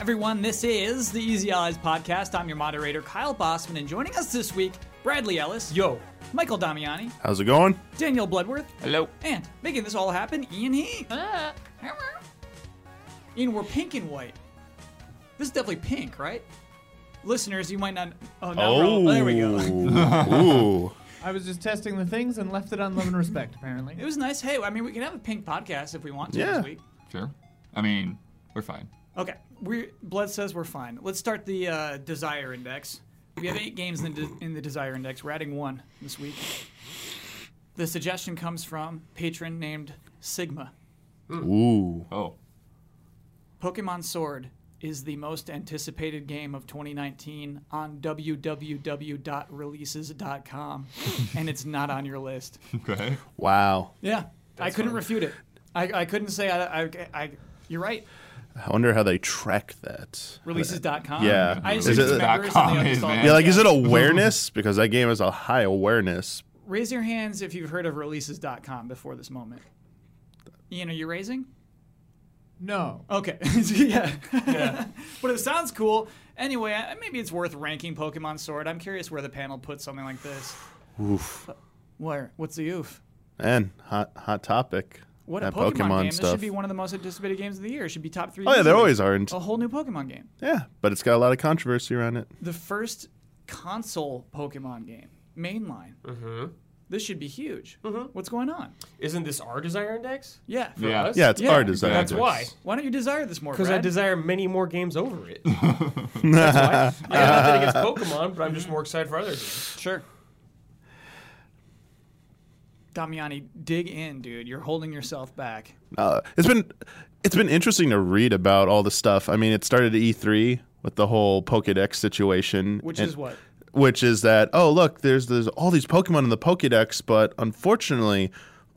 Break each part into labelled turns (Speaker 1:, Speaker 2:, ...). Speaker 1: everyone. This is the Easy Allies podcast. I'm your moderator, Kyle Bossman, and joining us this week, Bradley Ellis. Yo. Michael Damiani,
Speaker 2: How's it going?
Speaker 1: Daniel Bloodworth,
Speaker 3: Hello.
Speaker 1: and making this all happen, Ian He. Ian, we're pink and white. This is definitely pink, right? Listeners, you might not. Oh, no, there we go.
Speaker 2: Oh. Ooh.
Speaker 4: I was just testing the things and left it on love and respect, apparently.
Speaker 1: It was nice. Hey, I mean, we can have a pink podcast if we want to
Speaker 2: Yeah.
Speaker 1: this week.
Speaker 3: Sure. I mean, we're fine.
Speaker 1: Okay, we Blood says we're fine. Let's start the uh, Desire Index. We have eight games in the, de- in the Desire Index. We're adding one this week. The suggestion comes from patron named Sigma.
Speaker 2: Ooh.
Speaker 3: Oh.
Speaker 1: Pokemon Sword is the most anticipated game of 2019 on www.releases.com, and it's not on your list.
Speaker 3: Okay.
Speaker 2: Wow.
Speaker 1: Yeah, I couldn't refute it. I, I couldn't say I, I, I. You're right.
Speaker 2: I wonder how they track that.
Speaker 1: Releases.com.
Speaker 2: Yeah.
Speaker 1: I just
Speaker 2: Is it-
Speaker 1: remember something
Speaker 3: .com
Speaker 1: I just
Speaker 3: is
Speaker 1: saw.
Speaker 3: bad.
Speaker 2: Yeah, like is it awareness? Because that game has a high awareness.
Speaker 1: Raise your hands if you've heard of releases.com before this moment. Ian, are you raising?
Speaker 4: No.
Speaker 1: Okay. yeah. but it sounds cool. Anyway, I- maybe it's worth ranking Pokemon Sword. I'm curious where the panel puts something like this.
Speaker 2: Oof.
Speaker 1: Where? What's the oof?
Speaker 2: And hot hot topic.
Speaker 1: What a
Speaker 2: that
Speaker 1: Pokemon, game. This
Speaker 2: stuff.
Speaker 1: should be one of the most anticipated games of the year. It should be top three.
Speaker 2: oh yeah,
Speaker 1: easily.
Speaker 2: there always are. in-
Speaker 1: A whole new Pokemon game.
Speaker 2: Yeah, but it's got a lot of controversy around it.
Speaker 1: The first console Pokemon game, mainline. Mm-hmm. This should be huge. What's going on?
Speaker 5: Isn't this our desire index?
Speaker 1: Yeah.
Speaker 3: Yeah.
Speaker 5: us?
Speaker 2: Yeah, it's
Speaker 1: Yeah,
Speaker 2: our design.
Speaker 3: that's
Speaker 5: That's why.
Speaker 1: Why don't you desire this more?
Speaker 5: Because I
Speaker 1: Brad?
Speaker 5: desire many more games over it. That's why. I got nothing against Pokemon, but I'm just more excited for other games.
Speaker 1: Sure. Damiani, dig in, dude. You're holding yourself back.
Speaker 2: Uh, it's been it's been interesting to read about all the stuff. I mean, it started at E3 with the whole Pokédex situation,
Speaker 1: Which
Speaker 2: and-
Speaker 1: is what?
Speaker 2: which is that oh look there's there's all these pokemon in the pokédex but unfortunately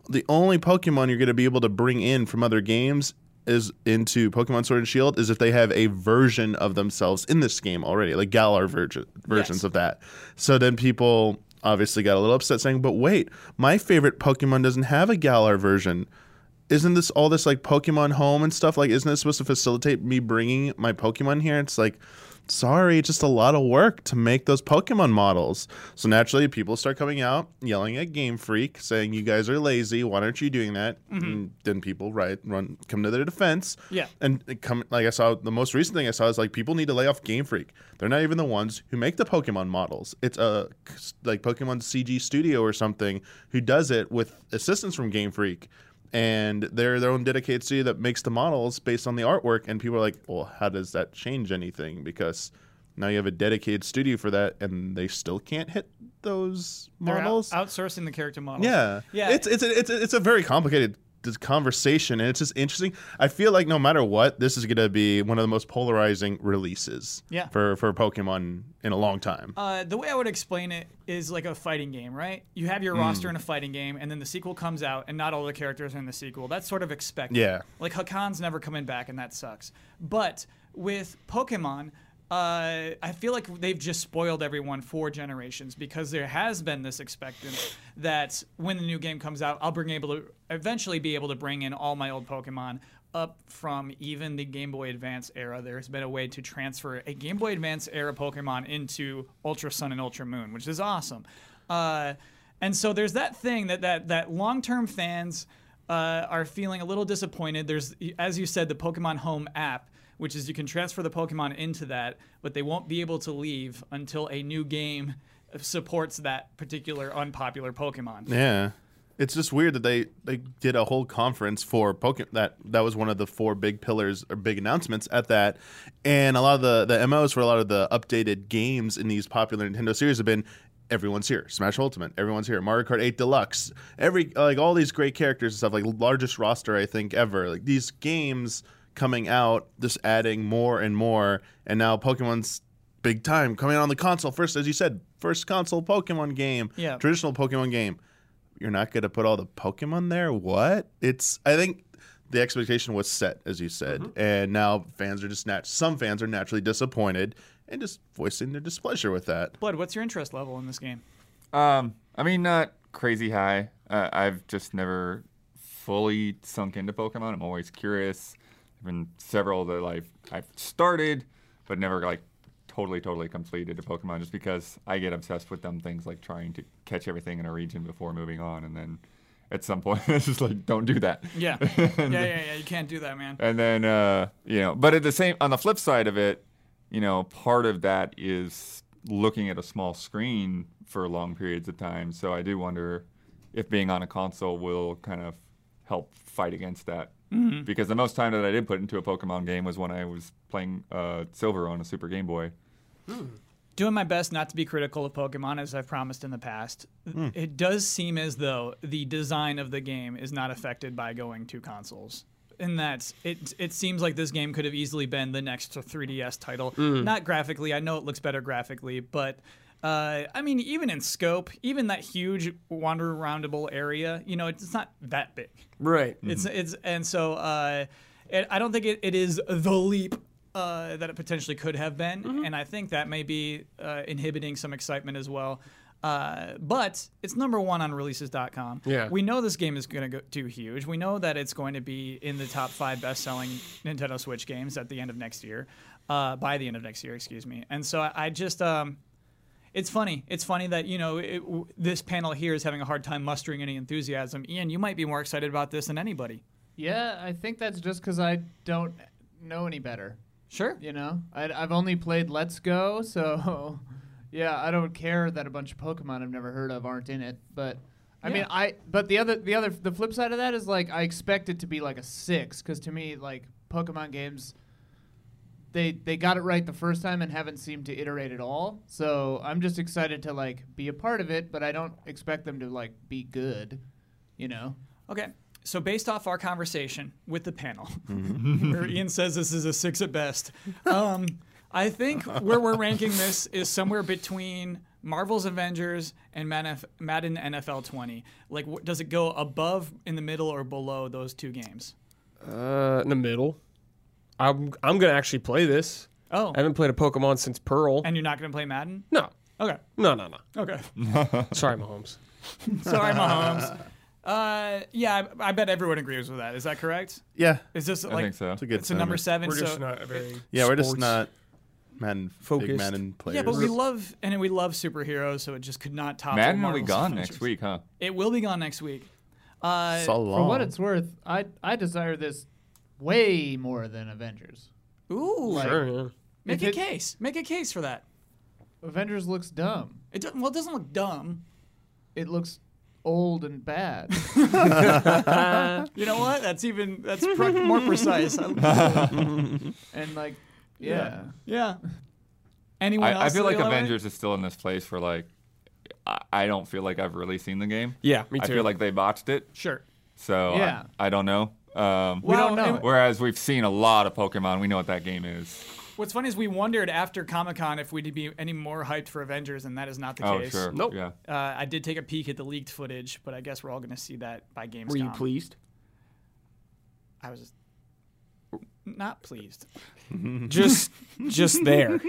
Speaker 2: the only pokemon you're going to be able to bring in from other games is into pokemon sword and shield is if they have a version of themselves in this game already like galar version, versions
Speaker 1: Yes.
Speaker 2: of that so then people obviously got a little upset saying but wait my favorite pokemon doesn't have a galar version isn't this all this like Pokemon Home and stuff? Like, isn't it supposed to facilitate me bringing my Pokemon here? It's like, sorry, it's just a lot of work to make those Pokemon models. So naturally, people start coming out yelling at Game Freak, saying, "You guys are lazy. Why aren't you doing that?" And then people right run come to their defense.
Speaker 1: Yeah.
Speaker 2: and it come like I saw the most recent thing I saw is like people need to lay off Game Freak. They're not even the ones who make the Pokemon models. It's a like Pokemon CG Studio or something who does it with assistance from Game Freak and they're their own dedicated studio that makes the models based on the artwork. And people are like, well, how does that change anything? Because now you have a dedicated studio for that, and they still can't hit those
Speaker 1: They're out-
Speaker 2: models.
Speaker 1: outsourcing the character models.
Speaker 2: yeah,
Speaker 1: Yeah.
Speaker 2: It's it's a, it's a, it's a very complicated dis- conversation, and it's just interesting. I feel like no matter what, this is going to be one of the most polarizing releases.
Speaker 1: Yeah.
Speaker 2: For for Pokemon in a long time.
Speaker 1: Uh, the way I would explain it is like a fighting game, right? You have your roster in a fighting game, and then the sequel comes out, and not all the characters are in the sequel. That's sort of expected.
Speaker 2: Yeah.
Speaker 1: Like Hakan's never coming back, and that sucks. But with Pokemon, uh, I feel like they've just spoiled everyone for generations because there has been this expectance that when the new game comes out, I'll bring able to eventually be able to bring in all my old Pokemon up from even the Game Boy Advance era. There's been a way to transfer a Game Boy Advance era Pokemon into Ultra Sun and Ultra Moon, which is awesome. Uh, and so there's that thing that that that long-term fans uh, are feeling a little disappointed. There's, as you said, the Pokemon Home app, which is you can transfer the Pokemon into that, but they won't be able to leave until a new game supports that particular unpopular Pokemon.
Speaker 2: Yeah. It's just weird that they, they did a whole conference for Pokemon. That that was one of the four big pillars or big announcements at that, and a lot of the the MOs for a lot of the updated games in these popular Nintendo series have been everyone's here, Smash Ultimate, everyone's here, Mario Kart 8 Deluxe, every like all these great characters and stuff, like largest roster I think ever. Like these games coming out, just adding more and more, and now Pokemon's big time coming out on the console first, as you said, first console Pokemon game,
Speaker 1: Yeah.
Speaker 2: traditional Pokemon game you're not going to put all the Pokemon there? What? It's I think the expectation was set, as you said, and now fans are just nat- some fans are naturally disappointed and just voicing their displeasure with that.
Speaker 1: Blood, what's your interest level in this game?
Speaker 3: Um, I mean, not crazy high. Uh, I've just never fully sunk into Pokemon. I'm always curious. been several that like I've started, but never like totally totally completed a Pokemon just because I get obsessed with them things like trying to catch everything in a region before moving on, and then at some point it's just like don't do that.
Speaker 1: Yeah. yeah, yeah, yeah. You can't do that, man.
Speaker 3: And then uh, you know, but at the same on the flip side of it, you know, part of that is looking at a small screen for long periods of time. So I do wonder if being on a console will kind of help fight against that.
Speaker 1: Mm-hmm.
Speaker 3: Because the most time that I did put into a Pokemon game was when I was playing uh, Silver on a Super Game Boy.
Speaker 1: doing my best not to be critical of Pokemon as I've promised in the past. It does seem as though the design of the game is not affected by going to consoles. And that's it. It seems like this game could have easily been the next 3DS title. Not graphically, I know it looks better graphically, but uh, I mean, even in scope, even that huge wander aroundable area, you know, it's not that big.
Speaker 5: Right.
Speaker 1: It's it's and so uh, it, I don't think it, it is the leap uh, that it potentially could have been, and I think that may be uh, inhibiting some excitement as well. Uh, but it's number one on releases.com.
Speaker 5: Yeah.
Speaker 1: We know this game is going to do huge. We know that it's going to be in the top five best selling Nintendo Switch games at the end of next year, uh, by the end of next year, excuse me. And so I, I just, um, it's funny. It's funny that you know it, w- this panel here is having a hard time mustering any enthusiasm. Ian, you might be more excited about this than anybody.
Speaker 4: Yeah, I think that's just because I don't know any better.
Speaker 1: Sure.
Speaker 4: You know, I, I've only played Let's Go, so yeah, I don't care that a bunch of Pokemon I've never heard of aren't in it. But I mean,
Speaker 1: Yeah.
Speaker 4: I but the other the other the flip side of that is like I expect it to be like a six because to me like Pokemon games. They, they got it right the first time and haven't seemed to iterate at all. So I'm just excited to like be a part of it, but I don't expect them to like be good, you know.
Speaker 1: Okay. So based off our conversation with the panel,
Speaker 3: Mm-hmm.
Speaker 1: where Ian says this is a six at best, um, I think where we're ranking this is somewhere between Marvel's Avengers and Manif- Madden NFL 20. Like, wh- does it go above, in the middle, or below those two games?
Speaker 5: Uh, in the middle. I'm I'm gonna actually play this.
Speaker 1: Oh,
Speaker 5: I haven't played a Pokemon since Pearl.
Speaker 1: and you're not going to play Madden?
Speaker 5: no,
Speaker 1: Okay.
Speaker 5: no, no, no.
Speaker 1: Okay.
Speaker 5: Sorry, Mahomes.
Speaker 1: Sorry, Mahomes. Uh, yeah, I, I bet everyone agrees with that. Is that correct?
Speaker 2: Yeah,
Speaker 1: Is this
Speaker 3: I
Speaker 1: like
Speaker 3: think so.
Speaker 2: it's a good.
Speaker 1: it's a number
Speaker 2: sentiment.
Speaker 1: seven?
Speaker 6: We're
Speaker 1: so
Speaker 6: just not very.
Speaker 2: Yeah, we're just
Speaker 6: sports-
Speaker 2: not Madden big
Speaker 6: Focused.
Speaker 2: Madden players.
Speaker 1: Yeah, but we love and we love superheroes, so it just could not top.
Speaker 3: Madden will be
Speaker 1: Marvel's
Speaker 3: gone
Speaker 1: Avengers.
Speaker 3: next week, huh?
Speaker 1: It will be gone next week. Uh,
Speaker 2: so
Speaker 4: For
Speaker 2: long.
Speaker 4: what it's worth, I I desire this way more than Avengers.
Speaker 1: ooh,
Speaker 4: Like-
Speaker 6: Sure, yeah.
Speaker 1: make
Speaker 4: if
Speaker 1: a
Speaker 4: it-
Speaker 1: case. Make a case for that.
Speaker 4: Avengers looks dumb.
Speaker 1: It doesn't. Well, it doesn't look dumb.
Speaker 4: It looks old and bad.
Speaker 1: You know what? That's even that's pre- more precise. I-
Speaker 4: and like yeah.
Speaker 1: Yeah. yeah. Anyone
Speaker 3: I,
Speaker 1: else?
Speaker 3: I feel
Speaker 1: that
Speaker 3: like
Speaker 1: you uh, love it?
Speaker 3: Avengers is still in this place where like I, I don't feel like I've really seen the game.
Speaker 6: Yeah, me
Speaker 3: I
Speaker 6: too.
Speaker 3: feel like they botched it,
Speaker 1: Sure.
Speaker 3: so I-
Speaker 4: Yeah.
Speaker 3: I, don't know. Um,
Speaker 4: We
Speaker 1: Well,
Speaker 4: don't know.
Speaker 1: it-
Speaker 3: Whereas we've seen a lot of Pokemon, we know what that game is.
Speaker 1: what's funny is we wondered after Comic Con if we'd be any more hyped for Avengers, and that is not the
Speaker 3: Oh,
Speaker 1: case.
Speaker 3: sure.
Speaker 6: Nope.
Speaker 3: Yeah.
Speaker 1: Uh, I did take a peek at the leaked footage, but I guess we're all going to see that by Gamescom.
Speaker 6: Were you pleased?
Speaker 1: I was not pleased.
Speaker 6: Just, just there.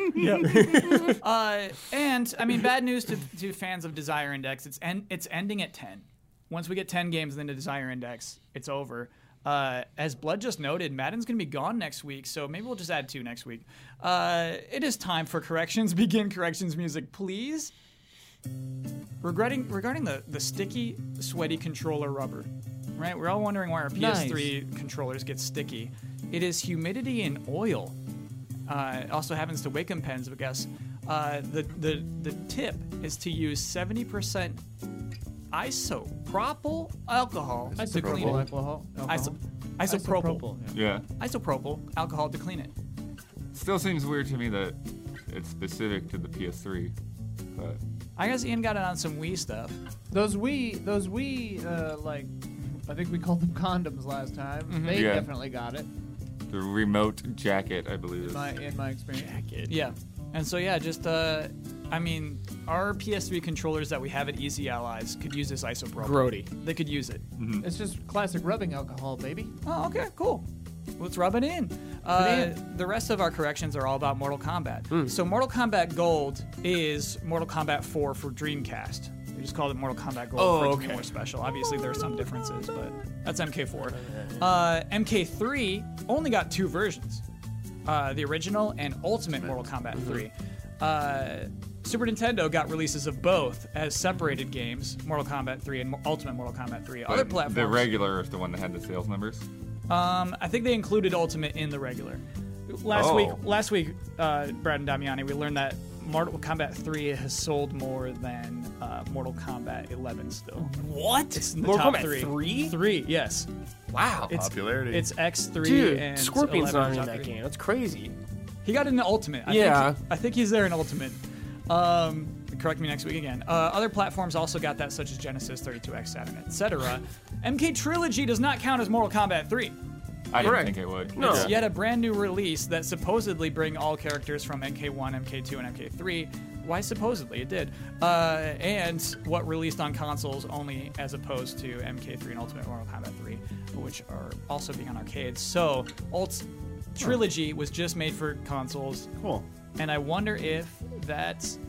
Speaker 1: Uh, and I mean, bad news to, to fans of Desire Index. It's en- it's ending at ten. Once we get ten games in the Desire Index, it's over. Uh, as Blood just noted, Madden's going to be gone next week, so maybe we'll just add two next week. Uh, it is time for corrections. Begin corrections music, please. Regretting regarding the the sticky, sweaty controller rubber, right? We're all wondering why our PS3 controllers get sticky. It is humidity and oil uh, it also happens to Wacom pens, I guess. Uh, the, the, the tip is to use 70% isopropyl alcohol to clean it.
Speaker 4: Alcohol.
Speaker 1: Iso- isopropyl.
Speaker 3: Yeah.
Speaker 1: Isopropyl alcohol to clean it.
Speaker 3: Still seems weird to me that it's specific to the PS3. But
Speaker 1: I guess Ian got it on some Wii stuff.
Speaker 4: Those we those we uh, like I think we called them condoms last time.
Speaker 1: Mm-hmm.
Speaker 4: They
Speaker 3: Yeah.
Speaker 4: definitely got it.
Speaker 3: the remote jacket, I believe.
Speaker 4: In
Speaker 3: Is,
Speaker 4: my in my experience.
Speaker 1: Yeah. And so, yeah, just, uh, I mean, our PS3 controllers that we have at Easy Allies could use this isopropyl.
Speaker 6: Grody.
Speaker 1: They could use it.
Speaker 4: It's just classic rubbing alcohol, baby.
Speaker 1: Oh, okay, cool. Let's rub it in. Uh, the rest of our corrections are all about Mortal Kombat. So Mortal Kombat Gold is Mortal Kombat 4 for Dreamcast. They just called it Mortal Kombat Gold
Speaker 6: Oh,
Speaker 1: for it to be
Speaker 6: okay.
Speaker 1: more special. Obviously, there are some differences, but that's MK4. Uh, MK3 only got two versions uh, the original and Ultimate Mortal Kombat 3. Uh, Super Nintendo got releases of both as separated games, Mortal Kombat 3 and Mo- Ultimate Mortal Kombat 3. Other
Speaker 3: But
Speaker 1: platforms,
Speaker 3: The regular is the one that had the sales numbers.
Speaker 1: um, I think they included Ultimate in the regular. Last
Speaker 3: Oh.
Speaker 1: week, last week, uh, Brad and Damiani, we learned that Mortal Kombat 3 has sold more than uh, Mortal Kombat 11 still.
Speaker 6: What?
Speaker 1: It's in the
Speaker 6: Mortal
Speaker 1: top
Speaker 6: Kombat
Speaker 1: three.
Speaker 6: three?
Speaker 1: Three, yes.
Speaker 6: Wow.
Speaker 1: It's,
Speaker 2: Popularity.
Speaker 1: It's X3
Speaker 6: Dude,
Speaker 1: and
Speaker 6: Scorpion's
Speaker 1: 11
Speaker 6: not
Speaker 1: is
Speaker 6: in
Speaker 1: top
Speaker 6: that
Speaker 1: three.
Speaker 6: game. That's crazy.
Speaker 1: He got into Ultimate. I
Speaker 6: Yeah.
Speaker 1: Think, I think he's there in Ultimate. Um, correct me next week again. Uh, other platforms also got that, such as Genesis, 32X, Saturn, etc. MK Trilogy does not count as Mortal Kombat 3.
Speaker 3: I didn't
Speaker 6: Correct.
Speaker 3: think it would.
Speaker 6: No.
Speaker 1: It's yet a brand new release that supposedly bring all characters from MK1, MK2, and MK3. Why supposedly? It did. Uh, and what released on consoles only as opposed to MK3 and Ultimate Mortal Kombat 3, which are also being on arcades. So, Ult Trilogy was just made for consoles,
Speaker 2: cool.
Speaker 1: and I wonder if that's.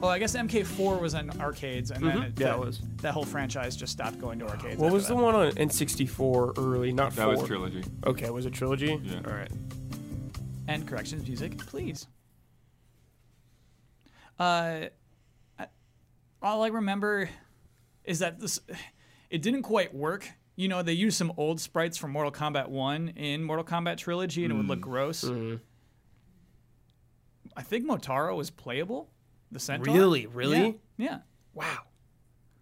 Speaker 1: Well, I guess MK4 was on arcades, and then it,
Speaker 6: Mm-hmm. Yeah,
Speaker 1: that,
Speaker 6: it was.
Speaker 1: that whole franchise just stopped going to arcades.
Speaker 6: What
Speaker 1: after
Speaker 6: was
Speaker 1: that.
Speaker 6: the one on N64 early? Not
Speaker 3: That
Speaker 6: four.
Speaker 3: was trilogy.
Speaker 6: Okay, was it trilogy?
Speaker 3: Yeah.
Speaker 6: All right.
Speaker 1: and corrections music, please. Uh, I- all I remember is that this it didn't quite work. You know, they used some old sprites from Mortal Kombat One in Mortal Kombat Trilogy, and it would look
Speaker 6: Mm-hmm.
Speaker 1: gross. I think Motaro was playable. The centaur.
Speaker 6: Really? Really?
Speaker 1: Yeah. yeah.
Speaker 6: Wow.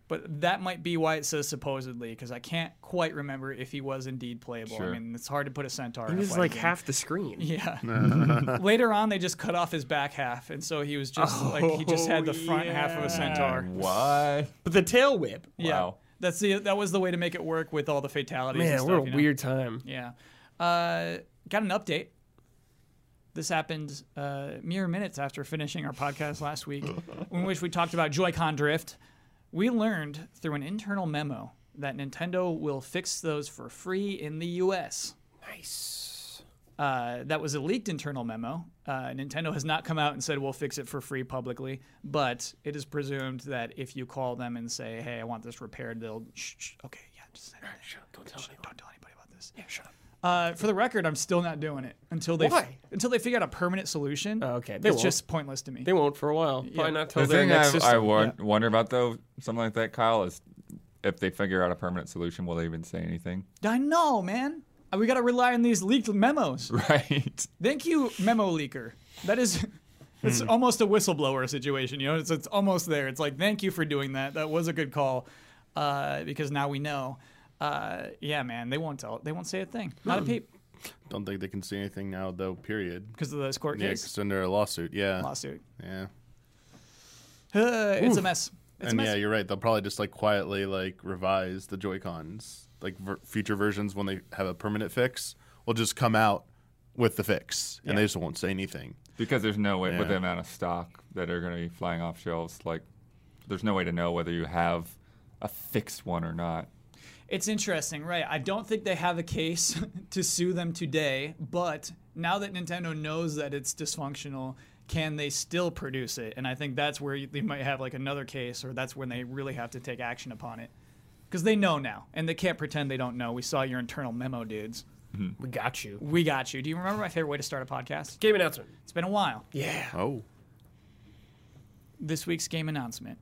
Speaker 1: But that might be why it says supposedly, because I can't quite remember if he was indeed playable.
Speaker 3: Sure.
Speaker 1: I mean, it's hard to put a centaur.
Speaker 6: He
Speaker 1: in a
Speaker 6: was
Speaker 1: fighting
Speaker 6: like
Speaker 1: game.
Speaker 6: half the screen.
Speaker 1: Yeah. Later on, they just cut off his back half, and so he was just like
Speaker 6: Oh,
Speaker 1: he just had the front half of a centaur.
Speaker 3: Why?
Speaker 6: But the tail whip.
Speaker 1: Yeah.
Speaker 3: Wow.
Speaker 1: That's the that was the way to make it work with all the fatalities. and
Speaker 6: Man,
Speaker 1: stuff,
Speaker 6: we're a
Speaker 1: you know?
Speaker 6: weird time.
Speaker 1: Yeah. Uh, got an update. This happened uh, mere minutes after finishing our podcast last week, in which we talked about Joy-Con drift. We learned through an internal memo that Nintendo will fix those for free in the U.S.
Speaker 6: Nice.
Speaker 1: Uh, that was a leaked internal memo. Uh, Nintendo has not come out and said we'll fix it for free publicly, but it is presumed that if you call them and say, "Hey, I want this repaired," they'll shh, shh, okay, yeah, just say it.
Speaker 6: Don't tell
Speaker 1: Shh,
Speaker 6: anyone.
Speaker 1: don't tell anybody about this.
Speaker 6: Oh, Yeah, shut up.
Speaker 1: Uh, for the record, I'm still not doing it until they
Speaker 6: Why?
Speaker 1: until they figure out a permanent solution.
Speaker 6: Oh, okay. They
Speaker 1: it's
Speaker 6: won't.
Speaker 1: just pointless to me.
Speaker 6: They won't for a while. Probably not till
Speaker 3: The
Speaker 6: their
Speaker 3: thing
Speaker 6: next
Speaker 3: I, I
Speaker 6: system.
Speaker 3: won- wonder about though, something like that, Kyle, is if they figure out a permanent solution, will they even say anything?
Speaker 1: I know, man. Uh, We got to rely on these leaked memos.
Speaker 3: Right.
Speaker 1: Thank you, memo leaker. That is, it's
Speaker 6: Hmm.
Speaker 1: almost a whistleblower situation. You know, it's it's almost there. It's like thank you for doing that. That was a good call, uh, because now we know. Uh, yeah, man, they won't tell. They won't say a thing. Not
Speaker 6: Hmm.
Speaker 1: a peep
Speaker 2: Don't think they can see anything now though. Period.
Speaker 1: because of this court
Speaker 2: Yeah,
Speaker 1: case
Speaker 2: 'cause under a lawsuit. Yeah.
Speaker 1: lawsuit.
Speaker 2: Yeah.
Speaker 1: Uh, it's a mess. It's a
Speaker 2: and
Speaker 1: mess.
Speaker 2: yeah, you're right. They'll probably just like quietly like revise the Joy Cons, like ver- future versions when they have a permanent fix, will just come out with the fix, and they just won't say anything.
Speaker 3: Because there's no way with the
Speaker 2: Yeah.
Speaker 3: amount of stock that are going to be flying off shelves, like there's no way to know whether you have a fixed one or not.
Speaker 1: It's interesting, right? I don't think they have a case to sue them today, but now that Nintendo knows that it's dysfunctional, can they still produce it? And I think that's where you- they might have like another case, or that's when they really have to take action upon it. Because they know now, and they can't pretend they don't know. We saw your internal memo, dudes.
Speaker 6: We got you.
Speaker 1: We got you. Do you remember my favorite way to start a podcast?
Speaker 6: Game announcement.
Speaker 1: It's been a while.
Speaker 6: Yeah.
Speaker 2: Oh,
Speaker 1: This week's game announcement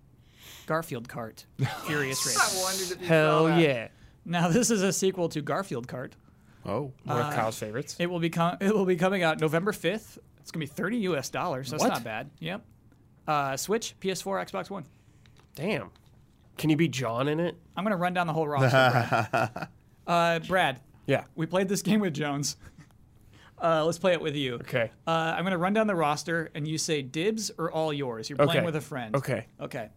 Speaker 1: Garfield Cart, Furious Race.
Speaker 6: Hell yeah.
Speaker 1: Now, this is a sequel to Garfield Cart,
Speaker 2: oh,
Speaker 6: One
Speaker 5: Uh,
Speaker 6: of Kyle's favorites.
Speaker 1: It will be com- it will be coming out November fifth. It's gonna be thirty U.S. dollars. That's
Speaker 6: What?
Speaker 1: not bad. Yep. Uh, Switch, PS4, Xbox One.
Speaker 6: Damn. Can you be John in it?
Speaker 1: I'm gonna run down the whole roster. Brad. Uh, Brad,
Speaker 6: Yeah.
Speaker 1: we played this game with Jones. Uh, let's play it with you.
Speaker 6: Okay.
Speaker 1: Uh, I'm gonna run down the roster, and you say dibs or all yours. You're playing
Speaker 6: Okay.
Speaker 1: with a friend.
Speaker 6: Okay.
Speaker 1: Okay.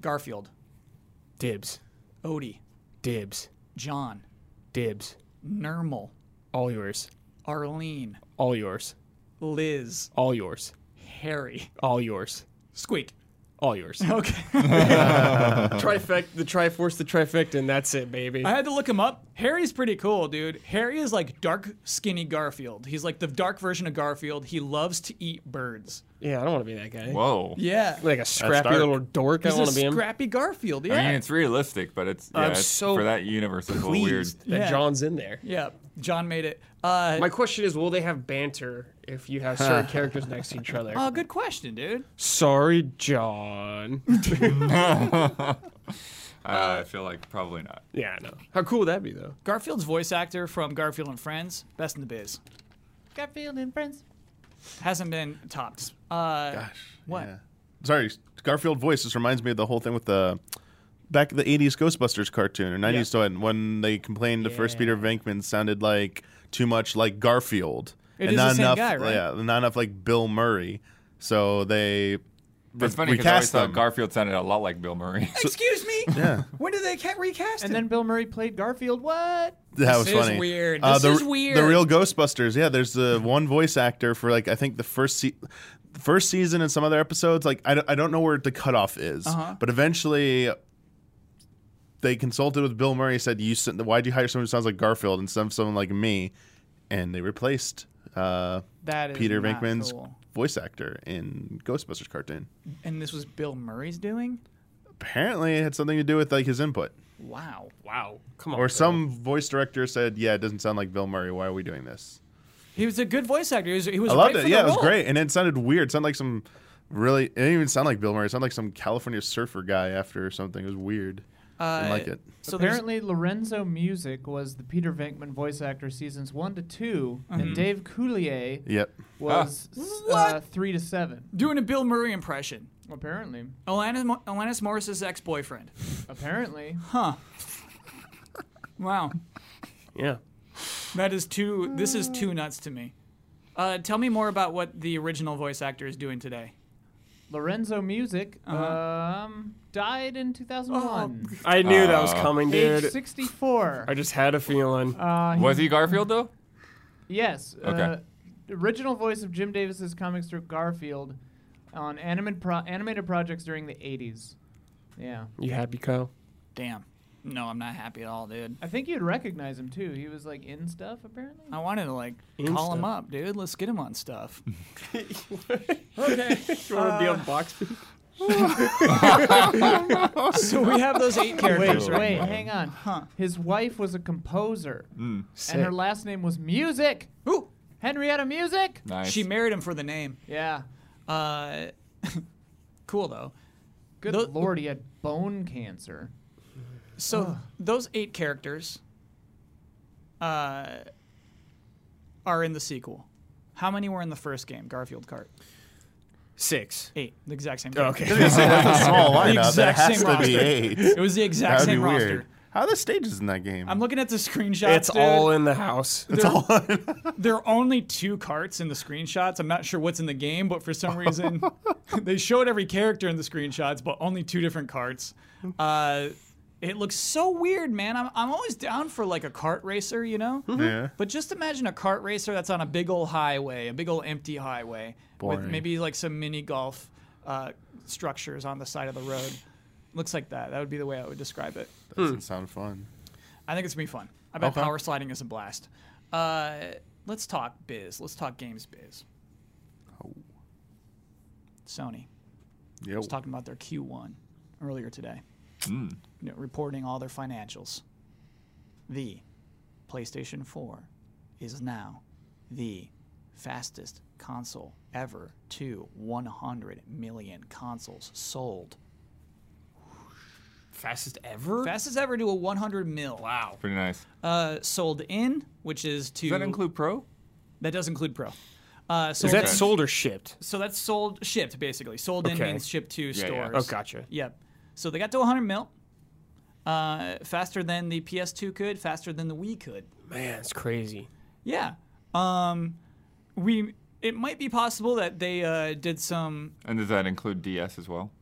Speaker 1: Garfield,
Speaker 6: Dibs.
Speaker 1: Odie,
Speaker 6: Dibs.
Speaker 1: John,
Speaker 6: Dibs.
Speaker 1: Nermal,
Speaker 6: All yours.
Speaker 1: Arlene,
Speaker 6: All yours.
Speaker 1: Liz,
Speaker 6: All yours.
Speaker 1: Harry,
Speaker 6: All yours.
Speaker 1: Squeak.
Speaker 6: All yours.
Speaker 1: Okay.
Speaker 5: Trifect, the Triforce, the trifecta, and that's it, baby.
Speaker 1: I had to look him up. Harry's pretty cool, dude. Harry is like dark, skinny Garfield. He's like the dark version of Garfield. He loves to eat birds.
Speaker 5: yeah, I don't want to be that guy.
Speaker 3: Whoa.
Speaker 1: Yeah.
Speaker 5: Like a scrappy
Speaker 2: dark.
Speaker 5: little dork. I
Speaker 1: He's
Speaker 5: don't want
Speaker 1: a
Speaker 5: to be him.
Speaker 1: scrappy Garfield. Yeah.
Speaker 3: I mean, it's realistic, but it's, yeah,
Speaker 6: I'm
Speaker 3: it's-
Speaker 6: so
Speaker 3: for that universe. It's a little weird.
Speaker 6: Please.
Speaker 5: that
Speaker 1: Yeah.
Speaker 5: John's in there.
Speaker 1: yeah. John made it. Uh,
Speaker 5: My question is, will they have banter if you have certain characters next to each other?
Speaker 1: oh, good question, dude.
Speaker 5: Sorry, John.
Speaker 3: Uh, I feel like probably not.
Speaker 5: yeah, I know. How cool would that be, though?
Speaker 1: Garfield's voice actor from Garfield and Friends, best in the biz,
Speaker 4: Garfield and friends.
Speaker 1: hasn't been topped. Uh, What?
Speaker 2: Yeah. Sorry, Garfield voice. This reminds me of the whole thing with the back in the '80s Ghostbusters cartoon or '90s one when they complained the first Peter Venkman sounded like too much like Garfield
Speaker 1: It is the same
Speaker 2: enough,
Speaker 1: guy, right?
Speaker 2: yeah, not enough like Bill Murray. So they
Speaker 3: It's funny because I always
Speaker 2: recast
Speaker 3: thought
Speaker 2: them.
Speaker 3: Garfield sounded a lot like Bill Murray.
Speaker 1: Excuse me.
Speaker 2: yeah,
Speaker 1: When did they ca- recast
Speaker 4: And
Speaker 1: him?
Speaker 4: then Bill Murray played Garfield. What?
Speaker 2: that was
Speaker 1: is
Speaker 2: funny.
Speaker 1: weird.
Speaker 2: Uh,
Speaker 1: This
Speaker 2: the,
Speaker 1: is weird.
Speaker 2: The real Ghostbusters. Yeah, there's the one voice actor for like I think the first se- the first season and some other episodes. Like I don't, I don't know where the cutoff is,
Speaker 1: Uh-huh.
Speaker 2: but eventually they consulted with Bill Murray. Said you sent- why'd you hire someone who sounds like Garfield instead of someone like me, and they replaced uh,
Speaker 1: that is
Speaker 2: Peter
Speaker 1: not
Speaker 2: Venkman's
Speaker 1: cool.
Speaker 2: voice actor in Ghostbusters cartoon.
Speaker 1: And this was Bill Murray's doing.
Speaker 2: Apparently, it had something to do with like his input.
Speaker 1: Wow.
Speaker 5: Wow. Come on.
Speaker 2: Or
Speaker 5: bro.
Speaker 2: some voice director said, "Yeah, it doesn't sound like Bill Murray. Why are we doing this?"
Speaker 1: He was a good voice actor. He was. He was
Speaker 2: I loved
Speaker 1: right for
Speaker 2: it.
Speaker 1: the
Speaker 2: Yeah, it was
Speaker 1: role.
Speaker 2: great, and it sounded weird. It sounded like some really. It didn't even sound like Bill Murray. It sounded like some California surfer guy after or something. It was weird. I
Speaker 1: Uh,
Speaker 2: didn't like it.
Speaker 1: So there's-
Speaker 4: Apparently, Lorenzo Music was the Peter Venkman voice actor seasons one to 2
Speaker 1: Mm-hmm.
Speaker 4: and Dave Coulier
Speaker 2: Yep.
Speaker 4: was s- uh,
Speaker 1: What?
Speaker 4: three to seven.
Speaker 1: doing a Bill Murray impression.
Speaker 4: Apparently,
Speaker 1: Alanis, Mo- Alanis Morris's ex-boyfriend.
Speaker 4: apparently,
Speaker 1: Wow,
Speaker 5: Yeah.
Speaker 1: that is too. This is too nuts to me. Uh, tell me more about what the original voice actor is doing today.
Speaker 4: Lorenzo Music
Speaker 3: Uh-huh.
Speaker 4: um, died in 2001,
Speaker 6: Oh,
Speaker 5: I knew that was
Speaker 3: Uh,
Speaker 5: coming,
Speaker 4: age
Speaker 5: dude.
Speaker 4: 64.
Speaker 5: I just had a feeling.
Speaker 4: Uh,
Speaker 3: Was he Garfield though?
Speaker 4: Yes.
Speaker 3: Okay.
Speaker 4: Uh, the original voice of Jim Davis's comic strip Garfield on animated pro- animated projects during the 80s. Yeah.
Speaker 5: You happy, Kyle?
Speaker 1: Damn. No, I'm not happy at all, dude.
Speaker 4: I think you'd recognize him too. He was like in stuff apparently.
Speaker 1: I wanted to like
Speaker 5: Insta.
Speaker 1: call him up, dude. Let's get him on stuff.
Speaker 5: You want to be on box?
Speaker 1: so we have those eight characters,
Speaker 4: Wait,
Speaker 1: right?
Speaker 4: wait, hang on. His wife was a composer, and her last name was Music.
Speaker 1: Ooh,
Speaker 4: Henrietta Music.
Speaker 3: Nice.
Speaker 1: she married him for the name.
Speaker 4: Yeah.
Speaker 1: Uh, cool though.
Speaker 4: Good
Speaker 1: Tho-
Speaker 4: lord, he had bone cancer.
Speaker 1: So those eight characters uh, are in the sequel. How many were in the first game, Garfield Cart?
Speaker 6: Six.
Speaker 1: Eight, the exact same. characters.
Speaker 6: Okay.
Speaker 2: That's a small lineup. That
Speaker 1: exact
Speaker 2: has
Speaker 1: same
Speaker 2: to be
Speaker 1: roster.
Speaker 2: eight.
Speaker 1: It was the exact
Speaker 2: That would be
Speaker 1: same roster.
Speaker 2: weird. How are the stages in that game?
Speaker 1: I'm looking at the screenshots.
Speaker 5: It's
Speaker 1: dude.
Speaker 5: all in the house.
Speaker 2: it's all
Speaker 1: There are only two carts in the screenshots. I'm not sure what's in the game, but for some reason they showed every character in the screenshots, but only two different carts. Uh, it looks so weird, man. I'm, I'm always down for like a cart racer, you know?
Speaker 2: yeah.
Speaker 1: But just imagine a kart racer that's on a big old highway, a big old empty highway, with
Speaker 2: Boring.
Speaker 1: maybe like some mini golf uh, structures on the side of the road. Looks like that. That would be the way I would describe it.
Speaker 2: That doesn't sound fun.
Speaker 1: I think it's gonna be fun. I bet
Speaker 2: Okay.
Speaker 1: power sliding is a blast. Uh, let's talk biz. Let's talk games biz.
Speaker 2: Oh.
Speaker 1: Sony
Speaker 2: Yep.
Speaker 1: was talking about their Q1 earlier today,
Speaker 3: Hmm.
Speaker 1: You know, reporting all their financials. The PlayStation 4 is now the fastest console ever to 100 million consoles sold.
Speaker 6: Fastest ever?
Speaker 1: Fastest ever to a 100 mil.
Speaker 6: wow.
Speaker 3: Pretty nice.
Speaker 1: Uh, sold in, which is to
Speaker 3: Does that include Pro?
Speaker 1: That does include Pro. Uh, sold
Speaker 6: Is that
Speaker 1: in-
Speaker 6: sold or shipped?
Speaker 1: so that's sold shipped basically. Sold in
Speaker 6: Okay.
Speaker 1: means shipped to
Speaker 3: Yeah, yeah.
Speaker 1: stores.
Speaker 6: Oh, gotcha.
Speaker 1: Yep. So they got to 100 mil. Uh, faster than the PS2 could, faster than the Wii could.
Speaker 6: Man, it's crazy.
Speaker 1: Yeah. Um, we. It might be possible that they uh, did some
Speaker 3: And does that include DS as well?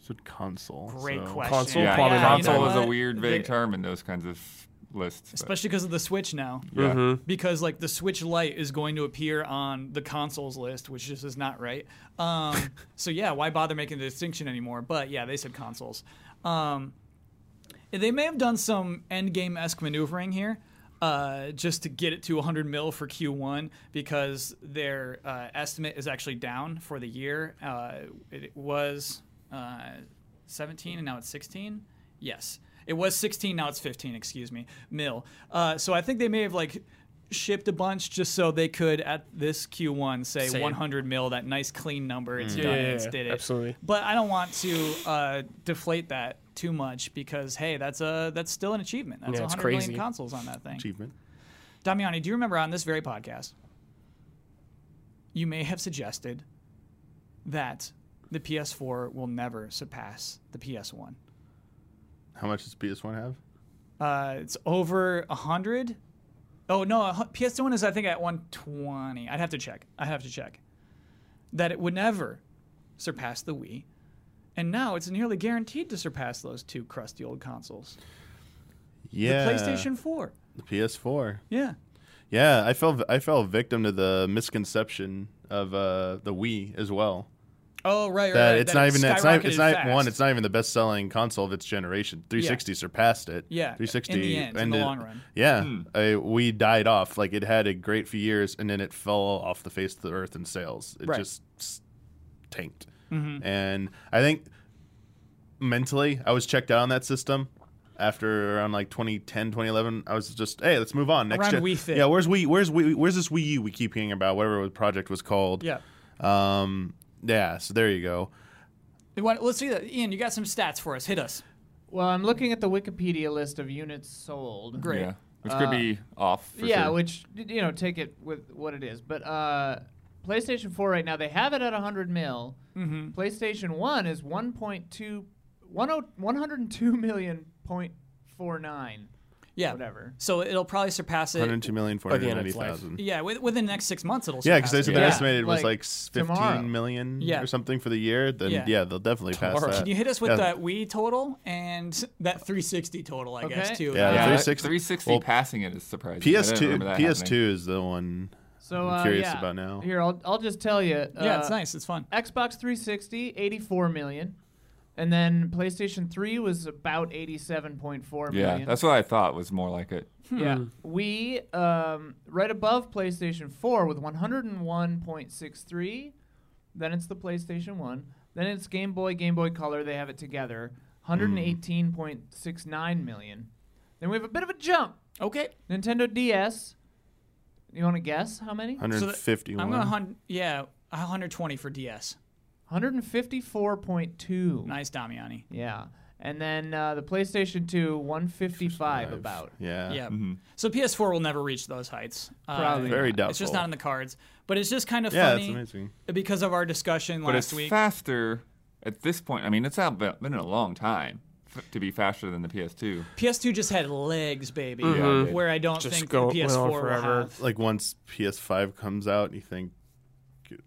Speaker 2: So console.
Speaker 1: great
Speaker 2: so-
Speaker 1: question.
Speaker 6: console,
Speaker 3: yeah,
Speaker 6: probably
Speaker 1: you
Speaker 6: not.
Speaker 1: know
Speaker 3: console is a
Speaker 1: what?
Speaker 3: weird vague
Speaker 1: They-
Speaker 3: term in those kinds of lists. but-
Speaker 1: especially because of the Switch now.
Speaker 3: yeah.
Speaker 1: Because like the Switch Lite is going to appear on the consoles list, which just is not right. Um, so yeah, why bother making the distinction anymore? But yeah, they said consoles. Um, they may have done some endgame esque maneuvering here. Uh, just to get it to 100 mil for Q1 because their uh, estimate is actually down for the year. Uh, it was uh, 17 and now it's 16. Yes, it was 16. Now it's 15. Excuse me, mil. Uh, so I think they may have like shipped a bunch just so they could at this Q1 say
Speaker 6: Say it.
Speaker 1: 100 mil. That nice clean number. It's
Speaker 6: Yeah,
Speaker 1: done.
Speaker 6: yeah,
Speaker 1: it's
Speaker 6: yeah,
Speaker 1: did it.
Speaker 6: absolutely.
Speaker 1: But I don't want to uh, deflate that too much because hey, that's a that's still an achievement. That's
Speaker 6: Yeah, it's
Speaker 1: 100 million
Speaker 6: crazy.
Speaker 1: consoles on that thing.
Speaker 2: Achievement.
Speaker 1: Damiani, do you remember on this very podcast you may have suggested that the PS4 will never surpass the PS1.
Speaker 2: How much does PS1 have?
Speaker 1: Uh, it's over 100. Oh, no, a hu- PS1 is, I think, at 120. I'd have to check. I'd have to check. That it would never surpass the Wii. And now it's nearly guaranteed to surpass those two crusty old consoles.
Speaker 2: Yeah.
Speaker 1: The PlayStation 4.
Speaker 2: The PS4.
Speaker 1: Yeah.
Speaker 2: Yeah, I fell I fell victim to the misconception of uh, the Wii as well.
Speaker 1: Oh, right, right.
Speaker 2: That
Speaker 1: right,
Speaker 2: it's not even it's not
Speaker 1: skyrocketed
Speaker 2: it's not
Speaker 1: fast.
Speaker 2: one it's not even the best selling console of its generation. 360 surpassed it.
Speaker 1: Yeah, in
Speaker 2: 360
Speaker 1: the end, in the long run.
Speaker 2: Yeah, I, we died off. Like it had a great few years, and then it fell off the face of the earth in sales. It
Speaker 1: Right. Mm-hmm.
Speaker 2: just s- tanked. And I think mentally, I was checked out on that system. After around like 2010, 2011, I was just, hey, let's move on. Next
Speaker 1: Around
Speaker 2: gen-
Speaker 1: Wii Fit.
Speaker 2: Yeah, where's Wii? Where's Wii? Where's this Wii U we keep hearing about? Whatever the project was called.
Speaker 1: Yeah.
Speaker 2: Um. Yeah. So there you go.
Speaker 1: You want- Let's see that. Ian, you got some stats for us. Hit us.
Speaker 4: Well, I'm looking at the Wikipedia list of units sold.
Speaker 1: Great.
Speaker 3: Yeah. Which could be off. For
Speaker 4: yeah,
Speaker 3: sure.
Speaker 4: which y- you know, take it with what it is. But uh, PlayStation 4 right now they have it at 100 mil. PlayStation 1 is 1.2 oh, 102 million point four nine.
Speaker 1: Yeah.
Speaker 4: Whatever.
Speaker 1: So it'll probably surpass it.
Speaker 2: 102 million
Speaker 6: By the end of its life.
Speaker 1: Yeah, with, within the next six months, it'll
Speaker 2: Yeah,
Speaker 1: surpass
Speaker 2: because they
Speaker 1: it.
Speaker 2: said
Speaker 6: Yeah.
Speaker 2: their estimated was
Speaker 4: Like,
Speaker 2: like s- 15 million
Speaker 4: tomorrow.
Speaker 1: Yeah.
Speaker 2: or something for the year. Then
Speaker 1: Yeah.
Speaker 2: yeah, they'll definitely
Speaker 6: Tomorrow.
Speaker 2: pass that.
Speaker 1: Can you hit us with
Speaker 2: yeah.
Speaker 1: that Wii total and that 360 total, I guess,
Speaker 4: Okay.
Speaker 1: too?
Speaker 2: Yeah,
Speaker 3: yeah,
Speaker 1: Uh,
Speaker 2: 360
Speaker 3: 360, 360
Speaker 2: well,
Speaker 3: passing it is surprising. I didn't
Speaker 2: PS2
Speaker 3: remember that happening.
Speaker 2: PS2 is the one.
Speaker 4: So
Speaker 2: I'm
Speaker 4: uh,
Speaker 2: curious
Speaker 4: yeah.
Speaker 2: about now.
Speaker 4: Here, I'll I'll just tell you. Uh,
Speaker 1: yeah, it's nice. It's fun.
Speaker 4: Xbox 360 84 million. And then PlayStation 3 was about 87.4 million.
Speaker 3: Yeah, that's what I thought was more like it.
Speaker 4: Yeah. We um, right above PlayStation 4 with 101.63. Then it's the PlayStation 1. Then it's Game Boy, Game Boy Color. They have it together. 118.69 million. Then we have a bit of a jump.
Speaker 1: Okay.
Speaker 4: Nintendo DS. You want to guess how many?
Speaker 2: 151.
Speaker 1: I'm going to hunt. Yeah, 120 for DS.
Speaker 4: 154.2.
Speaker 1: Nice, Damiani.
Speaker 4: Yeah. And then uh, the PlayStation 2, 155 about.
Speaker 2: Yeah.
Speaker 1: Yeah. So PS4 will never reach those heights. Uh,
Speaker 4: Mm-hmm. Probably
Speaker 2: Very
Speaker 1: not. It's just
Speaker 2: doubtful.
Speaker 1: not in the cards. But it's just kind of
Speaker 2: Yeah, that's
Speaker 1: funny
Speaker 2: amazing.
Speaker 1: because of our discussion
Speaker 3: But
Speaker 1: last
Speaker 3: it's
Speaker 1: week.
Speaker 3: faster at this point. I mean, it's out been been a long time f- to be faster than the PS2.
Speaker 1: PS2 just had legs, baby.
Speaker 4: Mm-hmm.
Speaker 3: Mhm.
Speaker 1: Where I don't
Speaker 6: Just
Speaker 1: think
Speaker 6: go-
Speaker 1: the
Speaker 6: went on
Speaker 1: PS4 will
Speaker 6: forever.
Speaker 1: have.
Speaker 2: Like once PS5 comes out, you think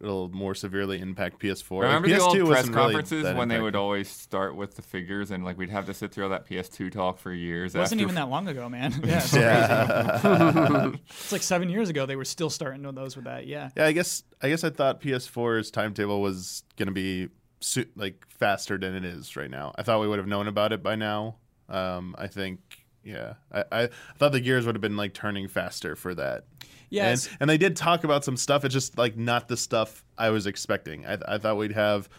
Speaker 2: it'll more severely impact PS4.
Speaker 3: Remember
Speaker 2: like,
Speaker 3: the
Speaker 2: PS2
Speaker 3: old press
Speaker 2: wasn't really
Speaker 3: conferences
Speaker 2: that
Speaker 3: when they
Speaker 2: impactful.
Speaker 3: would always start with the figures and like we'd have to sit through all that PS2 talk for years.
Speaker 1: wasn't
Speaker 3: after-
Speaker 1: even that long ago, man. Yeah,
Speaker 2: Yeah.
Speaker 1: it's like seven years ago. They were still starting to those with that. Yeah,
Speaker 2: yeah, I guess I guess I thought PS4's timetable was gonna be su- like faster than it is right now. I thought we would have known about it by now. Um, I think. Yeah, I, I I thought the gears would have been like turning faster for that.
Speaker 1: yeah.
Speaker 2: And, and they did talk about some stuff. It's just like not the stuff I was expecting. I, I thought we'd have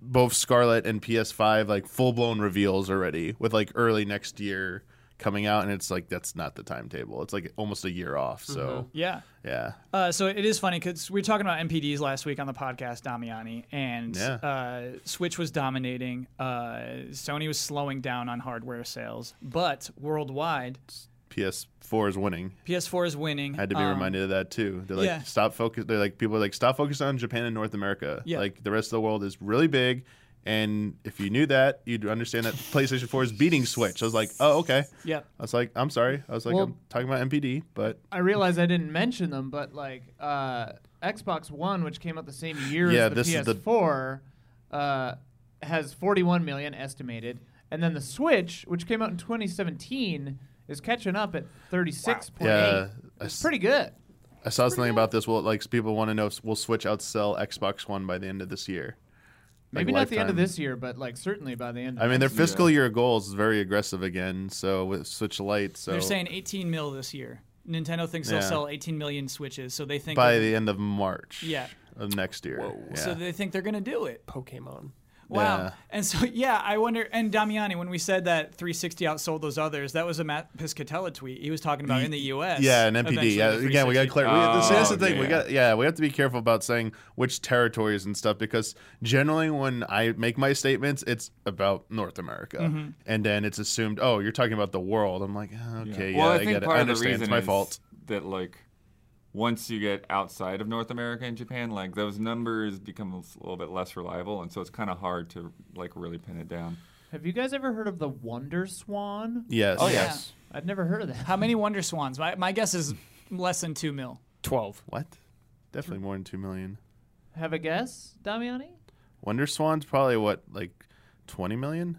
Speaker 2: both Scarlet and PS5 like full blown reveals already with like early next year coming out. And it's like, that's not the timetable. It's like almost a year off. So,
Speaker 1: Yeah.
Speaker 2: yeah.
Speaker 1: Uh, so it is funny because we were talking about MPDs last week on the podcast, Damiani, and
Speaker 2: Yeah.
Speaker 1: uh, Switch was dominating. Uh, Sony was slowing down on hardware sales, but worldwide,
Speaker 2: PS4 is winning.
Speaker 1: PS4 is winning.
Speaker 2: I had to be
Speaker 1: Um,
Speaker 2: reminded of that too. They're like,
Speaker 1: yeah.
Speaker 2: stop focus. They're like, people are like, stop focusing on Japan and North America.
Speaker 1: Yeah.
Speaker 2: Like, the rest of the world is really big. And if you knew that, you'd understand that PlayStation 4 is beating Switch. I was like, oh, okay.
Speaker 1: Yeah.
Speaker 2: I was like, I'm sorry. I was like,
Speaker 4: Well-
Speaker 2: I'm talking about MPD, but
Speaker 4: I realize I didn't mention them, but like uh, Xbox One, which came out the same year
Speaker 2: Yeah,
Speaker 4: as the
Speaker 2: this is the-
Speaker 4: PS4, uh, has 41 million estimated, and then the Switch, which came out in 2017, is catching up at 36.8.
Speaker 2: Yeah, I
Speaker 4: It's
Speaker 2: s-
Speaker 4: pretty good.
Speaker 2: I saw something about this. Well, like people want to know, if will Switch outsell Xbox One by the end of this year? Like,
Speaker 4: Maybe not the end of
Speaker 2: lifetime.
Speaker 4: this year, but like certainly by the end. Of
Speaker 2: I mean, their
Speaker 4: next year.
Speaker 2: fiscal year goals is very aggressive again. So with Switch Lite, so
Speaker 1: They're saying 18 mil this year. Nintendo thinks
Speaker 2: Yeah.
Speaker 1: they'll sell 18 million Switches, so they think
Speaker 2: by
Speaker 1: that-
Speaker 2: the end of March,
Speaker 1: Yeah.
Speaker 2: of next year. Yeah.
Speaker 1: so they think they're gonna do it.
Speaker 6: Pokemon.
Speaker 1: Wow.
Speaker 2: Yeah.
Speaker 1: And so, yeah, I wonder. And Damiani, when we said that 360 outsold those others, that was a Matt Piscatella tweet. He was talking about in the U.S.
Speaker 2: yeah, an
Speaker 1: eventually the
Speaker 2: MPD. Yeah, again, we got
Speaker 1: 360.
Speaker 2: clear. we, see, that's the
Speaker 3: Oh,
Speaker 2: thing. We
Speaker 3: yeah.
Speaker 2: got yeah, we have to be careful about saying which territories and stuff because generally when I make my statements, it's about North America,
Speaker 3: Mm-hmm.
Speaker 2: and then it's assumed. Oh, you're talking about the world. I'm like, "Ah, okay, yeah,
Speaker 3: well, I
Speaker 2: I,
Speaker 3: think
Speaker 2: get it.
Speaker 3: part
Speaker 2: I
Speaker 3: of the
Speaker 2: understand.
Speaker 3: reason
Speaker 2: It's my
Speaker 3: is
Speaker 2: fault.
Speaker 3: that like once you get outside of North America and Japan, like those numbers become a s- little bit less reliable, and so it's kind of hard to like really pin it down.
Speaker 4: Have you guys ever heard of the Wonder Swan?
Speaker 2: Yes.
Speaker 3: Oh,
Speaker 1: Yeah.
Speaker 3: yes.
Speaker 4: I've never heard of that.
Speaker 1: How many Wonder Swans? My, my guess is less than two mil.
Speaker 6: 12.
Speaker 2: What? Definitely more than two million.
Speaker 4: Have a guess, Damiani?
Speaker 2: Wonder Swan's probably what like. 20 million?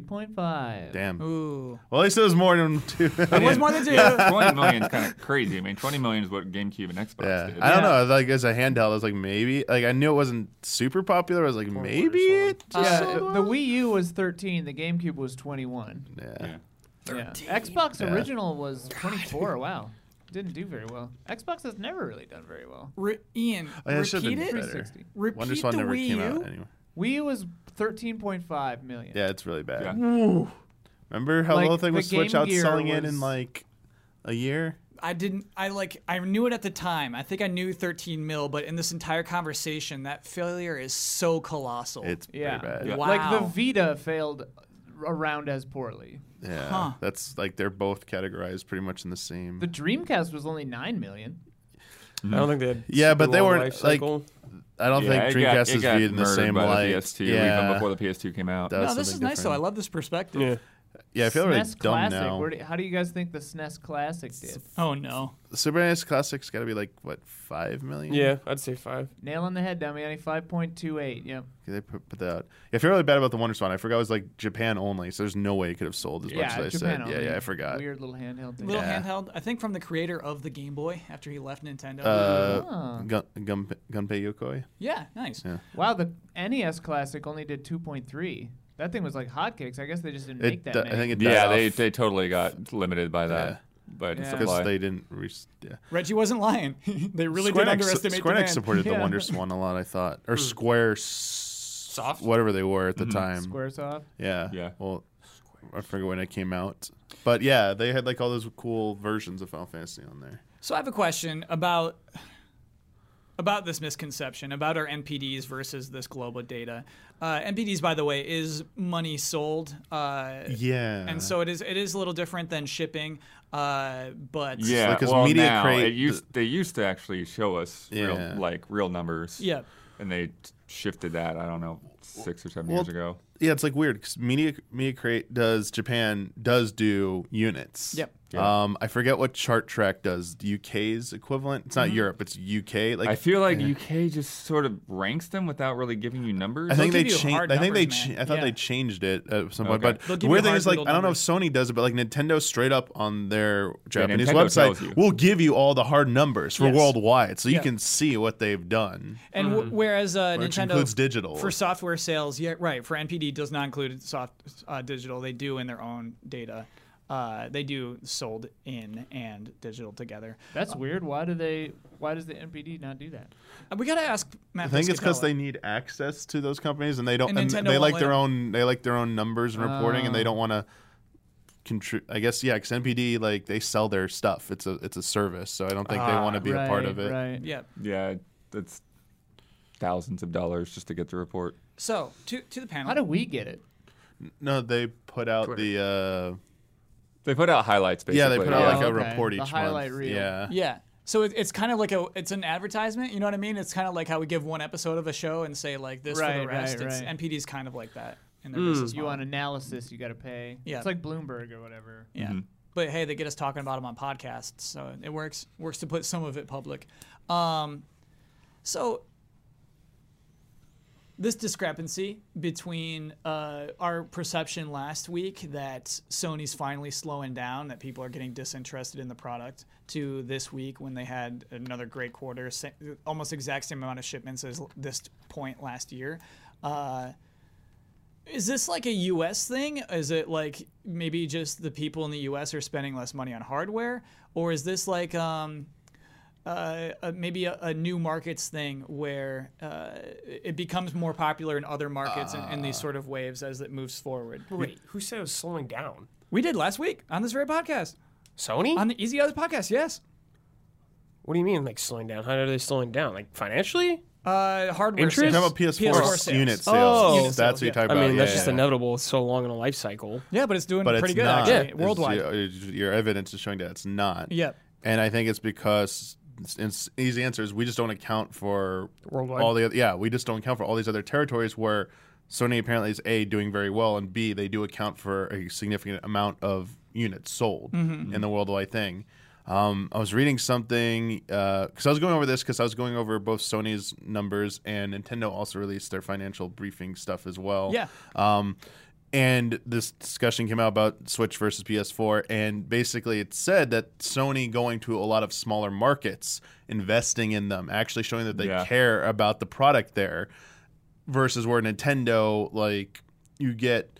Speaker 4: 3.5.
Speaker 2: Damn.
Speaker 1: Ooh,
Speaker 2: Well, at least it was more than two.
Speaker 1: it was more than two.
Speaker 3: twenty million is kind of crazy. I mean, twenty million is what GameCube and Xbox
Speaker 2: Yeah,
Speaker 3: did.
Speaker 2: I don't know. Like as a handheld, I was like maybe. Like I knew it wasn't super popular. I was like maybe it.
Speaker 4: Uh,
Speaker 2: just sold
Speaker 4: the
Speaker 2: out?
Speaker 4: Wii U was 13. The GameCube was 21.
Speaker 2: Yeah.
Speaker 3: Yeah.
Speaker 4: Yeah. Xbox
Speaker 2: Yeah.
Speaker 4: original was 24. Wow. Didn't do very well. Xbox has never really done very well.
Speaker 1: Re- Ian,
Speaker 2: Oh, yeah, it should've
Speaker 1: repeat
Speaker 2: been
Speaker 1: it.
Speaker 2: better.
Speaker 4: 360.
Speaker 1: Repeat
Speaker 2: Wonder Swan
Speaker 1: the
Speaker 2: never
Speaker 1: Wii
Speaker 2: came
Speaker 1: U.
Speaker 2: out anyway.
Speaker 4: Wii U was 13.5 million.
Speaker 2: Yeah, it's really bad.
Speaker 3: Yeah.
Speaker 2: Remember how
Speaker 4: Like,
Speaker 2: the whole thing
Speaker 4: the
Speaker 2: was Switch
Speaker 4: Game Gear
Speaker 2: outselling it in
Speaker 4: was-
Speaker 2: like a year?
Speaker 1: I didn't. I like. I knew it at the time. I think I knew 13 mil, but in this entire conversation, that failure is so colossal.
Speaker 2: It's
Speaker 4: Yeah.
Speaker 2: pretty bad.
Speaker 3: Yeah.
Speaker 2: Yeah.
Speaker 1: wow.
Speaker 4: Like the Vita failed around as poorly.
Speaker 1: Huh.
Speaker 2: That's like they're both categorized pretty much in the same.
Speaker 4: The Dreamcast was only 9 million.
Speaker 6: I don't think they had
Speaker 2: Yeah,
Speaker 6: super
Speaker 2: but they
Speaker 6: long
Speaker 2: weren't,
Speaker 6: life
Speaker 2: like-
Speaker 6: cycle.
Speaker 2: I don't
Speaker 3: Yeah,
Speaker 2: think
Speaker 3: it got-
Speaker 2: Dreamcast
Speaker 3: it
Speaker 2: is
Speaker 3: got
Speaker 2: viewed in the
Speaker 3: murdered
Speaker 2: same
Speaker 3: by
Speaker 2: light.
Speaker 3: The PS2 even
Speaker 2: yeah.
Speaker 3: before the PS2 came out.
Speaker 2: That was
Speaker 1: No, this is
Speaker 2: something
Speaker 1: nice though. I
Speaker 2: different.
Speaker 1: love this perspective.
Speaker 6: Yeah.
Speaker 2: Yeah, I feel really
Speaker 4: SNES
Speaker 2: dumb
Speaker 4: E Classic.
Speaker 2: now.
Speaker 4: Where do, how do you guys think the SNES Classic did?
Speaker 1: Oh no.
Speaker 2: Super NES Classic's got to be like what five million?
Speaker 6: Yeah, I'd say five.
Speaker 4: Nail on the head, Damiani. 5.28. Yep.
Speaker 2: Okay, they put, put that out. Yeah, I feel really bad about the Wonder Swan. I forgot it was like Japan only, so there's no way it could have sold as much as I
Speaker 4: Japan
Speaker 2: said.
Speaker 4: only.
Speaker 2: Yeah, yeah, I forgot.
Speaker 4: Weird little handheld thing.
Speaker 1: Little
Speaker 2: Yeah.
Speaker 1: handheld. I think from the creator of the Game Boy after he left Nintendo.
Speaker 2: Uh,
Speaker 4: Ah.
Speaker 2: Gun, Gun, Gunpei Yokoi.
Speaker 1: yeah, nice.
Speaker 2: yeah.
Speaker 4: Wow, the NES Classic only did 2.3. That thing was like hotcakes. I guess they just didn't make
Speaker 2: It
Speaker 4: that
Speaker 2: di-
Speaker 4: many.
Speaker 2: I think it died
Speaker 3: Yeah,
Speaker 2: off
Speaker 3: they, they totally got limited by that.
Speaker 2: Yeah.
Speaker 3: By the
Speaker 4: Yeah.
Speaker 2: because
Speaker 3: supply.
Speaker 2: they didn't. Re- yeah.
Speaker 1: Reggie wasn't lying. they really
Speaker 2: Square
Speaker 1: did
Speaker 2: Enix-
Speaker 1: underestimate
Speaker 2: Square Enix
Speaker 1: demand.
Speaker 2: supported the
Speaker 4: Yeah. Hmm.
Speaker 2: Wonder Swan a lot, I thought, or Square Soft, whatever they were at the time.
Speaker 4: Squaresoft.
Speaker 2: Yeah,
Speaker 3: Mm-hmm. Yeah.
Speaker 2: Well, I forget when it came out, but yeah, they had like all those cool versions of Final Fantasy on there.
Speaker 1: So I have a question about about this misconception about our NPDs versus this global data. Uh, NPDs, by the way, is money sold. Uh,
Speaker 2: Yeah,
Speaker 1: And so it is. It is a little different than shipping, uh, but
Speaker 3: Yeah,
Speaker 2: Like, 'cause
Speaker 3: well,
Speaker 2: Media
Speaker 3: now,
Speaker 2: Crate-
Speaker 3: it used, they used to actually show us
Speaker 2: Yeah.
Speaker 3: real, like real numbers.
Speaker 1: yeah.
Speaker 3: and they t- shifted that. I don't know, six or seven
Speaker 2: Well,
Speaker 3: years ago.
Speaker 2: yeah, it's like weird because Media Media Crate does Japan does do units.
Speaker 1: Yep.
Speaker 3: Yeah.
Speaker 2: Um, I forget what Chart Track does. The UK's equivalent. It's not
Speaker 1: Mm-hmm.
Speaker 2: Europe. It's UK. Like
Speaker 3: I feel like UK just sort of ranks them without really giving you numbers.
Speaker 2: I think
Speaker 1: They'll
Speaker 2: they
Speaker 1: give you
Speaker 2: changed.
Speaker 1: hard
Speaker 2: I think they.
Speaker 1: numbers,
Speaker 2: Cha-
Speaker 1: man.
Speaker 2: I thought
Speaker 1: Yeah.
Speaker 2: they changed it at some point.
Speaker 3: Okay.
Speaker 2: But
Speaker 1: They'll
Speaker 2: the
Speaker 1: give
Speaker 2: weird
Speaker 1: you
Speaker 2: thing
Speaker 1: hard
Speaker 2: is, like,
Speaker 1: little
Speaker 2: I don't know if
Speaker 1: numbers.
Speaker 2: Sony does it, but like Nintendo straight up on their Japanese
Speaker 3: Nintendo tells you.
Speaker 2: website will give you all the hard numbers for
Speaker 1: Yes.
Speaker 2: worldwide, so you
Speaker 1: Yeah.
Speaker 2: can see what they've done.
Speaker 1: And w- whereas uh,
Speaker 2: Mm-hmm. Which
Speaker 1: Nintendo
Speaker 2: includes digital.
Speaker 1: for software sales, yeah, right. For NPD does not include soft uh, digital. They do in their own data. Uh, they do sold in and digital together.
Speaker 4: That's weird. Why do they? Why does the NPD not do that?
Speaker 1: Uh, We gotta ask Matt.
Speaker 2: I think it's because
Speaker 1: Piscatella.
Speaker 2: they need access to those companies, and they don't.
Speaker 1: And
Speaker 2: And
Speaker 1: Nintendo
Speaker 2: they
Speaker 1: won't
Speaker 2: like
Speaker 1: let Ah.
Speaker 2: their
Speaker 1: them.
Speaker 2: own. They like their own numbers and reporting, and they don't want to. Contri- I guess yeah, because NPD like they sell their stuff. It's a it's a service, so I don't think they
Speaker 6: Ah,
Speaker 2: want to be
Speaker 4: right,
Speaker 2: a part of it.
Speaker 4: Right.
Speaker 1: Yeah.
Speaker 3: yeah, that's thousands of dollars just to get the report.
Speaker 1: So to to the panel.
Speaker 4: How do we get it?
Speaker 2: No, they put out the. Uh,
Speaker 3: They put out highlights basically.
Speaker 2: yeah, they put out
Speaker 4: yeah.
Speaker 2: like a
Speaker 4: Oh, okay.
Speaker 2: report
Speaker 4: The
Speaker 2: each month.
Speaker 4: highlight reel.
Speaker 2: Yeah.
Speaker 1: yeah. So it, it's kind of like a it's an advertisement. You know what I mean? It's kind of like how we give one episode of a show and say like this for
Speaker 4: Right,
Speaker 1: the rest.
Speaker 4: right, Hmm.
Speaker 1: it's
Speaker 4: right.
Speaker 1: NPD's kind of like that in their business.
Speaker 4: You
Speaker 1: model.
Speaker 4: want analysis? You got to pay.
Speaker 1: Yeah.
Speaker 4: It's like Bloomberg or whatever.
Speaker 1: Yeah. But hey, they get us talking about them on podcasts, so it works. Works to put some of it public. Um, so this discrepancy between uh, our perception last week that Sony's finally slowing down, that people are getting disinterested in the product, to this week when they had another great quarter, sa- almost exact same amount of shipments as l- this point last year. Uh, is this like a US thing? Is it like maybe just the people in the US are spending less money on hardware? Or is this like um, uh, uh, maybe a, a new markets thing where uh, it becomes more popular in other markets and in, these
Speaker 2: Ah.
Speaker 1: sort of waves as it moves forward?
Speaker 6: Wait, who said it was slowing down?
Speaker 1: We did last week on this very podcast,
Speaker 6: Sony?
Speaker 1: on the Easy Others podcast, yes.
Speaker 6: what do you mean, like slowing down? How are they slowing down? Like financially?
Speaker 1: Uh, hardware
Speaker 6: Interest?
Speaker 1: sales.
Speaker 2: Talking about PS4,
Speaker 1: PS4 sales.
Speaker 2: unit sales.
Speaker 6: Oh. Unit
Speaker 2: that's what
Speaker 1: sales,
Speaker 2: you're talking
Speaker 6: I
Speaker 2: about.
Speaker 6: mean,
Speaker 2: yeah,
Speaker 6: that's
Speaker 2: yeah,
Speaker 6: just
Speaker 2: yeah.
Speaker 6: inevitable. It's so long in a life cycle.
Speaker 1: Yeah, but it's doing
Speaker 2: But
Speaker 1: pretty
Speaker 2: it's
Speaker 1: good
Speaker 2: not.
Speaker 1: actually
Speaker 2: It's-
Speaker 1: worldwide.
Speaker 2: Your, your evidence is showing that it's not.
Speaker 1: Yep.
Speaker 2: And I think it's because it's, it's easy answers. We just don't account for
Speaker 6: Worldwide.
Speaker 2: all the oth- yeah. We just don't account for all these other territories where Sony apparently is a doing very well and b they do account for a significant amount of units sold in the worldwide thing. Um, I was reading something because I was going over this because I was going over both Sony's numbers and Nintendo also released their financial briefing stuff as well.
Speaker 1: Yeah.
Speaker 2: Um, and this discussion came out about Switch versus PS4, and basically it said that Sony going to a lot of smaller markets, investing in them, actually showing that they
Speaker 3: Yeah.
Speaker 2: care about the product there, versus where Nintendo, like, you get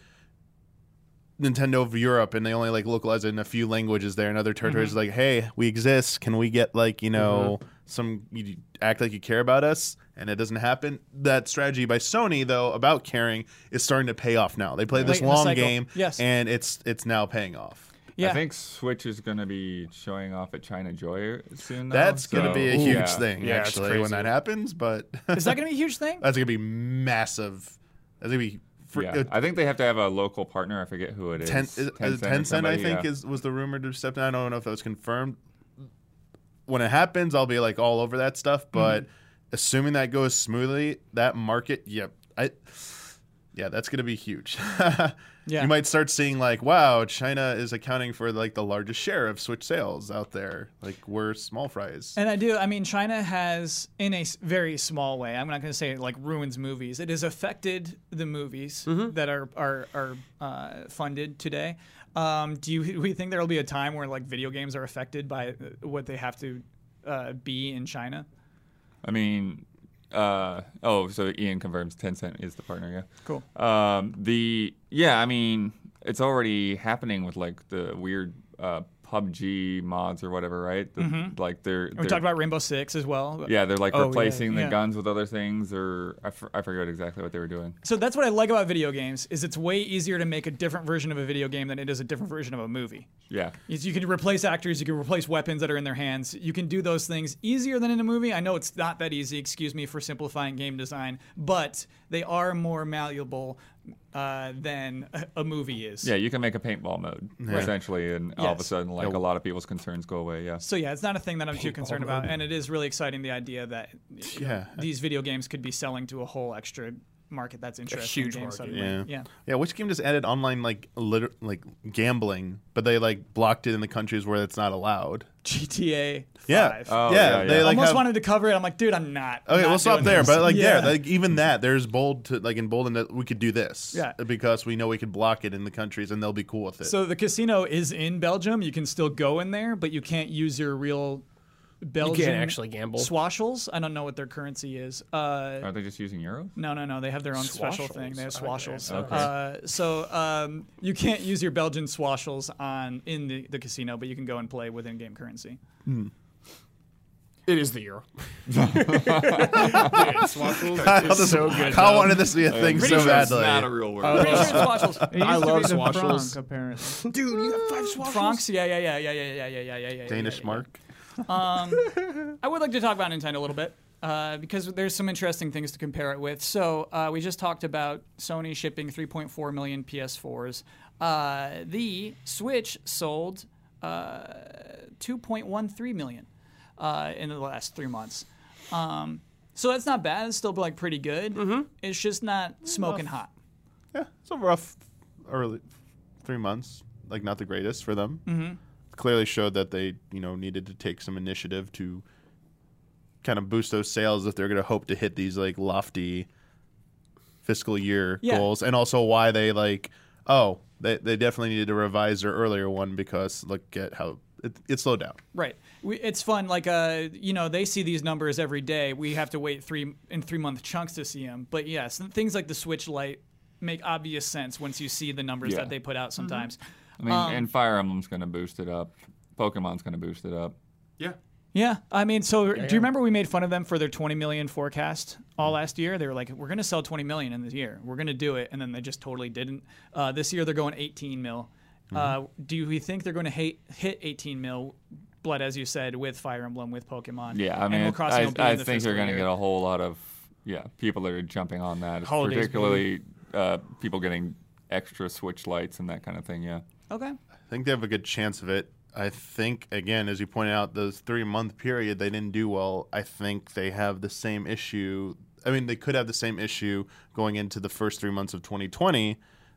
Speaker 2: Nintendo of Europe and they only like localize it in a few languages there and other territories like, hey, we exist. Can we get like, you know, some you act like you care about us? And it doesn't happen. That strategy by Sony though about caring is starting to pay off now. They played
Speaker 1: Late
Speaker 2: this
Speaker 1: in the
Speaker 2: long
Speaker 1: cycle.
Speaker 2: game
Speaker 1: Yes.
Speaker 2: and it's it's now paying off.
Speaker 1: Yeah.
Speaker 3: I think Switch is going to be showing off at China Joy soon. Though,
Speaker 2: That's gonna
Speaker 3: Oh, so-
Speaker 2: be a
Speaker 3: Ooh.
Speaker 2: huge
Speaker 3: Yeah.
Speaker 2: thing
Speaker 6: Yeah, it's
Speaker 2: actually when
Speaker 6: crazy.
Speaker 2: that happens, but
Speaker 1: Is that going to be a huge thing?
Speaker 2: that's gonna be massive. That's gonna be fr-
Speaker 3: Yeah.
Speaker 2: uh,
Speaker 3: I think they have to have a local partner. I forget who it is.
Speaker 2: Ten, is, is it
Speaker 3: or
Speaker 2: Tencent, I
Speaker 3: somebody,
Speaker 2: think,
Speaker 3: yeah.
Speaker 2: is was the rumored to step down. I don't know if that was confirmed. When it happens, I'll be like all over that stuff.
Speaker 3: Mm-hmm.
Speaker 2: But assuming that goes smoothly, that market, yep, I, yeah, that's gonna be huge.
Speaker 1: Yeah.
Speaker 2: you might start seeing like, wow, China is accounting for like the largest share of Switch sales out there. Like we're small fries.
Speaker 1: And I do. I mean, China has, in a s- very small way, I'm not going to say it like ruins movies. It has affected the movies that are are, are uh, funded today. Um, do you do we think there will be a time where like video games are affected by uh, what they have to uh, be in China?
Speaker 3: I mean, uh, oh, so Ian confirms Tencent is the partner.
Speaker 1: Cool.
Speaker 3: Yeah. Um, the yeah, I mean, it's already happening with like the weird uh, PUBG mods or whatever, right? The, Like they're,
Speaker 1: We
Speaker 3: they're-
Speaker 1: talked about Rainbow Six as well.
Speaker 3: yeah, they're like
Speaker 6: Oh, yeah,
Speaker 3: replacing the
Speaker 1: yeah.
Speaker 3: guns with other things, or I, f- I forgot exactly what they were doing.
Speaker 1: So that's what I like about video games is it's way easier to make a different version of a video game than it is a different version of a movie.
Speaker 3: Yeah.
Speaker 1: is you can replace actors, you can replace weapons that are in their hands. You can do those things easier than in a movie. I know it's not that easy, excuse me for simplifying game design, but they are more malleable uh, than a, a movie is.
Speaker 3: Yeah, you can make a paintball mode essentially, and all of a
Speaker 1: Yes.
Speaker 3: sudden, like a lot of people's concerns go away. Yeah.
Speaker 1: So yeah, it's not a thing that I'm too concerned about, and it is really exciting the idea that you know,
Speaker 2: Yeah.
Speaker 1: these video games could be selling to a whole extra market that's interested in
Speaker 6: huge
Speaker 1: games
Speaker 6: market.
Speaker 1: suddenly.
Speaker 2: Yeah.
Speaker 1: yeah.
Speaker 2: Yeah, which game just added online like liter- like gambling, but they like blocked it in the countries where it's not allowed.
Speaker 1: GTA. 5.
Speaker 2: Yeah.
Speaker 3: Oh,
Speaker 2: yeah,
Speaker 3: yeah,
Speaker 2: they
Speaker 3: yeah.
Speaker 2: like
Speaker 1: Almost
Speaker 2: have-
Speaker 1: wanted to cover it. I'm like, dude, I'm not.
Speaker 2: Okay,
Speaker 1: not
Speaker 2: we'll stop
Speaker 1: doing
Speaker 2: there.
Speaker 1: this.
Speaker 2: But like, yeah,
Speaker 1: Yeah.
Speaker 2: like even that, there's bold to like in bold that we could do this.
Speaker 1: Yeah.
Speaker 2: because we know we could block it in the countries and they'll be cool with it.
Speaker 1: So the casino is in Belgium. You can still go in there, but you can't use your real
Speaker 6: You
Speaker 1: Belgian
Speaker 6: can't actually gamble.
Speaker 1: swashels. I don't know what their currency is. Uh,
Speaker 3: Are they just using euros?
Speaker 1: no, no, no. They have their own special
Speaker 6: Swashels?
Speaker 1: thing. They have
Speaker 6: I like that.
Speaker 1: swashels. Uh, so um, you can't use your Belgian swashels on in the, the casino, but you can go and play with in-game currency.
Speaker 6: It is the euro.
Speaker 2: Kyle,
Speaker 6: It's so good.
Speaker 2: Kyle
Speaker 6: though.
Speaker 2: wanted this to be a thing so badly.
Speaker 3: not a real word.
Speaker 1: Pretty sure it's swashels.
Speaker 4: It used
Speaker 6: I
Speaker 4: to
Speaker 6: love
Speaker 4: be the
Speaker 6: swashels.
Speaker 4: Franc, apparently.
Speaker 6: Dude, you got five swashers.
Speaker 1: Francs, yeah, yeah, yeah, yeah, yeah, yeah, yeah, yeah, yeah, yeah.
Speaker 2: Danish
Speaker 1: yeah,
Speaker 2: mark.
Speaker 1: I would like to talk about Nintendo a little bit uh, because there's some interesting things to compare it with. So uh, we just talked about Sony shipping 3.4 million PS4s. Uh, the Switch sold uh, 2.13 million uh, in the last three months. Um, so that's not bad. It's still like pretty good. It's just not smoking hot.
Speaker 2: Yeah, it's a rough early three months. Like not the greatest for them. Mm-hmm. Clearly showed that they you know needed to take some initiative to kind of boost those sales if they're going to hope to hit these like lofty fiscal year
Speaker 1: Yeah.
Speaker 2: goals, and also why they like. Oh, they they definitely needed to revise their earlier one because look at how it, it slowed down.
Speaker 1: Right. We, it's fun. Like, uh, you know, they see these numbers every day. We have to wait three in three month chunks to see them. But yes, things like the Switch Lite make obvious sense once you see the numbers
Speaker 3: Yeah.
Speaker 1: that they put out sometimes.
Speaker 3: I mean, and Fire Emblem's going to boost it up. Pokemon's going to boost it up.
Speaker 5: Yeah.
Speaker 1: Yeah, I mean, so do you remember we made fun of them for their 20 million forecast all last year? They were like, "We're going to sell 20 million in this year. We're going to do it," and then they just totally didn't. Uh, this year they're going 18 mil. Uh,
Speaker 3: Mm-hmm.
Speaker 1: do we think they're going to hate, hit 18 mil? Blood, as you said, with Fire Emblem, with Pokemon.
Speaker 3: Yeah, I
Speaker 1: Animal
Speaker 3: mean, it's-
Speaker 1: Crossing will be
Speaker 3: I, I
Speaker 1: in the
Speaker 3: think they're
Speaker 1: fiscal
Speaker 3: going to
Speaker 1: year.
Speaker 3: get a whole lot of yeah people that are jumping on that,
Speaker 1: Holidays,
Speaker 3: particularly uh, people getting extra Switch lights and that kind of thing. Yeah,
Speaker 1: Okay.
Speaker 2: I think they have a good chance of it. I think again, as you pointed out, those three month period they didn't do well. I think they have the same issue. I mean, they could have the same issue going into the first three months of 2020.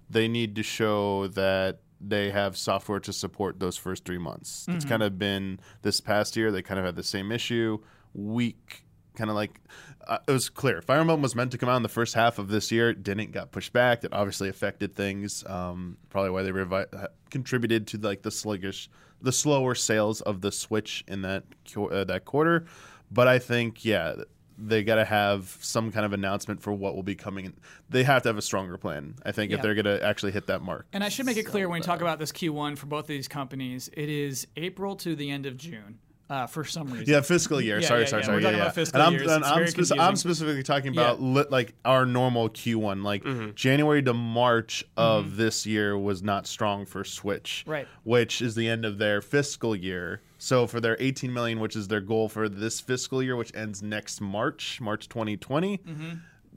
Speaker 2: They need to show that they have software to support those first three months. It's kind of been this past year. They kind of had the same issue. Weak, kind of like uh, it was clear. Fire Emblem was meant to come out in the first half of this year. It Didn't got pushed back. That obviously affected things. Um, probably why they revi- uh, contributed to like the sluggish, the slower sales of the Switch in that qu- uh, that quarter. But I think yeah, they got to have some kind of announcement for what will be coming. in. They have to have a stronger plan. I think if
Speaker 1: Yeah.
Speaker 2: they're going to actually hit that mark.
Speaker 1: And I should make it clear when we talk about this Q1 for both of these companies, it is April to the end of June uh, for some reason.
Speaker 2: Yeah, fiscal year.
Speaker 1: Yeah,
Speaker 2: sorry,
Speaker 1: yeah,
Speaker 2: sorry,
Speaker 1: yeah.
Speaker 2: sorry.
Speaker 1: We're
Speaker 2: yeah,
Speaker 1: talking
Speaker 2: yeah.
Speaker 1: about fiscal
Speaker 2: and I'm,
Speaker 1: years.
Speaker 2: and
Speaker 1: It's
Speaker 2: I'm,
Speaker 1: very
Speaker 2: speci- I'm
Speaker 1: confusing.
Speaker 2: specifically talking about li- like our normal Q1, like
Speaker 1: Mm-hmm.
Speaker 2: January to March of this year was not strong for Switch,
Speaker 1: Right.
Speaker 2: Which is the end of their fiscal year. So for their 18 million, which is their goal for this fiscal year, which ends next March, March 2020,
Speaker 1: Mm-hmm.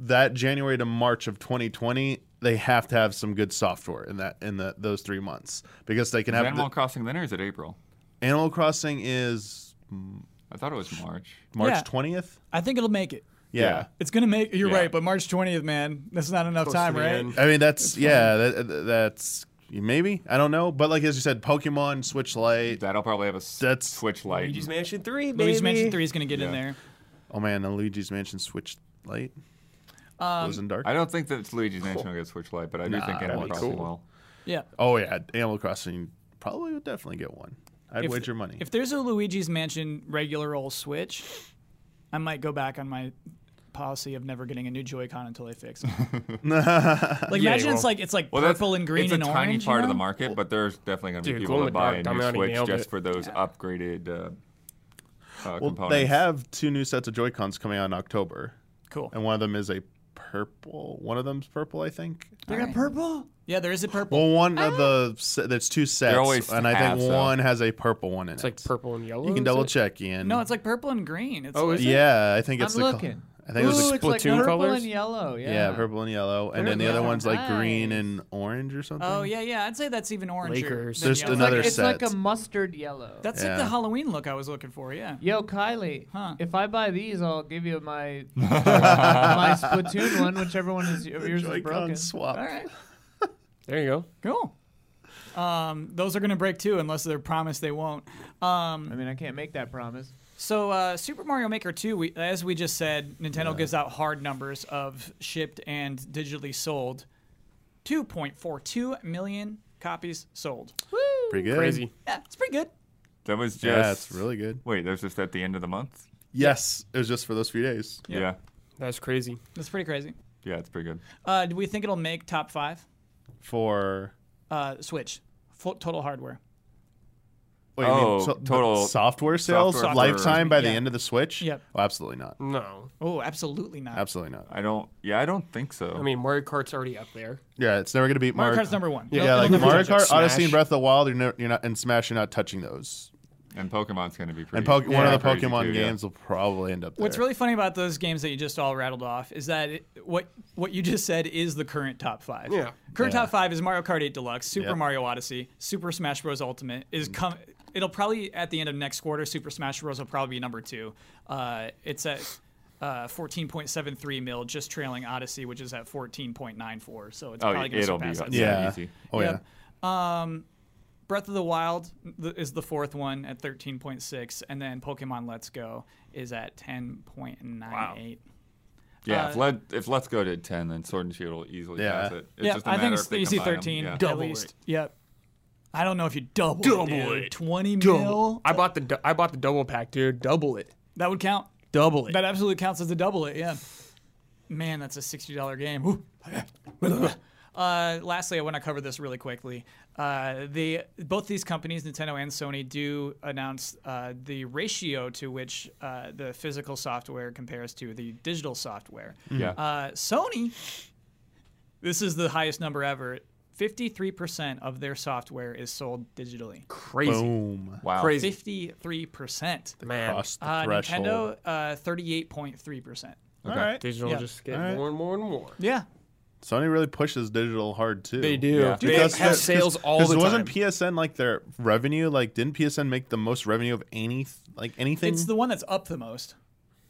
Speaker 2: that January to March of 2020, they have to have some good software in that in the those three months because they can
Speaker 3: Is
Speaker 2: have
Speaker 3: Animal
Speaker 2: Animal,
Speaker 3: Crossing then or is it April?
Speaker 2: the, Animal Crossing is
Speaker 3: I thought it was March.
Speaker 2: March
Speaker 1: Yeah.
Speaker 2: 20th.
Speaker 1: I think it'll make it.
Speaker 2: yeah.
Speaker 1: It's gonna make. You're
Speaker 3: Yeah.
Speaker 1: right, but March 20th, man, that's not enough
Speaker 6: Close to
Speaker 1: time,
Speaker 6: the
Speaker 1: right?
Speaker 6: end.
Speaker 2: I mean, that's yeah, that, that- that's maybe I don't know, but like as you said, Pokemon Switch Lite.
Speaker 3: That'll probably have a s-
Speaker 2: That's-
Speaker 3: Switch light.
Speaker 5: Luigi's Mansion 3, baby.
Speaker 1: Luigi's Mansion 3 is gonna get in there.
Speaker 2: Oh man, the Luigi's Mansion Switch Lite. Um, Goes in dark.
Speaker 3: I don't think that it's Luigi's Mansion will get Switch light, but I do think Animal
Speaker 2: be
Speaker 3: Crossing
Speaker 2: cool.
Speaker 3: will.
Speaker 1: Yeah.
Speaker 2: oh yeah, Animal Crossing probably would definitely get one. I'd
Speaker 1: If-
Speaker 2: wager money.
Speaker 1: If there's a Luigi's Mansion regular old Switch, I might go back on my policy of never getting a new Joy-Con until they fix it. like
Speaker 6: you
Speaker 1: imagine it's
Speaker 6: will.
Speaker 1: like it's like
Speaker 3: Well, that's-
Speaker 1: purple and green
Speaker 3: it's a
Speaker 1: and
Speaker 3: tiny
Speaker 1: orange. you
Speaker 3: part of the
Speaker 1: know?
Speaker 3: market, but there's definitely going to be
Speaker 6: Dude,
Speaker 3: people
Speaker 6: Gloom
Speaker 3: that buy
Speaker 6: and Dark
Speaker 3: a new
Speaker 6: Dominati
Speaker 3: Switch
Speaker 6: nailed
Speaker 3: just
Speaker 6: it.
Speaker 3: for those upgraded uh, uh,
Speaker 2: well,
Speaker 3: components.
Speaker 2: they have two new sets of Joy Cons coming out in October,
Speaker 1: Cool.
Speaker 2: and one of them is a purple. One of them's purple, I think.
Speaker 1: They got purple. Yeah, there is a purple.
Speaker 2: Well, one of the se- there's two sets,
Speaker 3: always
Speaker 2: and I
Speaker 3: have,
Speaker 2: think
Speaker 3: so-
Speaker 2: one has a purple one in
Speaker 6: It's
Speaker 2: it.
Speaker 6: like purple and yellow.
Speaker 2: you can
Speaker 6: is
Speaker 2: double
Speaker 6: it?
Speaker 2: check, Ian.
Speaker 1: no, it's like purple and green. It's
Speaker 6: Oh,
Speaker 1: like-
Speaker 6: is it?
Speaker 2: yeah, I think it's
Speaker 4: I'm
Speaker 2: the. col-
Speaker 4: looking.
Speaker 2: I think it was
Speaker 4: Ooh,
Speaker 2: a
Speaker 4: it's like
Speaker 6: Splatoon
Speaker 4: purple
Speaker 6: colors?
Speaker 4: and yellow. Yeah.
Speaker 2: Yeah, purple and yellow, and then the other
Speaker 4: Purple.
Speaker 2: one's like green
Speaker 4: Nice.
Speaker 2: and orange or something.
Speaker 1: Oh yeah, yeah. I'd say that's even orange.
Speaker 6: Lakers.
Speaker 2: There's another
Speaker 4: It's like
Speaker 2: set.
Speaker 4: a mustard yellow.
Speaker 1: That's
Speaker 2: Yeah.
Speaker 1: like the Halloween look I was looking for. Yeah.
Speaker 4: Yo, Kylie,
Speaker 1: Huh.
Speaker 4: if I buy these, I'll give you my my Splatoon one, whichever one is of yours is
Speaker 2: Joy-Con
Speaker 4: broken.
Speaker 2: swap.
Speaker 1: All right.
Speaker 6: There you go.
Speaker 1: Cool. Um, those are gonna break too, unless they're promised they won't. Um,
Speaker 4: I mean, I can't make that promise.
Speaker 1: So uh, Super Mario Maker 2, we, as we just said, Nintendo gives out hard numbers of shipped and digitally sold. 2.42 million copies sold.
Speaker 2: Pretty good.
Speaker 6: Crazy.
Speaker 1: Yeah, it's pretty good.
Speaker 3: That was just.
Speaker 2: Yeah, it's really good.
Speaker 3: Wait, that was just at the end of the month.
Speaker 2: Yes, it was just for those few days.
Speaker 1: Yeah.
Speaker 3: yeah.
Speaker 6: That's crazy.
Speaker 1: That's pretty crazy.
Speaker 3: Yeah, it's pretty good.
Speaker 1: Uh, do we think it'll make top five?
Speaker 2: For
Speaker 1: Uh, Switch, full, total hardware.
Speaker 2: wait,
Speaker 3: Oh,
Speaker 2: you mean, so- the
Speaker 3: total-
Speaker 2: software sales
Speaker 3: software.
Speaker 2: lifetime by the
Speaker 1: Yeah.
Speaker 2: end of the Switch.
Speaker 1: Yep.
Speaker 2: Oh, absolutely not.
Speaker 6: No.
Speaker 1: Oh, absolutely not.
Speaker 2: Absolutely not.
Speaker 3: I don't. Yeah, I don't think so.
Speaker 6: I mean, Mario Kart's already up there.
Speaker 2: Yeah, it's never gonna beat
Speaker 1: Mario
Speaker 2: Mario.
Speaker 1: Kart's number one.
Speaker 2: Yeah,
Speaker 1: It'll-
Speaker 2: like
Speaker 1: it'll never
Speaker 2: Mario
Speaker 1: touch it.
Speaker 2: Kart, Odyssey,
Speaker 6: Smash.
Speaker 2: and Breath of the Wild. You're, no, you're not and Smash. You're not touching those.
Speaker 3: and Pokemon's going to be pretty.
Speaker 2: And Poke- one of the
Speaker 3: pretty crazy
Speaker 2: Pokemon
Speaker 3: too, yeah.
Speaker 2: games will probably end up there.
Speaker 1: What's really funny about those games that you just all rattled off is that it, what what you just said is the current top five.
Speaker 6: Yeah.
Speaker 1: Current
Speaker 2: Yeah.
Speaker 1: top five is Mario Kart 8 Deluxe, Super
Speaker 2: Yep.
Speaker 1: Mario Odyssey, Super Smash Bros. Ultimate is come. It'll probably at the end of next quarter, Super Smash Bros. will probably be number two. Uh, it's at uh, 14.73 mil, just trailing Odyssey, which is at 14.94. So it's
Speaker 3: Oh,
Speaker 1: probably going to
Speaker 3: it'll be
Speaker 1: surpass
Speaker 3: up
Speaker 1: that.
Speaker 3: there.
Speaker 2: yeah.
Speaker 3: easy.
Speaker 2: Oh
Speaker 1: Yep.
Speaker 2: yeah.
Speaker 1: Breath of the Wild th- is the fourth one at 13.6, and then Pokemon Let's Go is at 10.98.
Speaker 3: Yeah, if
Speaker 1: Uh,
Speaker 3: let if Let's Go did ten, then Sword and Shield will easily
Speaker 2: Yeah.
Speaker 3: pass it. It's
Speaker 1: yeah,
Speaker 3: just a
Speaker 1: I think
Speaker 3: matter
Speaker 1: it's
Speaker 3: if they
Speaker 1: easy
Speaker 3: combine 'em.
Speaker 1: 13
Speaker 3: Yeah.
Speaker 1: at
Speaker 6: Double
Speaker 1: least.
Speaker 6: it.
Speaker 1: Yep. I don't know if you double,
Speaker 6: Double
Speaker 1: it, dude.
Speaker 6: it.
Speaker 1: 20
Speaker 6: Double.
Speaker 1: mil.
Speaker 6: I bought the du- I bought the double pack, dude. Double it.
Speaker 1: That would count.
Speaker 6: Double it.
Speaker 1: That absolutely counts as a double it, yeah. Man, that's a $60 game. Ooh. Uh, lastly, I want to cover this really quickly. Uh, the both these companies, Nintendo and Sony, do announce uh, the ratio to which uh, the physical software compares to the digital software.
Speaker 3: Yeah.
Speaker 1: Uh, Sony, this is the highest number ever. Fifty-three percent of their software is sold digitally.
Speaker 6: Crazy.
Speaker 2: Boom.
Speaker 3: wow.
Speaker 6: Crazy.
Speaker 1: Fifty-three percent.
Speaker 6: Man.
Speaker 2: Crossed the
Speaker 1: Uh,
Speaker 2: threshold.
Speaker 1: Nintendo, uh, thirty-eight point three percent.
Speaker 2: All right.
Speaker 6: Digital
Speaker 1: Yeah.
Speaker 6: just get
Speaker 2: Alright.
Speaker 6: more and more and more.
Speaker 1: Yeah,
Speaker 2: Sony really pushes digital hard too.
Speaker 6: They do.
Speaker 3: Yeah.
Speaker 6: They
Speaker 2: Because
Speaker 6: have
Speaker 2: that-
Speaker 6: sales
Speaker 2: 'cause-
Speaker 6: all
Speaker 2: 'cause
Speaker 6: the time.
Speaker 2: Wasn't PSN like their revenue? Like, didn't PSN make the most revenue of any like anything?
Speaker 1: it's the one that's up the most.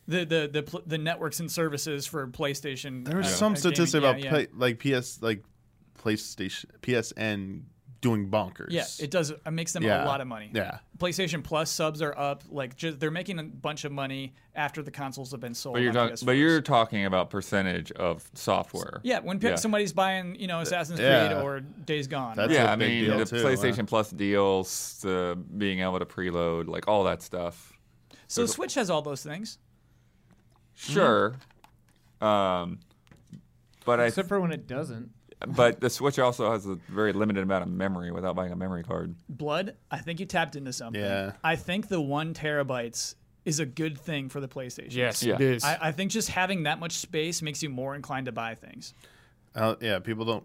Speaker 1: The the the, pl- the networks and services for PlayStation.
Speaker 2: there was
Speaker 1: uh,
Speaker 2: some
Speaker 1: uh,
Speaker 2: statistic
Speaker 1: gaming.
Speaker 2: about
Speaker 1: yeah,
Speaker 2: Play, like PS like PlayStation PSN doing bonkers.
Speaker 1: yeah. yeah, it does. It makes them a
Speaker 2: Yeah.
Speaker 1: lot of money.
Speaker 2: Yeah.
Speaker 1: PlayStation Plus subs are up. Like just, they're making a bunch of money after the consoles have been sold.
Speaker 3: But you're
Speaker 1: on
Speaker 3: talking.
Speaker 1: PS4s.
Speaker 3: But you're talking about percentage of software.
Speaker 1: Yeah, when pe- somebody's buying, you know, Assassin's
Speaker 2: Yeah.
Speaker 1: Creed or Days Gone.
Speaker 2: That's-
Speaker 1: right?
Speaker 3: yeah,
Speaker 2: a
Speaker 3: I
Speaker 2: big
Speaker 3: mean
Speaker 2: deal,
Speaker 3: the
Speaker 2: too, huh?
Speaker 3: PlayStation Plus deals, uh, being able to preload, like all that stuff.
Speaker 1: So Switch has all those things.
Speaker 2: Mm-hmm.
Speaker 3: Sure. Um, but I
Speaker 4: Except for when it doesn't.
Speaker 3: but the Switch also has a very limited amount of memory without buying a memory card.
Speaker 1: Blood, I think you tapped into something.
Speaker 2: Yeah.
Speaker 1: I think the one terabytes is a good thing for the PlayStation.
Speaker 6: Yes,
Speaker 3: Yeah.
Speaker 6: it is.
Speaker 1: I, I think just having that much space makes you more inclined to buy things.
Speaker 2: Uh, yeah, people don't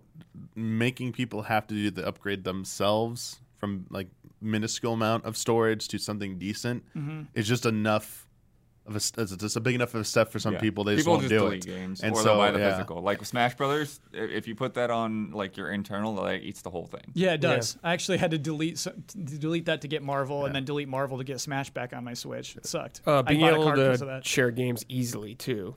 Speaker 2: making people have to do the upgrade themselves from like minuscule amount of storage to something decent.
Speaker 6: Mm-hmm.
Speaker 2: It's just enough of a st- it's just a big enough of a step for some
Speaker 3: Yeah.
Speaker 2: people. They just won't do
Speaker 3: delete
Speaker 2: it.
Speaker 3: games,
Speaker 2: and
Speaker 3: or
Speaker 2: so
Speaker 3: they'll buy the
Speaker 2: yeah.
Speaker 3: physical. Like Smash Brothers, i- if you put that on like your internal, that eats the whole thing.
Speaker 1: Yeah, it does. I actually had to delete so- t- delete that to get Marvel, and then delete Marvel to get Smash back on my Switch. It sucked.
Speaker 6: uh, being
Speaker 1: I bought a
Speaker 6: able
Speaker 1: card because of
Speaker 6: to
Speaker 1: that. Mm-hmm.
Speaker 6: share games easily too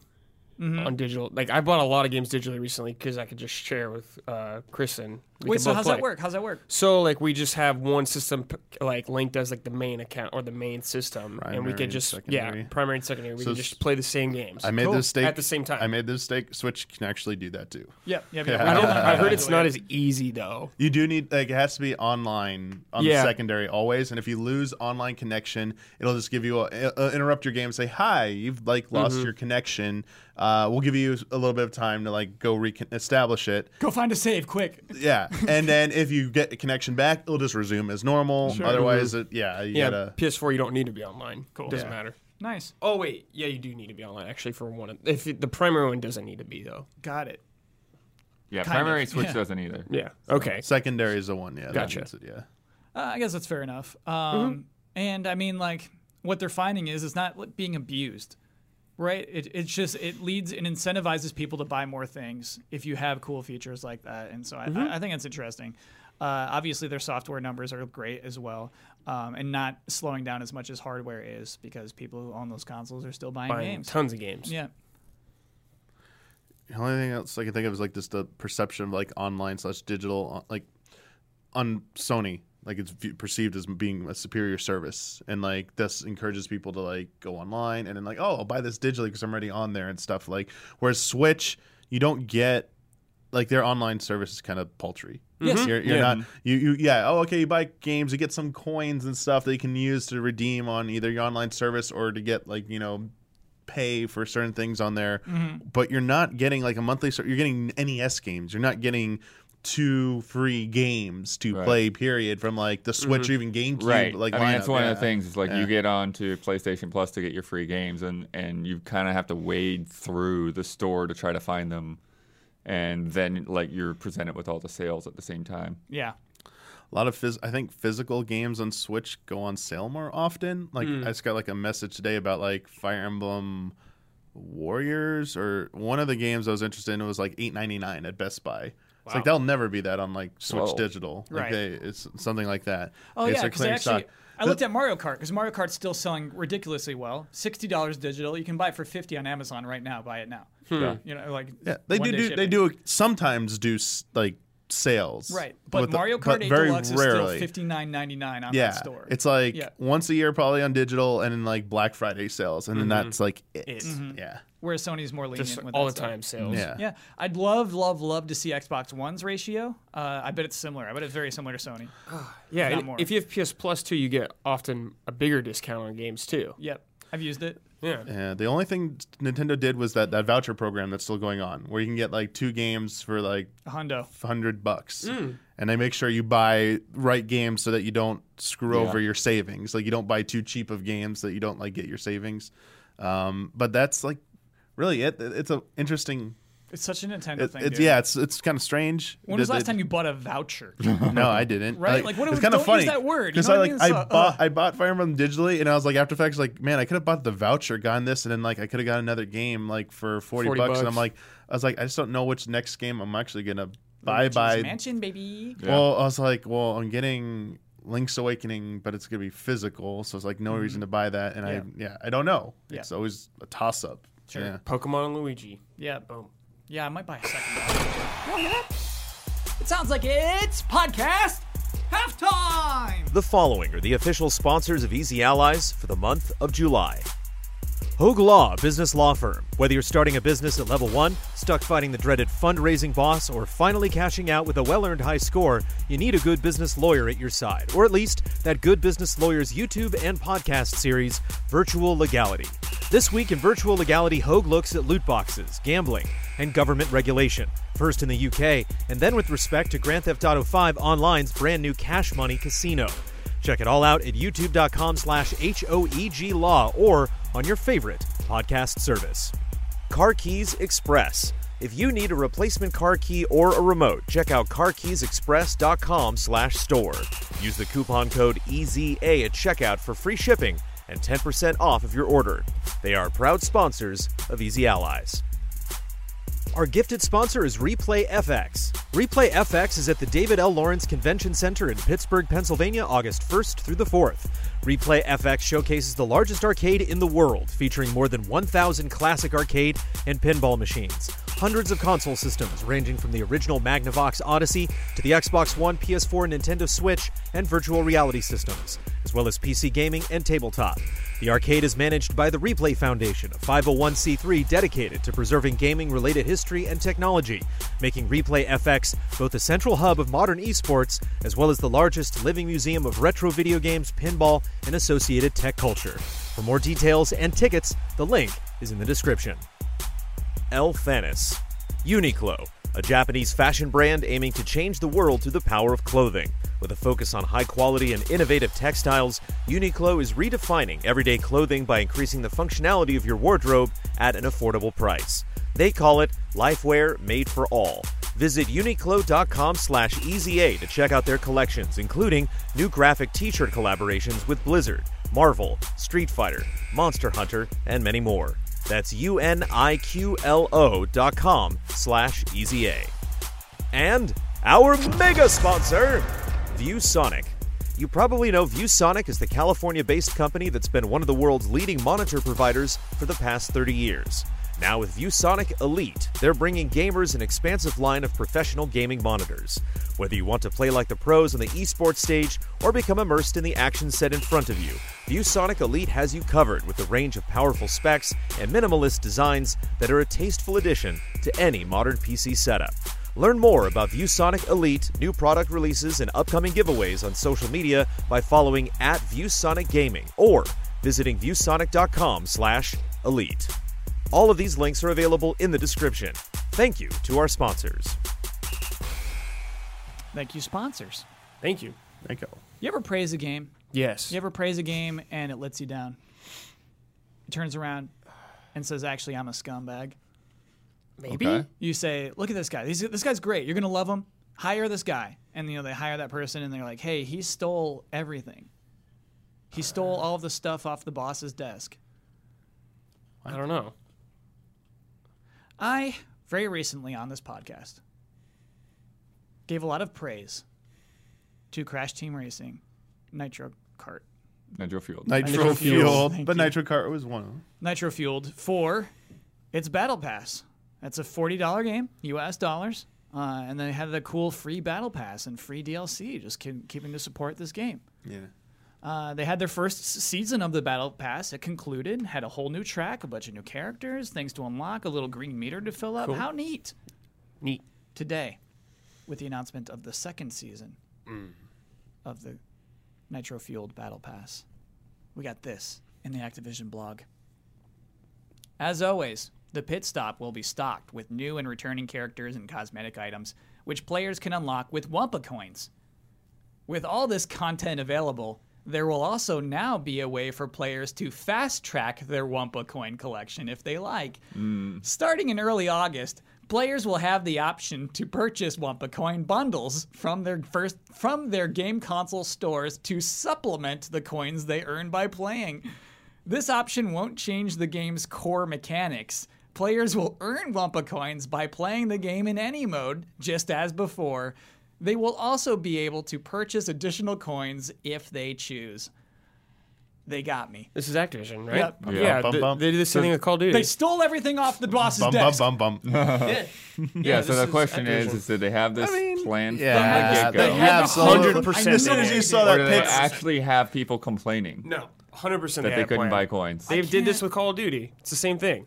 Speaker 6: on digital. Like I bought a lot of games digitally recently because I could just share with uh, Chris and we
Speaker 1: Wait,
Speaker 6: could
Speaker 1: so
Speaker 6: both
Speaker 1: how's
Speaker 6: play.
Speaker 1: that work? How's that work?
Speaker 6: So like we just have one system p- like linked as like the main account or the main system, and
Speaker 2: Primary
Speaker 6: we could
Speaker 2: and
Speaker 6: just
Speaker 2: secondary.
Speaker 6: yeah primary and secondary. We
Speaker 2: So
Speaker 6: can
Speaker 2: s-
Speaker 6: just play the same games.
Speaker 2: I made the mistake
Speaker 6: at the same time.
Speaker 2: I made the mistake. Switch can actually do that too.
Speaker 1: Yeah, yeah.
Speaker 2: Yeah.
Speaker 6: I, don't- I heard it's not as easy though.
Speaker 2: You do need like it has to be online on
Speaker 6: Yeah.
Speaker 2: the secondary always, and if you lose online connection, it'll just give you a, uh, interrupt your game and say hi, you've like lost
Speaker 6: Mm-hmm.
Speaker 2: your connection. Uh, we'll give you a little bit of time to like go recon- establish it.
Speaker 1: Go find a save quick.
Speaker 2: Yeah, and then if you get the connection back, it'll just resume as normal. Otherwise, it, yeah, you
Speaker 6: Mm-hmm. Yeah,
Speaker 2: gotta.
Speaker 6: PS4 you don't need to be online. Cool, doesn't matter.
Speaker 1: Nice.
Speaker 6: Oh wait, yeah, you do need to be online actually for one. Of, if it- the primary one doesn't need to be though.
Speaker 1: Got it.
Speaker 3: Yeah,
Speaker 1: Kind of,
Speaker 3: primary Switch
Speaker 1: yeah.
Speaker 3: doesn't either.
Speaker 6: Yeah. Okay.
Speaker 2: Secondary is the one, yeah. that
Speaker 6: Gotcha.
Speaker 2: means it, yeah.
Speaker 1: Uh, I guess that's fair enough. Um,
Speaker 6: Mm-hmm.
Speaker 1: And I mean, like, what they're finding is it's not like, being abused, right? It, it's just it leads and incentivizes people to buy more things if you have cool features like that. And so
Speaker 6: Mm-hmm.
Speaker 1: I, I think it's interesting. Uh, obviously, their software numbers are great as well, um, and not slowing down as much as hardware is because people who own those consoles are still buying,
Speaker 6: Buying
Speaker 1: games.
Speaker 6: tons of games.
Speaker 1: yeah.
Speaker 2: The only thing else I can think of is like just the perception of like online slash digital, uh, like on Sony, like it's view- perceived as being a superior service, and like this encourages people to like go online and then like oh I'll buy this digitally because I'm already on there and stuff. Like whereas Switch, you don't get like their online service is kind of paltry.
Speaker 1: Yes.
Speaker 2: You're, you're
Speaker 6: Yeah.
Speaker 2: not you, you yeah oh okay you buy games you get some coins and stuff that you can use to redeem on either your online service or to get like you know pay for certain things on there,
Speaker 6: Mm-hmm.
Speaker 2: but you're not getting like a monthly. ser- You're getting NES games. You're not getting two free games to
Speaker 3: Right.
Speaker 2: play. Period from like the Switch
Speaker 6: Mm-hmm.
Speaker 2: or even GameCube.
Speaker 3: Right.
Speaker 2: Like
Speaker 3: I mean, that's
Speaker 2: lineup,
Speaker 3: one of
Speaker 2: yeah.
Speaker 3: the things. Is like
Speaker 2: Yeah.
Speaker 3: you get on to PlayStation Plus to get your free games, and and you kind of have to wade through the store to try to find them, and then like you're presented with all the sales at the same time.
Speaker 1: Yeah.
Speaker 2: A lot of phys- I think physical games on Switch go on sale more often. Like
Speaker 1: Hmm.
Speaker 2: I just got like a message today about like Fire Emblem Warriors or one of the games I was interested in was like eight ninety nine at Best Buy. It's like they'll never be that on like Switch
Speaker 3: Whoa.
Speaker 2: Digital. Like
Speaker 1: Right.
Speaker 2: they, it's something like that.
Speaker 1: Oh
Speaker 2: it's
Speaker 1: yeah,
Speaker 2: their
Speaker 1: because
Speaker 2: clearing
Speaker 1: actually,
Speaker 2: stock.
Speaker 1: I looked at Mario Kart because Mario Kart's still selling ridiculously well. Sixty dollars digital, you can buy it for fifty on Amazon right now. Buy it now.
Speaker 3: Yeah.
Speaker 1: You know, like
Speaker 2: Hmm. Yeah, they
Speaker 1: one
Speaker 2: do,
Speaker 1: day
Speaker 2: do. They
Speaker 1: shipping.
Speaker 2: do sometimes do s- like sales.
Speaker 1: Right, but
Speaker 2: with the-
Speaker 1: Mario Kart
Speaker 2: but
Speaker 1: 8
Speaker 2: very
Speaker 1: Deluxe is
Speaker 2: rarely.
Speaker 1: still fifty nine ninety nine on
Speaker 2: yeah,
Speaker 1: that store.
Speaker 2: it's like
Speaker 1: Yeah.
Speaker 2: once a year probably on digital, and then like Black Friday sales, and
Speaker 1: Mm-hmm.
Speaker 2: then that's like it. Yeah,
Speaker 1: where Sony's more lenient
Speaker 6: Mm-hmm. Just
Speaker 1: with
Speaker 6: all
Speaker 1: that
Speaker 6: the
Speaker 1: stuff.
Speaker 6: time sales.
Speaker 2: yeah,
Speaker 1: Yeah, I'd love, love, love to see Xbox One's ratio. Uh, I bet it's similar. I bet it's very similar to Sony.
Speaker 6: Yeah,
Speaker 1: Not
Speaker 6: and
Speaker 1: more.
Speaker 6: if you have PS Plus too, you get often a bigger discount on games too.
Speaker 1: Yep, I've used it.
Speaker 6: Yeah.
Speaker 2: Yeah, the only thing Nintendo did was that, that voucher program that's still going on, where you can get like two games for like
Speaker 1: A Hondo.
Speaker 2: hundred bucks, and they make sure you buy right games so that you don't screw over your savings. Like you don't buy too cheap of games that you don't like get your savings. Um, but that's like really it. It's a interesting.
Speaker 1: It's such a Nintendo
Speaker 2: It,
Speaker 1: thing.
Speaker 2: it's
Speaker 1: dude.
Speaker 2: yeah, it's it's kind of strange.
Speaker 1: When was the last time you bought a voucher?
Speaker 2: No, I didn't.
Speaker 1: Right? Like, what
Speaker 2: it's
Speaker 1: do-
Speaker 2: kind
Speaker 1: don't use
Speaker 2: of funny
Speaker 1: that word, you
Speaker 2: because
Speaker 1: know
Speaker 2: I
Speaker 1: what I mean?
Speaker 2: like I
Speaker 1: So, uh,
Speaker 2: bought I bought Fire Emblem digitally, and I was like after the fact, like man, I could have bought the voucher, gotten this, and then like I could have got another game like for forty,
Speaker 6: 40
Speaker 2: bucks, and I'm
Speaker 6: bucks.
Speaker 2: like, I was like, I just don't know which next game I'm actually gonna buy by.
Speaker 1: Mansion, baby.
Speaker 3: Yeah.
Speaker 2: Well, I was like, well, I'm getting Link's Awakening, but it's gonna be physical, so it's like no reason to buy that, and I yeah, I don't know.
Speaker 1: Mm-hmm. Yeah.
Speaker 2: It's always a toss up. Sure. Yeah.
Speaker 6: Pokemon and Luigi.
Speaker 1: Yeah,
Speaker 6: Boom.
Speaker 1: yeah. I might buy a second. voucher. it sounds like it's podcast halftime.
Speaker 7: The following are the official sponsors of Easy Allies for the month of July. Hoag Law Business Law Firm. Whether you're starting a business at level one, stuck fighting the dreaded fundraising boss, or finally cashing out with a well earned high score, you need a good business lawyer at your side, or at least that Good Business Lawyers YouTube and podcast series, Virtual Legality. This week in Virtual Legality, Hoag looks at loot boxes, gambling, and government regulation, first in the UK, and then with respect to Grand Theft Auto 5 Online's brand new Cash Money Casino. Check it all out at youtube.com slash H-O-E-G law or on your favorite podcast service. Car Keys Express. If you need a replacement car key or a remote, check out carkeysexpress.com slash store. Use the coupon code EZA at checkout for free shipping and 10% off of your order. They are proud sponsors of Easy Allies. Our gifted sponsor is Replay FX. Replay FX is at the David L. Lawrence Convention Center in Pittsburgh, Pennsylvania, August 1st through the 4th. Replay FX showcases the largest arcade in the world, featuring more than 1,000 classic arcade and pinball machines, hundreds of console systems ranging from the original Magnavox Odyssey to the Xbox One, PS4, Nintendo Switch, and virtual reality systems, as well as PC gaming and tabletop. The arcade is managed by the Replay Foundation, a 501c3 dedicated to preserving gaming related history and technology, making Replay FX both a central hub of modern esports as well as the largest living museum of retro video games, pinball, and associated tech culture. For more details and tickets, the link is in the description. El Fanis. Uniqlo, a Japanese fashion brand aiming to change the world through the power of clothing. With a focus on high quality and innovative textiles, Uniqlo is redefining everyday clothing by increasing the functionality of your wardrobe at an affordable price. They call it Lifewear Made for All. Visit uniqlo.com slash EZA to check out their collections, including new graphic t-shirt collaborations with Blizzard, Marvel, Street Fighter, Monster Hunter, and many more. That's U-N-I-Q-L-O dot com slash E EZA. And our mega sponsor, ViewSonic. You probably know ViewSonic is the California based company that's been one of the world's leading monitor providers for the past 30 years. Now, with ViewSonic Elite, they're bringing gamers an expansive line of professional gaming monitors. Whether you want to play like the pros on the esports stage or become immersed in the action set in front of you, ViewSonic Elite has you covered with a range of powerful specs and minimalist designs that are a tasteful addition to any modern PC setup. Learn more about ViewSonic Elite, new product releases, and upcoming giveaways on social media by following at ViewSonic Gaming or visiting viewsonic.com slash elite. All of these links are available in the description. Thank you to our sponsors.
Speaker 1: Thank you, sponsors.
Speaker 6: Thank you.
Speaker 2: Thank you.
Speaker 1: You ever praise a game?
Speaker 6: Yes.
Speaker 1: You ever praise a game and it lets you down? It turns around and says, "Actually, I'm a scumbag."
Speaker 6: Maybe.
Speaker 3: Okay.
Speaker 1: you say, look at this guy. This, this guy's great. You're gonna love him. Hire this guy, and you know they hire that person, and they're like, hey, he stole everything. He stole all of the stuff off the boss's desk.
Speaker 6: I don't know.
Speaker 1: I very recently on this podcast gave a lot of praise to Crash Team Racing Nitro Kart,
Speaker 3: Nitro Fueled.
Speaker 2: Nitro
Speaker 1: fueled.
Speaker 2: fueled,
Speaker 1: Thank
Speaker 2: but
Speaker 1: you.
Speaker 2: Nitro Kart was one of them.
Speaker 1: Nitro Fueled for its Battle Pass. That's a forty dollar game, U.S. dollars. Uh, and they had the cool free battle pass and free DLC, just keep, keeping to support this game.
Speaker 2: Yeah.
Speaker 1: Uh, they had their first s- season of the Battle Pass. It concluded, had a whole new track, a bunch of new characters, things to unlock, a little green meter to fill up. How neat!
Speaker 6: Neat.
Speaker 1: Today, with the announcement of the second season of the Nitro Fueled Battle Pass, we got this in the Activision blog. As always, the pit stop will be stocked with new and returning characters and cosmetic items, which players can unlock with Wampa coins. With all this content available, there will also now be a way for players to fast track their Wampa coin collection if they like. Starting in early August, players will have the option to purchase Wampa coin bundles from their first from their game console stores to supplement the coins they earn by playing. This option won't change the game's core mechanics. Players will earn Wampa coins by playing the game in any mode, just as before. They will also be able to purchase additional coins if they choose. They got me.
Speaker 6: This is Activision, right?
Speaker 1: Yep.
Speaker 2: Bum,
Speaker 6: Yeah,
Speaker 2: bum,
Speaker 6: th-
Speaker 2: bum.
Speaker 6: they did the same thing with Call of Duty.
Speaker 1: They stole everything off the boss's
Speaker 2: Bum bum
Speaker 1: desk.
Speaker 2: bum bum.
Speaker 5: Yeah.
Speaker 3: Yeah,
Speaker 5: this
Speaker 3: so the
Speaker 5: is
Speaker 3: question is,
Speaker 5: Activision.
Speaker 3: is did they have this plan
Speaker 2: Yeah,
Speaker 3: from the
Speaker 2: they
Speaker 3: get-go?
Speaker 2: have
Speaker 6: absolutely-
Speaker 2: As soon as you saw
Speaker 3: Or
Speaker 2: that
Speaker 3: did they
Speaker 2: picture,
Speaker 3: actually have people complaining
Speaker 6: no, hundred percent.
Speaker 3: that they couldn't buy coins?
Speaker 6: They did this with Call of Duty. It's the same thing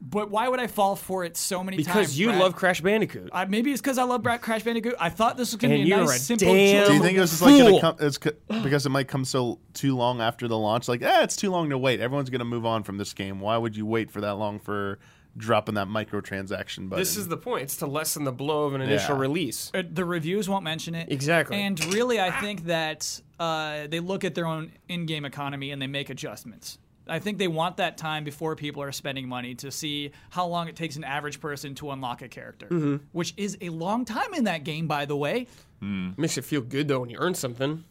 Speaker 1: But why would I fall for it so many times?
Speaker 6: because you
Speaker 1: Brad?
Speaker 6: love Crash Bandicoot.
Speaker 1: Uh, maybe it's because I love Brad Crash Bandicoot. I thought this was going to
Speaker 6: And
Speaker 1: be a
Speaker 6: you're
Speaker 1: nice,
Speaker 6: a
Speaker 1: simple
Speaker 6: damn-
Speaker 1: choice.
Speaker 2: Do you think it was just like gonna
Speaker 6: Fool.
Speaker 2: come? It's co- because it might come so too long after the launch. Like, eh, it's too long to wait. Everyone's gonna move on from this game. Why would you wait for that long for dropping that microtransaction button?
Speaker 6: This is the point. It's to lessen the blow of an initial
Speaker 2: Yeah.
Speaker 6: release.
Speaker 1: Uh, the reviews won't mention it
Speaker 6: Exactly.
Speaker 1: and really i think that uh, they look at their own in-game economy and they make adjustments i think they want that time before people are spending money to see how long it takes an average person to unlock a character
Speaker 6: Mm-hmm.
Speaker 1: which is a long time in that game by the way
Speaker 6: Makes it feel good though when you earn something.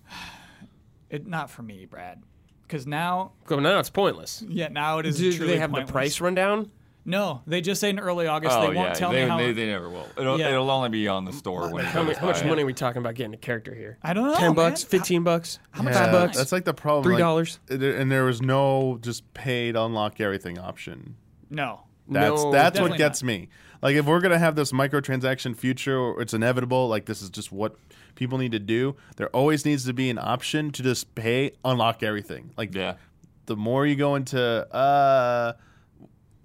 Speaker 1: it, not for me brad because now
Speaker 6: Go now, it's pointless.
Speaker 1: yeah now it is
Speaker 6: Do
Speaker 1: truly
Speaker 6: they have
Speaker 1: pointless.
Speaker 6: the price rundown?
Speaker 1: no they just say in early august
Speaker 3: oh
Speaker 1: they won't
Speaker 3: yeah,
Speaker 1: tell
Speaker 3: they,
Speaker 1: me how
Speaker 3: they, they never will. It'll,
Speaker 1: Yeah.
Speaker 3: it'll only be on the store when it
Speaker 6: How, mu-
Speaker 3: comes
Speaker 6: how much
Speaker 3: by.
Speaker 6: money are we talking about getting a character here?
Speaker 1: i don't know
Speaker 6: Ten
Speaker 1: man.
Speaker 6: bucks, fifteen bucks,
Speaker 1: how much
Speaker 2: Yeah,
Speaker 1: time?
Speaker 6: bucks.
Speaker 2: That's like the problem.
Speaker 6: Three
Speaker 2: like,
Speaker 6: dollars.
Speaker 2: it- and there was no just paid unlock everything option.
Speaker 1: no
Speaker 2: That's
Speaker 6: No,
Speaker 2: that's what
Speaker 1: definitely
Speaker 2: gets me. Like if we're gonna have this microtransaction future, or it's inevitable. Like this is just what people need to do. There always needs to be an option to just pay, unlock everything. Like
Speaker 3: Yeah.
Speaker 2: the more you go into uh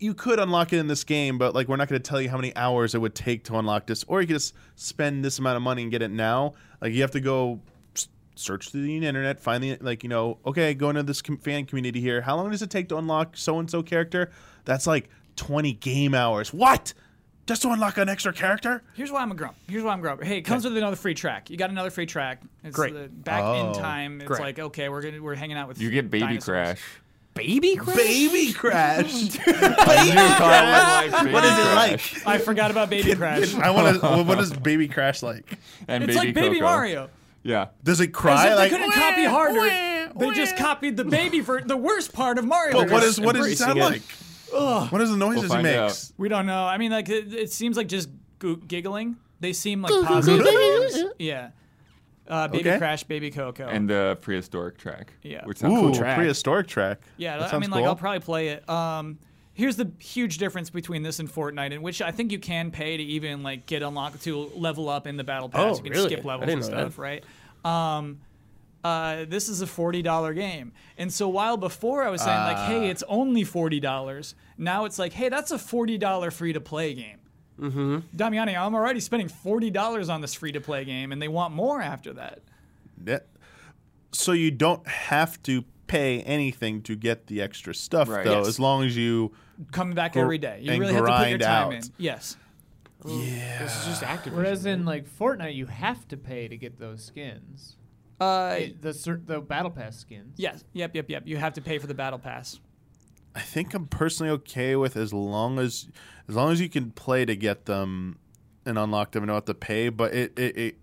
Speaker 2: you could unlock it in this game but like we're not going to tell you how many hours it would take to unlock this or you could just spend this amount of money and get it now like you have to go s- search through the internet find the like you know okay go into this com- fan community here how long does it take to unlock so and so character that's like 20 game hours what just to unlock an extra character
Speaker 1: Here's why I'm a grump. Here's why I'm a grump. Hey, it comes with another free track. You got another free track. It's
Speaker 6: Great.
Speaker 1: The back
Speaker 2: Oh.
Speaker 1: in time. It's
Speaker 6: Great.
Speaker 1: like okay, we're gonna we're hanging out with
Speaker 3: You get Baby
Speaker 1: dinosaurs.
Speaker 3: Crash.
Speaker 6: baby Crash.
Speaker 2: baby crash
Speaker 3: You call it like
Speaker 2: what
Speaker 3: Baby
Speaker 2: is it like
Speaker 3: Crash.
Speaker 1: I forgot about Baby Crash.
Speaker 2: i want to what is baby crash like
Speaker 3: And
Speaker 1: It's
Speaker 3: Baby
Speaker 1: like Baby
Speaker 3: Coco.
Speaker 1: Mario.
Speaker 3: Yeah.
Speaker 2: does it
Speaker 1: As
Speaker 2: cry
Speaker 1: if
Speaker 2: like
Speaker 1: they couldn't copy harder. they just copied the baby ver- the worst part of Mario.
Speaker 2: But what
Speaker 6: They're
Speaker 2: is what does it
Speaker 6: embracing
Speaker 2: sound
Speaker 6: it.
Speaker 2: like? What is the noises
Speaker 3: We'll
Speaker 2: he
Speaker 3: find
Speaker 2: makes?
Speaker 1: We don't know. I mean, like it, it seems like just goo giggling. They seem like positive. things. yeah. Uh, baby
Speaker 2: Okay.
Speaker 1: Crash, Baby Coco.
Speaker 3: And the prehistoric track.
Speaker 1: Oh. Yeah.
Speaker 3: Which
Speaker 2: Ooh,
Speaker 3: sounds cool.
Speaker 2: a prehistoric track.
Speaker 1: Yeah,
Speaker 2: that
Speaker 1: I
Speaker 2: sounds
Speaker 1: mean,
Speaker 2: cool.
Speaker 1: like I'll probably play it. Um, here's the huge difference between this and Fortnite, in which I think you can pay to even like get unlock to level up in the battle pass.
Speaker 6: Oh,
Speaker 1: you can
Speaker 6: really?
Speaker 1: skip
Speaker 6: I
Speaker 1: levels
Speaker 6: didn't
Speaker 1: and
Speaker 6: know that.
Speaker 1: stuff, right? Um, uh, this is a forty dollar game, and so while before I was saying like, hey, it's only forty dollars, now it's like, hey, that's a forty dollar free to play game. Mm-hmm. Damiani, I'm already spending forty dollars on this free to play game, and they want more after that.
Speaker 2: Yeah. So you don't have to pay anything to get the extra stuff,
Speaker 3: Right.
Speaker 2: though,
Speaker 3: Yes.
Speaker 2: as long as you.
Speaker 1: Coming back every day, you
Speaker 2: and
Speaker 1: really have to put your
Speaker 2: grind
Speaker 1: time
Speaker 2: out.
Speaker 1: in. Yes.
Speaker 6: This is just Activision.
Speaker 4: Whereas in like Fortnite, you have to pay to get those skins.
Speaker 1: Uh,
Speaker 4: It- the cer- the battle pass skins.
Speaker 1: Yes. Yep. Yep. Yep. You have to pay for the battle pass.
Speaker 2: I think I'm personally okay with as long as as long as you can play to get them and unlock them and don't have to pay. But it, it, it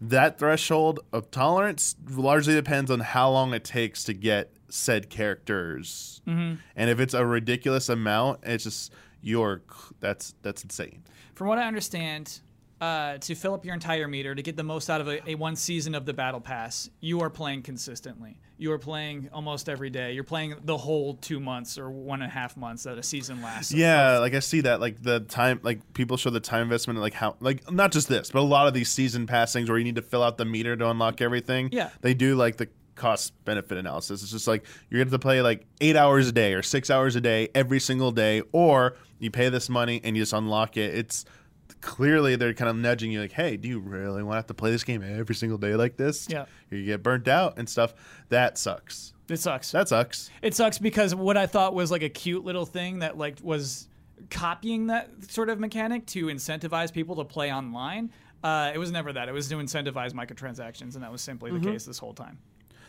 Speaker 2: that threshold of tolerance largely depends on how long it takes to get said characters. And if it's a ridiculous amount, it's just you're c- that's that's insane.
Speaker 1: From what I understand, uh, to fill up your entire meter to get the most out of a, a one season of the battle pass, you are playing consistently. You are playing almost every day. You're playing the whole two months or one and a half months that a season lasts.
Speaker 2: Yeah, like I see that, like the time, like people show the time investment, like how, like not just this, but a lot of these season pass things where you need to fill out the meter to unlock everything.
Speaker 1: Yeah.
Speaker 2: they do like the cost benefit analysis. It's just like you're gonna have to play like eight hours a day or six hours a day every single day, or you pay this money and you just unlock it. It's clearly they're kind of nudging you, like, hey, do you really want to have to play this game every single day like this?
Speaker 1: Yeah.
Speaker 2: you get burnt out and stuff. That sucks.
Speaker 1: It sucks.
Speaker 2: That sucks.
Speaker 1: It sucks because what I thought was like a cute little thing that like was copying that sort of mechanic to incentivize people to play online. Uh, it was never that. It was to incentivize microtransactions, and that was simply the case this whole time.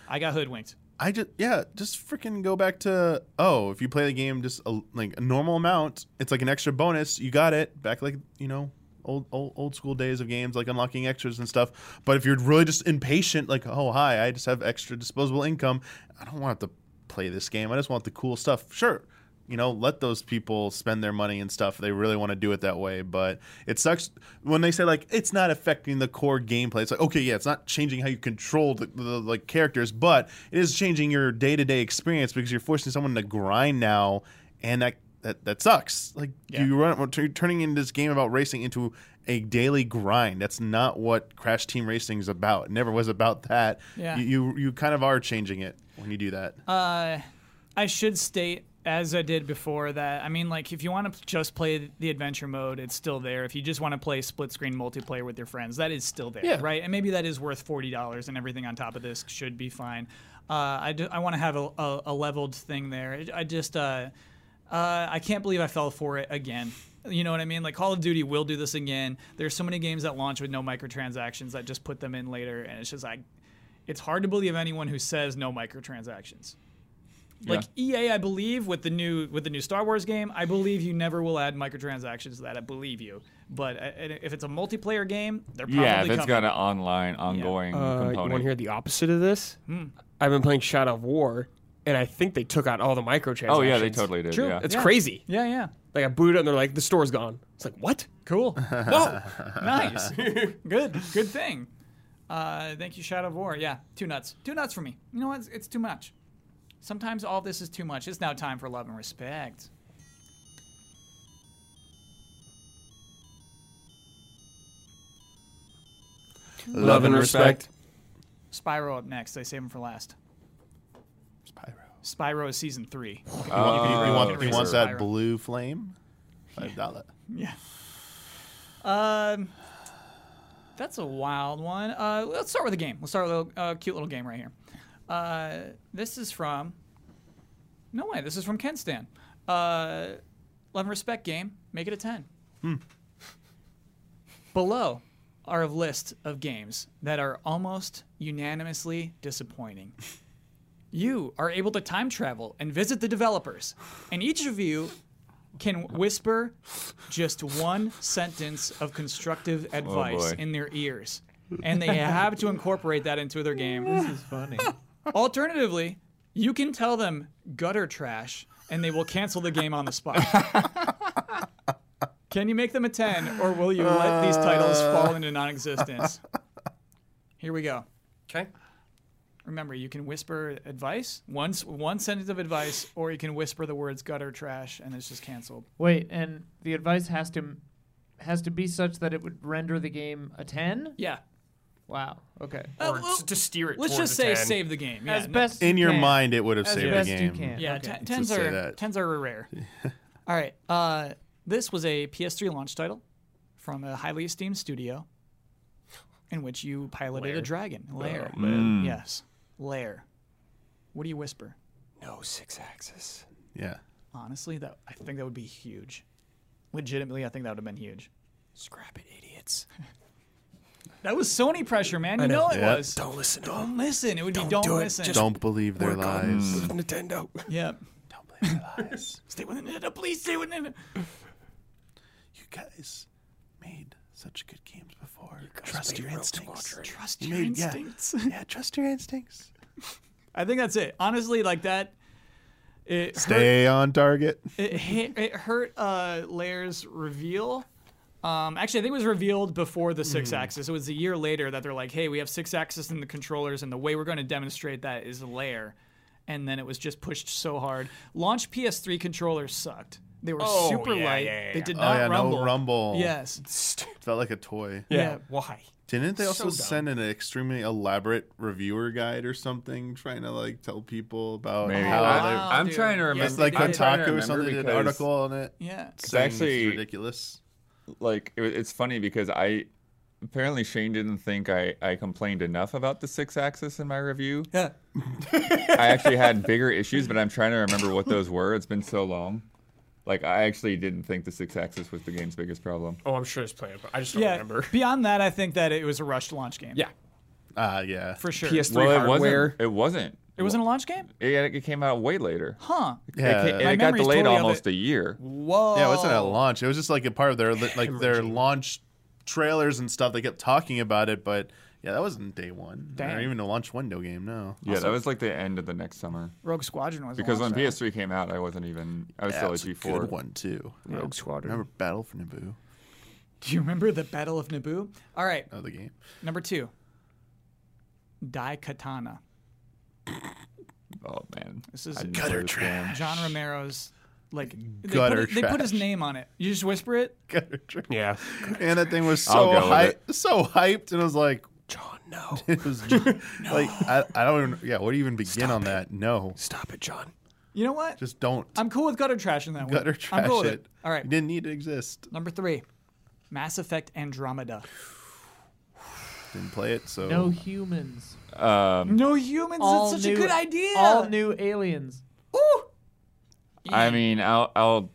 Speaker 1: I got hoodwinked.
Speaker 2: I just yeah, just freaking go back to oh, if you play the game just a, like a normal amount, it's like an extra bonus. You got it back like you know old, old old school days of games like unlocking extras and stuff. But if you're really just impatient, like oh hi, I just have extra disposable income. I don't want to play this game. I just want the cool stuff. Sure, you know, let those people spend their money and stuff. They really want to do it that way, but it sucks when they say like it's not affecting the core gameplay. It's like okay, yeah, it's not changing how you control the, the like characters, but it is changing your day to day experience because you're forcing someone to grind now, and that that, that sucks. Like
Speaker 1: Yeah.
Speaker 2: you run we're t- turning in this game about racing into a daily grind. That's not what Crash Team Racing is about. It never was about that.
Speaker 1: Yeah.
Speaker 2: You, you you kind of are changing it when you do that.
Speaker 1: Uh, I should state, as I did before, that I mean, like, if you want to just play the adventure mode, it's still there. If you just want to play split screen multiplayer with your friends, that is still there,
Speaker 6: Yeah.
Speaker 1: right? And maybe that is worth forty dollars, and everything on top of this should be fine. Uh, I, want to have a, a, a leveled thing there. It- I just uh, uh, I can't believe I fell for it again. You know what I mean? Like Call of Duty will do this again. There's so many games that launch with no microtransactions that just put them in later, and it's just like, it's hard to believe anyone who says no microtransactions. Like EA, I believe with the new with the new Star Wars game, I believe you never will add microtransactions to that. I believe you, but uh, and if it's a multiplayer game, they're probably
Speaker 3: yeah, that's
Speaker 1: coming.
Speaker 3: got an online, ongoing
Speaker 6: Uh, you want to
Speaker 3: component.
Speaker 6: hear the opposite of this? I've been playing Shadow of War, and I think they took out all the microtransactions.
Speaker 3: Oh yeah, they totally did.
Speaker 6: True.
Speaker 3: Yeah.
Speaker 6: It's crazy.
Speaker 1: yeah, yeah,
Speaker 6: Like I booted up, and they're like, the store's gone. It's like what?
Speaker 1: cool,
Speaker 6: Whoa.
Speaker 1: nice, good, good thing. Uh, thank you, Shadow of War. Yeah, two nuts, two nuts for me. You know what? It's, it's too much. Sometimes all this is too much. It's now time for love and respect.
Speaker 6: Love and respect.
Speaker 1: Spyro up next. I save him for last.
Speaker 2: Spyro.
Speaker 1: Spyro is season three.
Speaker 3: Oh,
Speaker 2: He, want- he
Speaker 3: sure.
Speaker 2: wants that
Speaker 1: Spyro.
Speaker 2: blue flame. Five dollar.
Speaker 1: Yeah. Um, that's a wild one. Uh, let's start with a game. Let's start with a little, uh, cute little game right here. Uh, this is from. No way. This is from Ken Stan. Uh, Love and respect game. Make it a ten.
Speaker 4: Hmm.
Speaker 1: Below are a list of games that are almost unanimously disappointing. You are able to time travel and visit the developers, and each of you can whisper just one sentence of constructive advice
Speaker 3: boy.
Speaker 1: in their ears, and they have to incorporate that into their game.
Speaker 4: This is funny.
Speaker 1: Alternatively, you can tell them gutter trash and they will cancel the game on the spot. can you make them a 10 or will you let these titles fall into non existence? Here we go.
Speaker 5: Okay.
Speaker 1: Remember, you can whisper advice, one, s- one sentence of advice, or you can whisper the words gutter trash and it's just canceled.
Speaker 4: Wait, and the advice has to has to be such that it would render the game a ten.
Speaker 1: Yeah.
Speaker 4: Wow. Okay.
Speaker 1: Uh,
Speaker 6: Or
Speaker 1: well,
Speaker 6: s- to steer it.
Speaker 1: let's
Speaker 6: towards
Speaker 1: just
Speaker 6: a
Speaker 1: say
Speaker 6: 10.
Speaker 1: save the game. Yeah,
Speaker 4: As
Speaker 1: no-
Speaker 4: best
Speaker 2: In
Speaker 4: you
Speaker 2: your
Speaker 4: can.
Speaker 2: mind, it would have
Speaker 4: As
Speaker 2: saved the
Speaker 4: best you
Speaker 2: game.
Speaker 4: can.
Speaker 1: Yeah,
Speaker 4: Okay.
Speaker 1: ten tens
Speaker 2: Let's say
Speaker 1: are
Speaker 2: that.
Speaker 1: tens are rare. All right, uh, this was a PS3 launch title from a highly esteemed studio, in which you piloted a dragon.
Speaker 6: Oh,
Speaker 1: Lair, yes, Lair. What do you whisper?
Speaker 6: No six axis.
Speaker 2: Yeah.
Speaker 1: Honestly, that I think that would be huge. Legitimately, I think that would have been huge.
Speaker 6: Scrap it, idiots.
Speaker 1: That was Sony pressure, man. You know. it
Speaker 2: Yeah.
Speaker 1: was.
Speaker 6: Don't listen to
Speaker 1: Don't
Speaker 6: them.
Speaker 1: listen. It would be don't
Speaker 6: do it.
Speaker 1: listen.
Speaker 6: Just-
Speaker 2: Don't believe their
Speaker 6: Work on
Speaker 2: lies.
Speaker 6: with Nintendo.
Speaker 1: Yeah.
Speaker 2: Don't believe their lies.
Speaker 1: Stay with Nintendo, please. Stay with Nintendo.
Speaker 2: You guys made such good games before.
Speaker 6: made
Speaker 2: Trust your
Speaker 6: Rogue
Speaker 2: instincts.
Speaker 6: Squadron.
Speaker 1: Trust
Speaker 2: You
Speaker 1: your
Speaker 2: made- yeah.
Speaker 1: instincts.
Speaker 2: Yeah, trust your instincts.
Speaker 1: I think that's it. Honestly, like that. It hurt-
Speaker 2: Stay on target.
Speaker 1: it hit, it hurt uh Lair's reveal Um, actually, I think it was revealed before the six axis. It was a year later that they're like, "Hey, we have six axis in the controllers, and the way we're going to demonstrate that is layer." And then it was just pushed so hard. Launch PS3 controllers sucked. They were
Speaker 5: Oh,
Speaker 1: super
Speaker 5: yeah,
Speaker 1: light.
Speaker 5: yeah, yeah,
Speaker 1: They
Speaker 5: yeah.
Speaker 1: did
Speaker 2: Oh
Speaker 1: not
Speaker 2: yeah,
Speaker 1: rumble.
Speaker 2: no rumble.
Speaker 1: Yes.
Speaker 2: felt like a toy.
Speaker 5: Yeah.
Speaker 1: Yeah.
Speaker 5: Why?
Speaker 2: Didn't they
Speaker 5: So
Speaker 2: also
Speaker 5: dumb.
Speaker 2: send an extremely elaborate reviewer guide or something, trying to like tell people about
Speaker 3: Maybe.
Speaker 2: how
Speaker 1: wow,
Speaker 2: they?
Speaker 1: Oh,
Speaker 3: I, am
Speaker 1: dude.
Speaker 3: trying to remember.
Speaker 2: It's like
Speaker 3: I'm trying to
Speaker 2: Kotaku or
Speaker 3: remember
Speaker 2: something did an
Speaker 3: because,
Speaker 2: article on it.
Speaker 1: Yeah.
Speaker 3: It's
Speaker 2: saying this is
Speaker 3: actually-
Speaker 2: ridiculous.
Speaker 3: Like it, it's funny because I apparently Shane didn't think I, I complained enough about the six axis in my review.
Speaker 1: Yeah.
Speaker 3: I actually had bigger issues, but I'm trying to remember what those were. It's been so long. Like I actually didn't think the six axis was the game's biggest problem.
Speaker 6: Oh, I'm sure it's playing, but I just don't
Speaker 1: Yeah.
Speaker 6: remember.
Speaker 1: Beyond that, I think that it was a rushed launch game.
Speaker 6: Yeah.
Speaker 2: Ah, yeah.
Speaker 1: For sure.
Speaker 6: PS3
Speaker 3: Well, it
Speaker 6: hardware.
Speaker 3: wasn't. It wasn't.
Speaker 1: it wasn't a launch game?
Speaker 3: It, it came out way later.
Speaker 1: Huh.
Speaker 2: Yeah.
Speaker 3: It, ca-
Speaker 1: My
Speaker 3: it got
Speaker 1: memory's
Speaker 3: delayed
Speaker 1: totally of
Speaker 3: almost
Speaker 1: it.
Speaker 3: a year.
Speaker 1: Whoa.
Speaker 2: Yeah, it wasn't
Speaker 3: oh.
Speaker 2: at launch. It was just like a part of their li- like their launch trailers and stuff. They kept talking about it, but yeah, that wasn't day one
Speaker 1: Damn.
Speaker 2: or even a launch window game. No.
Speaker 3: Yeah, that was like the end of the next summer.
Speaker 1: Rogue Squadron was a
Speaker 3: Because when
Speaker 1: launch title.
Speaker 3: PS3 came out, I wasn't even. I was
Speaker 2: That's
Speaker 3: still
Speaker 2: a
Speaker 3: at G4.
Speaker 2: good one too.
Speaker 6: Rogue Squadron.
Speaker 2: Remember Battle for Naboo?
Speaker 1: Do you remember the Battle of Naboo? All right,
Speaker 2: Another game.
Speaker 1: number two. Daikatana.
Speaker 3: Oh man,
Speaker 1: This is
Speaker 3: I didn't
Speaker 2: Gutter
Speaker 3: play this game.
Speaker 1: John Romero's like they put,
Speaker 2: Gutter
Speaker 1: it- they put his
Speaker 2: trash.
Speaker 1: name on it. You just whisper it.
Speaker 6: Yeah.
Speaker 2: And that thing was
Speaker 3: I'll
Speaker 2: so
Speaker 3: go with
Speaker 2: hyped, so hyped, and I was like, John, no. it was ju- like I, I don't even. Yeah, where do you even begin on that? No,
Speaker 6: Stop it, John.
Speaker 1: You know what?
Speaker 2: just don't
Speaker 1: I'm cool with gutter trash in that one.
Speaker 2: gutter trash
Speaker 1: I'm cool with
Speaker 2: it.
Speaker 1: it. All right.
Speaker 2: it didn't need to exist.
Speaker 1: Number three. Mass Effect Andromeda.
Speaker 2: Didn't play it, so
Speaker 4: No humans.
Speaker 3: Um,
Speaker 1: No humans.
Speaker 4: All
Speaker 1: That's such
Speaker 4: new,
Speaker 1: a good idea.
Speaker 4: All new aliens.
Speaker 1: Ooh.
Speaker 3: I mean, I'll, I'll.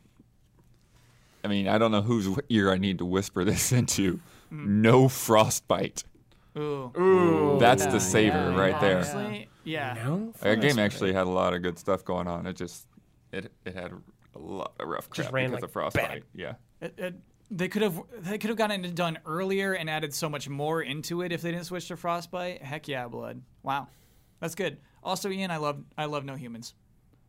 Speaker 3: I mean, I don't know whose wh- ear I need to whisper this into. No frostbite.
Speaker 1: Ooh.
Speaker 3: That's the savor right there.
Speaker 1: Honestly, yeah.
Speaker 6: No?
Speaker 3: That game actually had a lot of good stuff going on. It just, it it had a lot of rough crap
Speaker 6: ran
Speaker 3: because
Speaker 6: like
Speaker 3: of frostbite. Yeah.
Speaker 1: It, it, they could have they could have gotten it done earlier and added so much more into it if they didn't switch to frostbite. Heck yeah, blood. Wow, that's good. Also, Ian, I love I love no humans.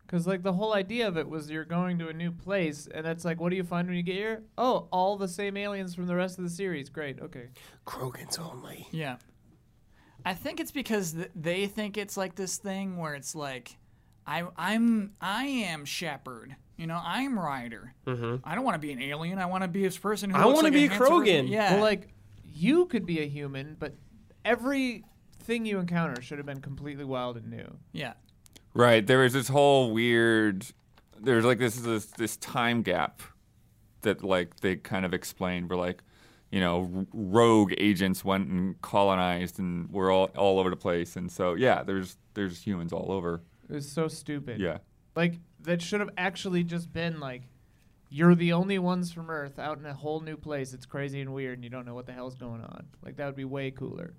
Speaker 4: Because like the whole idea of it was you're going to a new place, and that's like, what do you find when you get here? Oh, all the same aliens from the rest of the series. Great. Okay.
Speaker 6: Krogan's only.
Speaker 1: Yeah, I think it's because th- they think it's like this thing where it's like, I I'm I am Shepard. You know, I'm Ryder. I don't want to be an alien. I want to be this person who
Speaker 6: Mm-hmm. I
Speaker 1: want
Speaker 6: wanna
Speaker 1: to
Speaker 6: be a Krogan.
Speaker 1: Yeah.
Speaker 4: Well, like you could be a human, but every thing you encounter should have been completely wild and new.
Speaker 1: yeah.
Speaker 3: Right. There was this whole weird. There's like this this this time gap that like they kind of explained. We're like, you know, r- rogue agents went and colonized, and we're all all over the place. And so yeah, there's there's humans all over.
Speaker 4: It was so stupid.
Speaker 3: Yeah.
Speaker 4: Like that should have actually just been like, you're the only ones from Earth out in a whole new place. It's crazy and weird, and you don't know what the hell's going on. Like that would be way cooler.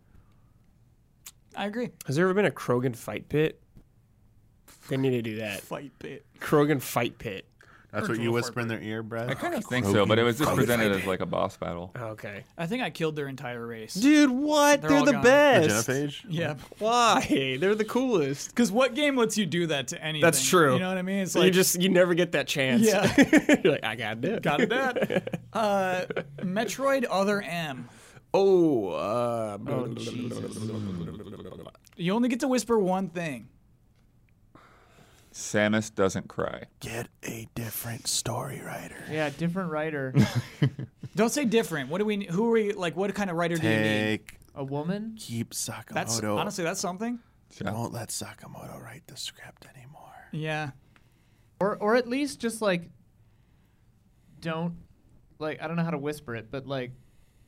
Speaker 1: I agree.
Speaker 6: Has there ever been a Krogan fight pit? They need to do that.
Speaker 1: Fight bit.
Speaker 6: Krogan fight pit.
Speaker 2: that's what you whisper in their ear, Brad.
Speaker 3: I kind of think so, but it was just presented as like a boss battle.
Speaker 6: Okay.
Speaker 1: I think I killed their entire race.
Speaker 6: Dude, what?
Speaker 1: They're
Speaker 6: They're,
Speaker 1: all
Speaker 6: the
Speaker 1: gone.
Speaker 6: best.
Speaker 2: Genophage?
Speaker 1: Yeah.
Speaker 6: Why? They're the coolest.
Speaker 1: Because what game lets you do that to anything?
Speaker 6: That's true.
Speaker 1: You know what I mean? It's
Speaker 6: So
Speaker 1: like
Speaker 6: you just you never get that chance.
Speaker 1: Yeah.
Speaker 6: You're like, I got it.
Speaker 1: got it. That uh, Metroid Other M.
Speaker 6: Oh, uh, blah, blah, blah,
Speaker 1: You only get to whisper one thing.
Speaker 3: Samus doesn't cry.
Speaker 2: Get a different story writer.
Speaker 4: Yeah, different writer.
Speaker 1: Don't say different. What do we? Who are we? Like, what kind of writer do you need?
Speaker 2: Take
Speaker 4: a woman.
Speaker 2: keep
Speaker 1: That's
Speaker 2: Sakamoto.
Speaker 1: honestly, that's something.
Speaker 2: Don't let Sakamoto write the script anymore.
Speaker 1: Yeah.
Speaker 4: or or at least just like don't like I don't know how to whisper it, but like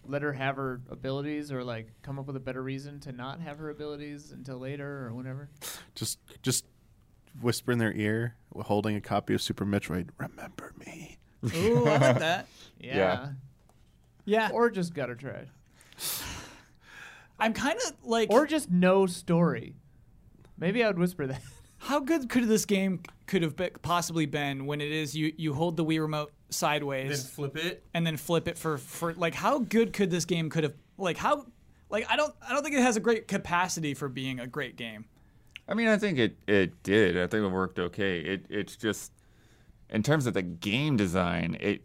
Speaker 4: let her have her abilities or like come up with a better reason to not have her abilities until later or whenever.
Speaker 2: Just just whisper in their ear, while holding a copy of Super Metroid. Remember me.
Speaker 1: Ooh, I like that.
Speaker 4: Yeah.
Speaker 1: Yeah.
Speaker 4: Or just gutter trash.
Speaker 1: I'm kind of like.
Speaker 4: Or just no story. Maybe I would whisper that.
Speaker 1: How good could this game could have be- possibly been when it is you you hold the Wii remote
Speaker 5: Then
Speaker 1: sideways
Speaker 5: flip it.
Speaker 1: and then flip it for for like how good could this game could have like how like I don't I don't think it has a great capacity for being a great game.
Speaker 3: I mean, I think it, it did. I think it worked okay. It it's just in terms of the game design, it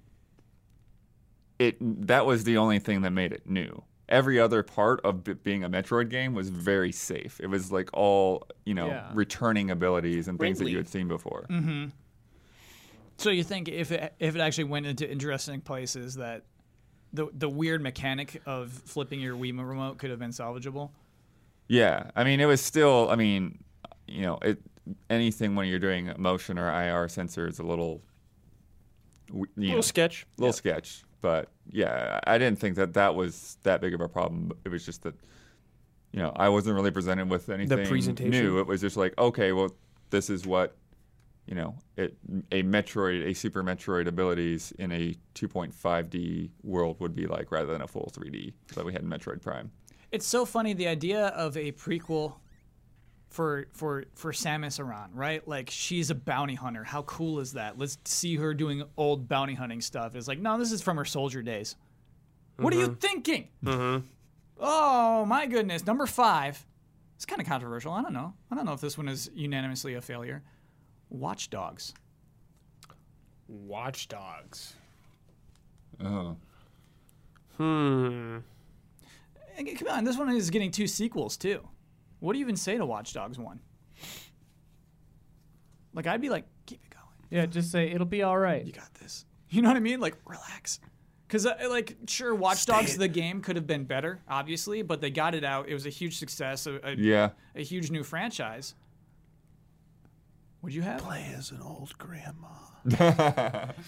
Speaker 3: it that was the only thing that made it new. Every other part of b- being a Metroid game was very safe. It was like all you know
Speaker 4: Yeah.
Speaker 3: returning abilities and things that
Speaker 5: Wrigley.
Speaker 3: you had seen before.
Speaker 1: So you think if it, if it actually went into interesting places that the the weird mechanic of flipping your Wii remote could have been salvageable?
Speaker 3: Yeah, I mean, it was still. I mean, you know, it anything when you're doing motion or IR sensor is a little, w- you know,
Speaker 6: Little sketch.
Speaker 3: little sketch. But yeah, I I didn't think that that was that big of a problem. It was just that, you know, I wasn't really presented with anything
Speaker 6: presentation.
Speaker 3: new. It was just like, okay, well, this is what, you know, it, a Metroid, a Super Metroid abilities in a 2.5D world would be like, rather than a full 3D that we had in Metroid Prime.
Speaker 1: It's so funny the idea of a prequel for for for Samus Aran, right? Like she's a bounty hunter. How cool is that? Let's see her doing old bounty hunting stuff. It's like, no, this is from her soldier days. What are you thinking? Oh my goodness, number five. It's kind of controversial. I don't know. I don't know if this one is unanimously a failure. Watch Dogs.
Speaker 6: Watch Dogs.
Speaker 3: Oh.
Speaker 6: Hmm.
Speaker 1: And Come on, this one is getting two sequels too. What do you even say to Watch Dogs one? Like I'd be like, keep it going.
Speaker 4: Yeah, just say it'll be all right.
Speaker 1: You got this. You know what I mean? Like relax. Because like sure, Watch Dogs the game could have been better, obviously, but they got it out. It was a huge success, a, a,
Speaker 3: Yeah.
Speaker 1: a huge new franchise. Would you have?
Speaker 2: Play as an old grandma.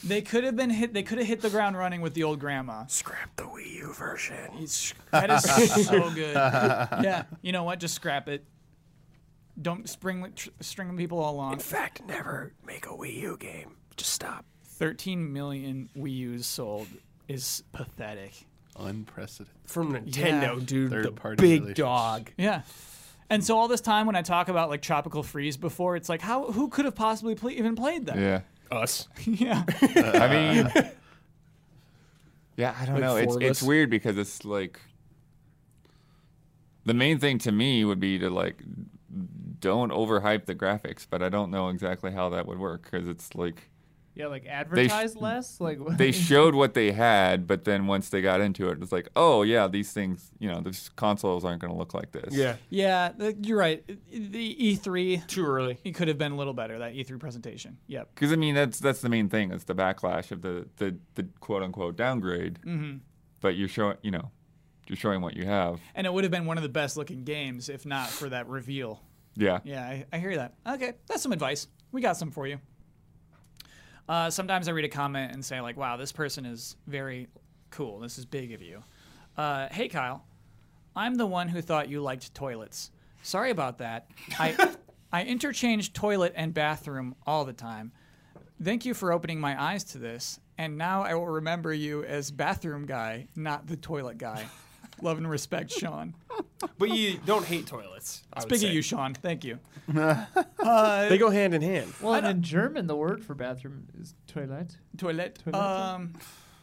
Speaker 1: They could have been hit. They could have hit the ground running with the old grandma.
Speaker 6: Scrap the Wii U version.
Speaker 1: He's- That is so good. Yeah, you know what? Just scrap it. Don't spring tr- string people along.
Speaker 6: fact, never make a Wii U game. Just stop.
Speaker 1: 13 million Wii U's sold is pathetic.
Speaker 2: Unprecedented.
Speaker 6: From Nintendo, dude,
Speaker 2: Third
Speaker 6: the
Speaker 2: party
Speaker 6: big
Speaker 2: relations.
Speaker 6: dog.
Speaker 1: Yeah. And so all this time when I talk about like Tropical Freeze before, it's like how who could have possibly pl- even played that?
Speaker 3: Yeah.
Speaker 6: Us.
Speaker 1: Yeah.
Speaker 3: I mean, yeah, I don't
Speaker 6: Like
Speaker 3: know. It's
Speaker 6: four of
Speaker 3: it's
Speaker 6: us?
Speaker 3: weird because it's like the main thing to me would be to like don't overhype the graphics, but I don't know exactly how that would work because it's like
Speaker 4: Yeah, like advertise less. Like
Speaker 3: they showed what they had, but then once they got into it, it's like, oh yeah, these things, you know, these consoles aren't going to look like this.
Speaker 6: Yeah.
Speaker 1: yeah, th- you're right. The E3
Speaker 6: Too early.
Speaker 1: it could have been a little better that E3 presentation. Yep.
Speaker 3: Because I mean, that's that's the main thing. It's the backlash of the the, the quote unquote downgrade. Mm-hmm. But you're showing, you know, you're showing what you have.
Speaker 1: And it would have been one of the best looking games if not for that reveal.
Speaker 3: Yeah.
Speaker 1: Yeah, I, I hear that. Okay, that's some advice. We got some for you. Uh, sometimes I read a comment and say, like, wow, this person is very cool. This is big of you. Uh, hey, Kyle, I'm the one who thought you liked toilets. Sorry about that. I, I interchange toilet and bathroom all the time. Thank you for opening my eyes to this. And now I will remember you as bathroom guy, not the toilet guy. Love and respect, Sean.
Speaker 6: But you don't hate toilets. I would
Speaker 1: Big of
Speaker 6: say.
Speaker 1: you, Sean. Thank you.
Speaker 6: They go hand in hand.
Speaker 4: well, and in German, the word for bathroom is toilet.
Speaker 1: toilet. Um,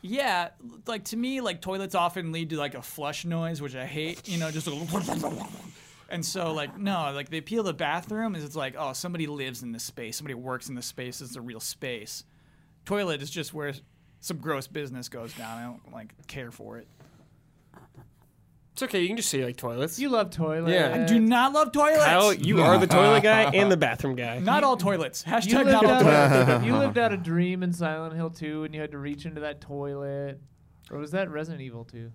Speaker 1: yeah, like to me, like toilets often lead to like a flush noise, which I hate. You know, just a and so like no, like the appeal of the bathroom is it's like oh somebody lives in this space, somebody works in this space, it's a real space. Toilet is just where some gross business goes down. I don't like care for it.
Speaker 6: It's okay. You can just say you like toilets.
Speaker 4: You love toilet.
Speaker 6: Yeah.
Speaker 1: Do not love toilets.
Speaker 6: Kyle, you are the toilet guy and the bathroom guy.
Speaker 1: not all toilets.
Speaker 4: You
Speaker 1: Hashtag
Speaker 4: lived,
Speaker 1: not all toilets.
Speaker 4: out, you lived out a dream in Silent Hill 2 and you had to reach into that toilet. Or was that Resident Evil 2?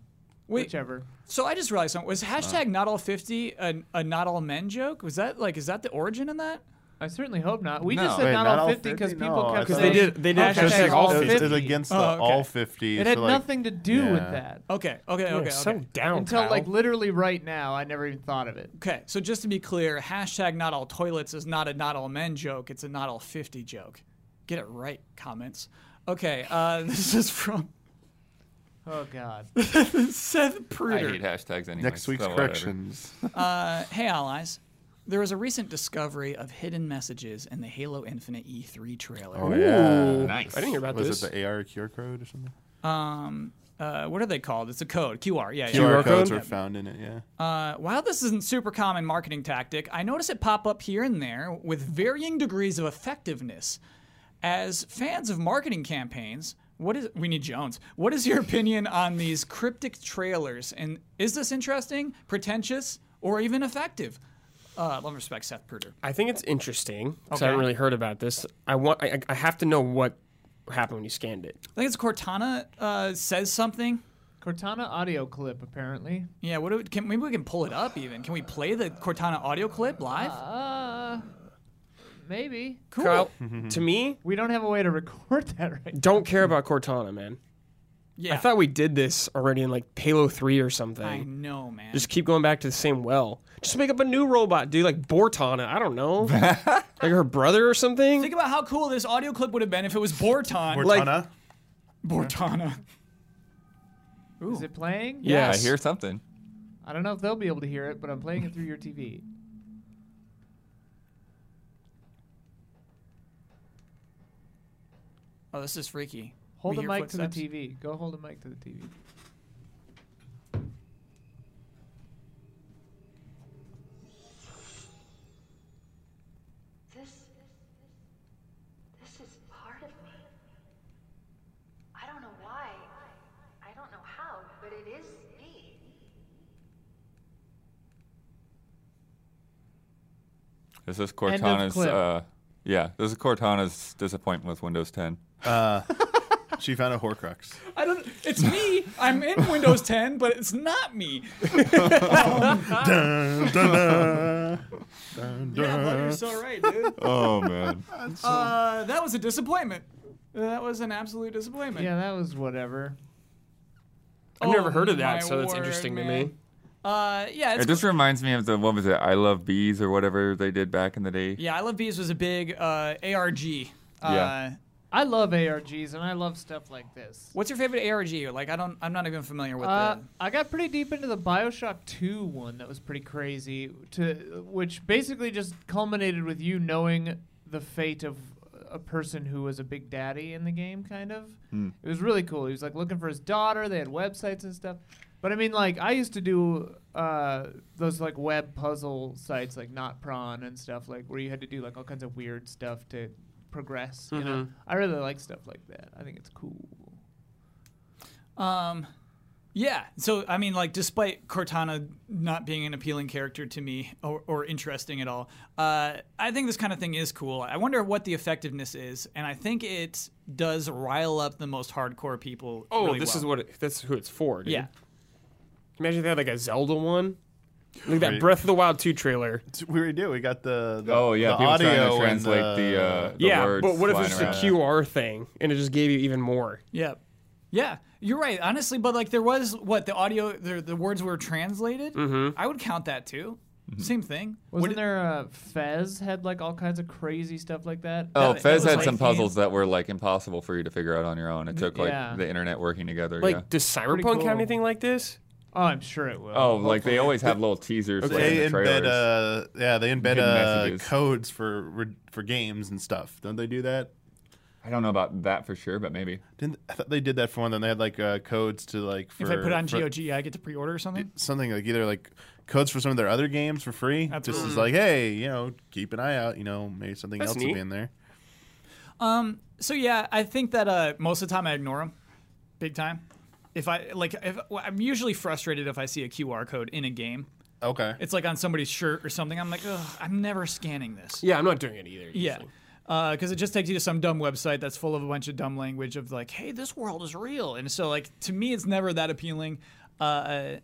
Speaker 1: Wait.
Speaker 4: Whichever.
Speaker 1: So I just realized something. Was hashtag not all fifty a, a not all men joke? Was that like is that the origin in that?
Speaker 4: I certainly hope not. We
Speaker 3: No.
Speaker 4: just said
Speaker 2: Wait,
Speaker 4: not,
Speaker 2: not
Speaker 4: all
Speaker 2: all
Speaker 4: 50 because
Speaker 2: 50?
Speaker 4: people
Speaker 2: No,
Speaker 4: kept
Speaker 2: I thought-
Speaker 4: saying
Speaker 6: They did- they did
Speaker 4: hashtag
Speaker 6: hashtag all
Speaker 4: all
Speaker 2: It
Speaker 6: 50.
Speaker 2: was-
Speaker 4: 50.
Speaker 2: It was against the
Speaker 1: Oh, okay.
Speaker 2: all 50.
Speaker 4: It had
Speaker 2: so, like,
Speaker 4: nothing to do with
Speaker 2: Yeah.
Speaker 4: that.
Speaker 1: Okay, okay, okay,
Speaker 6: You're
Speaker 1: okay.
Speaker 6: so down
Speaker 4: Until
Speaker 6: Kyle.
Speaker 4: like literally right now, I never even thought of it.
Speaker 1: Okay, so just to be clear, hashtag not all toilets is not a not all men joke. It's a not all 50 joke. Get it right, comments. Okay, uh, this is from
Speaker 4: Oh God.
Speaker 1: Seth
Speaker 3: I
Speaker 1: Pruder.
Speaker 3: hate hashtags anyway.
Speaker 2: Next week's
Speaker 3: so whatever.
Speaker 2: corrections.
Speaker 1: Uh, hey, allies. There was a recent discovery of hidden messages in the Halo Infinite E3 trailer.
Speaker 3: Oh. Nice.
Speaker 6: I didn't hear about
Speaker 2: Was
Speaker 6: this.
Speaker 2: it the AR QR code or something?
Speaker 1: Uh, what are they called? It's a code, QR. Yeah, yeah.
Speaker 2: QR,
Speaker 6: code?
Speaker 2: codes are found in it, yeah.
Speaker 1: Uh, while this isn't super common marketing tactic, I notice it pop up here and there with varying degrees of effectiveness. As fans of marketing campaigns, What is we need Jones? What is your opinion on these cryptic trailers? And is this interesting, pretentious, or even effective? Uh, love and respect, Seth Pruder.
Speaker 6: I think it's interesting because
Speaker 1: Okay.
Speaker 6: I haven't really heard about this. I want. I, I have to know what happened when you scanned it.
Speaker 1: I think it's Cortana uh, says something.
Speaker 4: Cortana audio clip apparently.
Speaker 1: Yeah, what do we, can, maybe we can pull it up even. Can we play the Cortana audio clip live?
Speaker 4: Uh, maybe
Speaker 1: Cool.
Speaker 6: Kyle, to me,
Speaker 4: we don't have a way to record that right. now.
Speaker 6: don't care about Cortana, man.
Speaker 1: yeah,
Speaker 6: I thought we did this already in like Halo Three or something.
Speaker 1: I know, man.
Speaker 6: Just keep going back to the same well. Just make up a new robot, dude, like Bortana. I don't know, like her brother or something.
Speaker 1: Think about how cool this audio clip would have been if it was Borton.
Speaker 6: Like-
Speaker 2: Cortana?
Speaker 1: Bortana.
Speaker 4: Is it playing?
Speaker 3: I
Speaker 6: yes.
Speaker 3: hear something.
Speaker 4: I don't know if they'll be able to hear it, but I'm playing it through your TV.
Speaker 1: Oh, this is freaky.
Speaker 4: Hold
Speaker 1: We
Speaker 4: the
Speaker 1: hear
Speaker 4: mic to the
Speaker 1: footsteps.
Speaker 4: TV. Go hold the mic to the TV.
Speaker 8: This, this is part of me. I don't know why. I don't know how, but it is me.
Speaker 3: This is
Speaker 4: of
Speaker 3: Cortana's.
Speaker 4: clip.
Speaker 3: Uh, yeah, this is Cortana's disappointment with Windows 10.
Speaker 2: She found a Horcrux.
Speaker 1: I don't. It's me. I'm in Windows 10, but it's not me. Yeah, but you're so right, dude.
Speaker 3: Oh man.
Speaker 1: Uh, that was a disappointment. That was an absolute disappointment.
Speaker 4: Yeah, that was whatever.
Speaker 6: I've
Speaker 1: Oh,
Speaker 6: never heard of
Speaker 1: my
Speaker 6: that, so that's
Speaker 1: word,
Speaker 6: interesting to
Speaker 1: man.
Speaker 6: me.
Speaker 1: Uh, yeah, it's
Speaker 3: It just reminds me of the what was it? I love bees or whatever they did back in the day.
Speaker 1: Yeah, I Love Bees was a big uh, ARG. Uh,
Speaker 3: Yeah.
Speaker 4: I love ARGs and I love stuff like this.
Speaker 1: what's your favorite ARG? Like, I don't, I'm not even familiar with
Speaker 4: Uh,
Speaker 1: the.
Speaker 4: I got pretty deep into the Bioshock 2 one that was pretty crazy, to which basically just culminated with you knowing the fate of a person who was a big daddy in the game, kind of. It was really cool. He was like looking for his daughter. They had websites and stuff. But I mean, like I used to do uh, those like web puzzle sites, like Not Prawn and stuff, like where you had to do like all kinds of weird stuff to progress. You know, I really like stuff like that. I think it's cool.
Speaker 1: Um, yeah. So I mean, like, despite Cortana not being an appealing character to me or, or interesting at all, uh, I think this kind of thing is cool. I wonder what the effectiveness is, and I think it does rile up the most hardcore people.
Speaker 6: Oh,
Speaker 1: really
Speaker 6: this
Speaker 1: well.
Speaker 6: is what. It, that's who it's for. Dude.
Speaker 1: Yeah.
Speaker 6: Imagine if they had like a Zelda one, like that Breath of the Wild two trailer.
Speaker 2: We already do. We got the, the
Speaker 3: Oh yeah,
Speaker 2: the
Speaker 3: people
Speaker 2: audio
Speaker 3: trying to
Speaker 2: and
Speaker 3: translate the, uh, the
Speaker 6: yeah,
Speaker 3: words
Speaker 6: but what if
Speaker 3: flying
Speaker 6: it's just a
Speaker 3: around.
Speaker 6: QR thing and it just gave you even more?
Speaker 1: Yeah. Yeah, you're right. Honestly, but like there was what the audio, the, the words were translated.
Speaker 6: Mm-hmm.
Speaker 1: I would count that too. Same thing.
Speaker 4: Wasn't there a Fez had like all kinds of crazy stuff like that?
Speaker 3: Oh,
Speaker 1: that
Speaker 3: Fez
Speaker 1: was
Speaker 3: had
Speaker 1: like
Speaker 3: some
Speaker 1: the game.
Speaker 3: puzzles that were like impossible for you to figure out on your own. It took like
Speaker 4: Yeah.
Speaker 3: the internet working together.
Speaker 6: Like,
Speaker 3: yeah.
Speaker 6: does Cyberpunk
Speaker 4: cool.
Speaker 6: have anything like this?
Speaker 4: Oh, I'm sure it will.
Speaker 3: Oh, like they always have little teasers like in
Speaker 2: They
Speaker 3: the trailers.
Speaker 2: embed, uh, yeah, they embed
Speaker 3: Hidden
Speaker 2: uh,
Speaker 3: messages.
Speaker 2: codes for for games and stuff. Don't they do that?
Speaker 3: I don't know about that for sure, but maybe.
Speaker 2: Didn't I thought they did that for one? Then they had like uh, codes to like for
Speaker 1: if I put on
Speaker 2: for
Speaker 1: GOG, I get to pre-order or something.
Speaker 2: something like either like codes for some of their other games for free.
Speaker 1: That's
Speaker 2: just
Speaker 1: cool.
Speaker 2: as like, hey, you know, keep an eye out. You know, maybe something
Speaker 6: That's
Speaker 2: else will
Speaker 6: neat.
Speaker 2: be in there.
Speaker 1: So yeah, I think that uh, most of the time I ignore them, big time. If I like, if, well, I'm usually frustrated if I see a QR code in a game.
Speaker 2: Okay.
Speaker 1: It's like on somebody's shirt or something. I'm like, Ugh, I'm never scanning this.
Speaker 6: Yeah, I'm not doing it either.
Speaker 1: Yeah.
Speaker 6: usually.
Speaker 1: Because it just takes you to some dumb website that's full of a bunch of dumb language of like, hey, this world is real. And so, like, to me, it's never that appealing. Uh,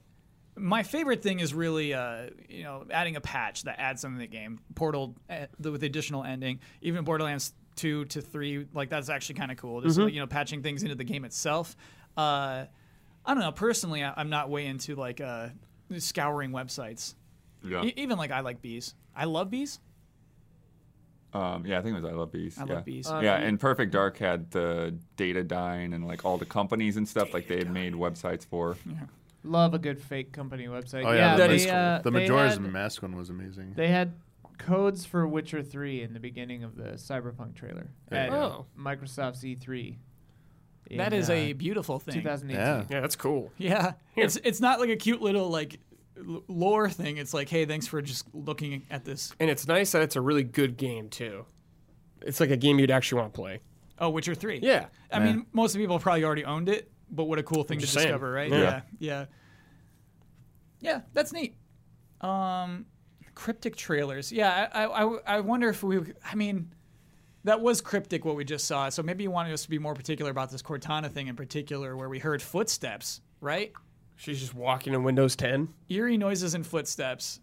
Speaker 1: my favorite thing is really, uh, you know, adding a patch that adds something to the game. Portal uh, the- with the additional ending, even Borderlands 2 to 3, like, that's actually kind of cool. Just, like, you know, patching things into the game itself. Uh, I don't know. Personally, I- I'm not way into, like, uh, scouring websites.
Speaker 3: Yeah.
Speaker 1: E- even, like, I like bees. I love bees.
Speaker 3: Um, yeah, I think it was I Love Bees.
Speaker 1: I
Speaker 3: yeah.
Speaker 1: love bees.
Speaker 3: yeah, and Perfect Dark had the Datadyne and like all the companies and stuff like they had made websites for.
Speaker 4: Love a good fake company website.
Speaker 2: Oh yeah,
Speaker 4: they,
Speaker 2: that is
Speaker 4: uh,
Speaker 2: cool. The
Speaker 4: they
Speaker 2: Majora's
Speaker 4: had,
Speaker 2: Mask one was amazing.
Speaker 4: They had codes for Witcher 3 in the beginning of the Cyberpunk trailer
Speaker 2: There
Speaker 4: at
Speaker 2: you
Speaker 6: go.
Speaker 4: Microsoft's E3. in,
Speaker 1: That is
Speaker 4: uh,
Speaker 1: a beautiful thing.
Speaker 4: 2018.
Speaker 2: yeah.
Speaker 6: yeah, that's cool.
Speaker 1: Yeah, it's it's not like a cute little like l- lore thing. It's like, hey, thanks for just looking at this.
Speaker 6: And it's nice that it's a really good game too. It's like a game you'd actually want to play.
Speaker 1: Oh, Witcher Three.
Speaker 6: Yeah.
Speaker 1: I mean, most people probably already owned it, but what a cool thing to
Speaker 6: just saying.
Speaker 1: discover, right?
Speaker 6: Yeah.
Speaker 1: yeah, yeah, Yeah, That's neat. Um, cryptic trailers. Yeah, I, I, I- I wonder if we. I mean, that was cryptic what we just saw. So maybe you wanted us to be more particular about this Cortana thing in particular, where we heard footsteps, right?
Speaker 6: She's just walking in Windows 10.
Speaker 1: Eerie noises and footsteps.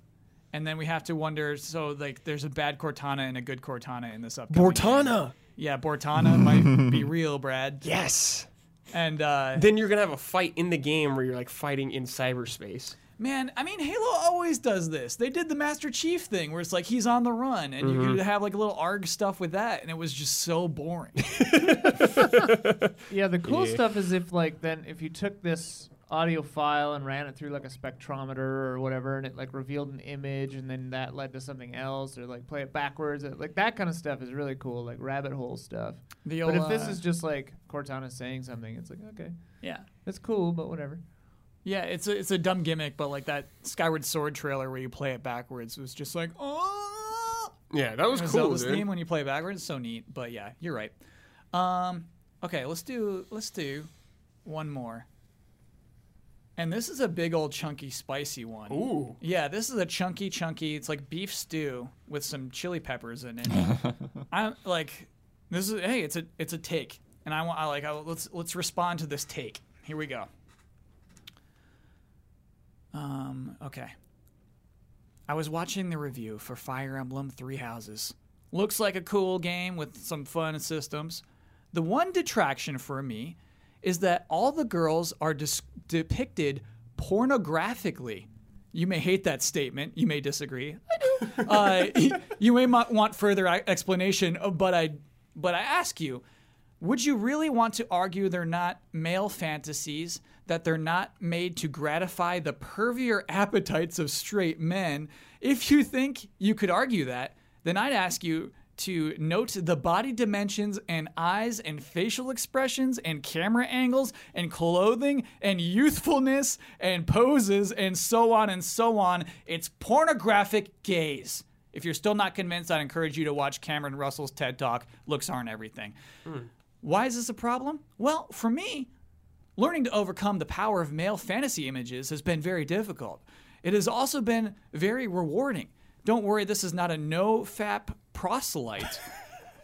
Speaker 1: And then we have to wonder. So, like, there's a bad Cortana and a good Cortana in this upcoming.
Speaker 6: Bortana.
Speaker 1: Yeah, Bortana might be real, Brad.
Speaker 6: Yes.
Speaker 1: And uh,
Speaker 6: Then you're gonna have a fight in the game where you're like fighting in cyberspace.
Speaker 1: Man, I mean, Halo always does this. They did the Master Chief thing where it's like he's on the run and
Speaker 4: Mm-hmm.
Speaker 1: you could have like little ARG stuff with that, and it was just so boring.
Speaker 4: Yeah, the cool stuff is if like then if you took this audio file and ran it through like a spectrometer or whatever, and it like revealed an image, and then that led to something else, or like play it backwards, it- like that kind of stuff is really cool, like rabbit hole stuff.
Speaker 1: The
Speaker 4: but
Speaker 1: old,
Speaker 4: if this
Speaker 1: uh,
Speaker 4: is just like Cortana saying something, it's like okay,
Speaker 1: yeah.
Speaker 4: that's cool, but whatever.
Speaker 1: Yeah, it's a, it's a dumb gimmick, but like that Skyward Sword trailer where you play it backwards was just like, oh!
Speaker 6: Yeah, that was
Speaker 1: It was
Speaker 6: cool,
Speaker 1: Zelda's
Speaker 6: dude.
Speaker 1: theme when you play it backwards. So neat, but yeah, you're right. Um, okay, let's do let's do one more. And this is a big old chunky spicy one.
Speaker 6: Ooh.
Speaker 1: Yeah, this is a chunky, chunky. It's like beef stew with some chili peppers in it. I'm like, this is hey, it's a it's a take, and I want I like I, let's let's respond to this take. Here we go. Um. Okay. I was watching the review for Fire Emblem Three Houses. Looks like a cool game with some fun systems. The one detraction for me is that all the girls are dis- depicted pornographically. You may hate that statement. You may disagree. I do. uh, you may not want further e- explanation, uh, but I, but I ask you, would you really want to argue they're not male fantasies, that they're not made to gratify the pervier appetites of straight men? If you think you could argue that, then I'd ask you to note the body dimensions and eyes and facial expressions and camera angles and clothing and youthfulness and poses and so on and so on. It's pornographic gaze. If you're still not convinced, I'd encourage you to watch Cameron Russell's TED Talk, Looks Aren't Everything. Why is this a problem? Well, for me, learning to overcome the power of male fantasy images has been very difficult. It has also been very rewarding. Don't worry, this is not a no fap proselyte.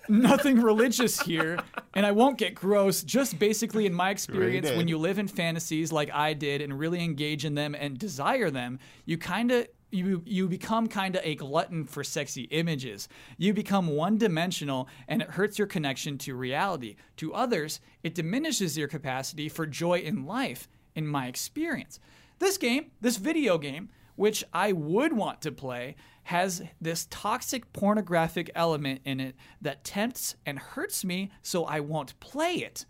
Speaker 1: Nothing religious here, and I won't get gross. Just basically, in my experience, when you live in fantasies like I did and really engage in them and desire them, you kind of you you become kind of a glutton for sexy images. You become one-dimensional and it hurts your connection to reality. To others, it diminishes your capacity for joy in life in my experience. This game, this video game, which I would want to play, has this toxic pornographic element in it that tempts and hurts me so I won't play it.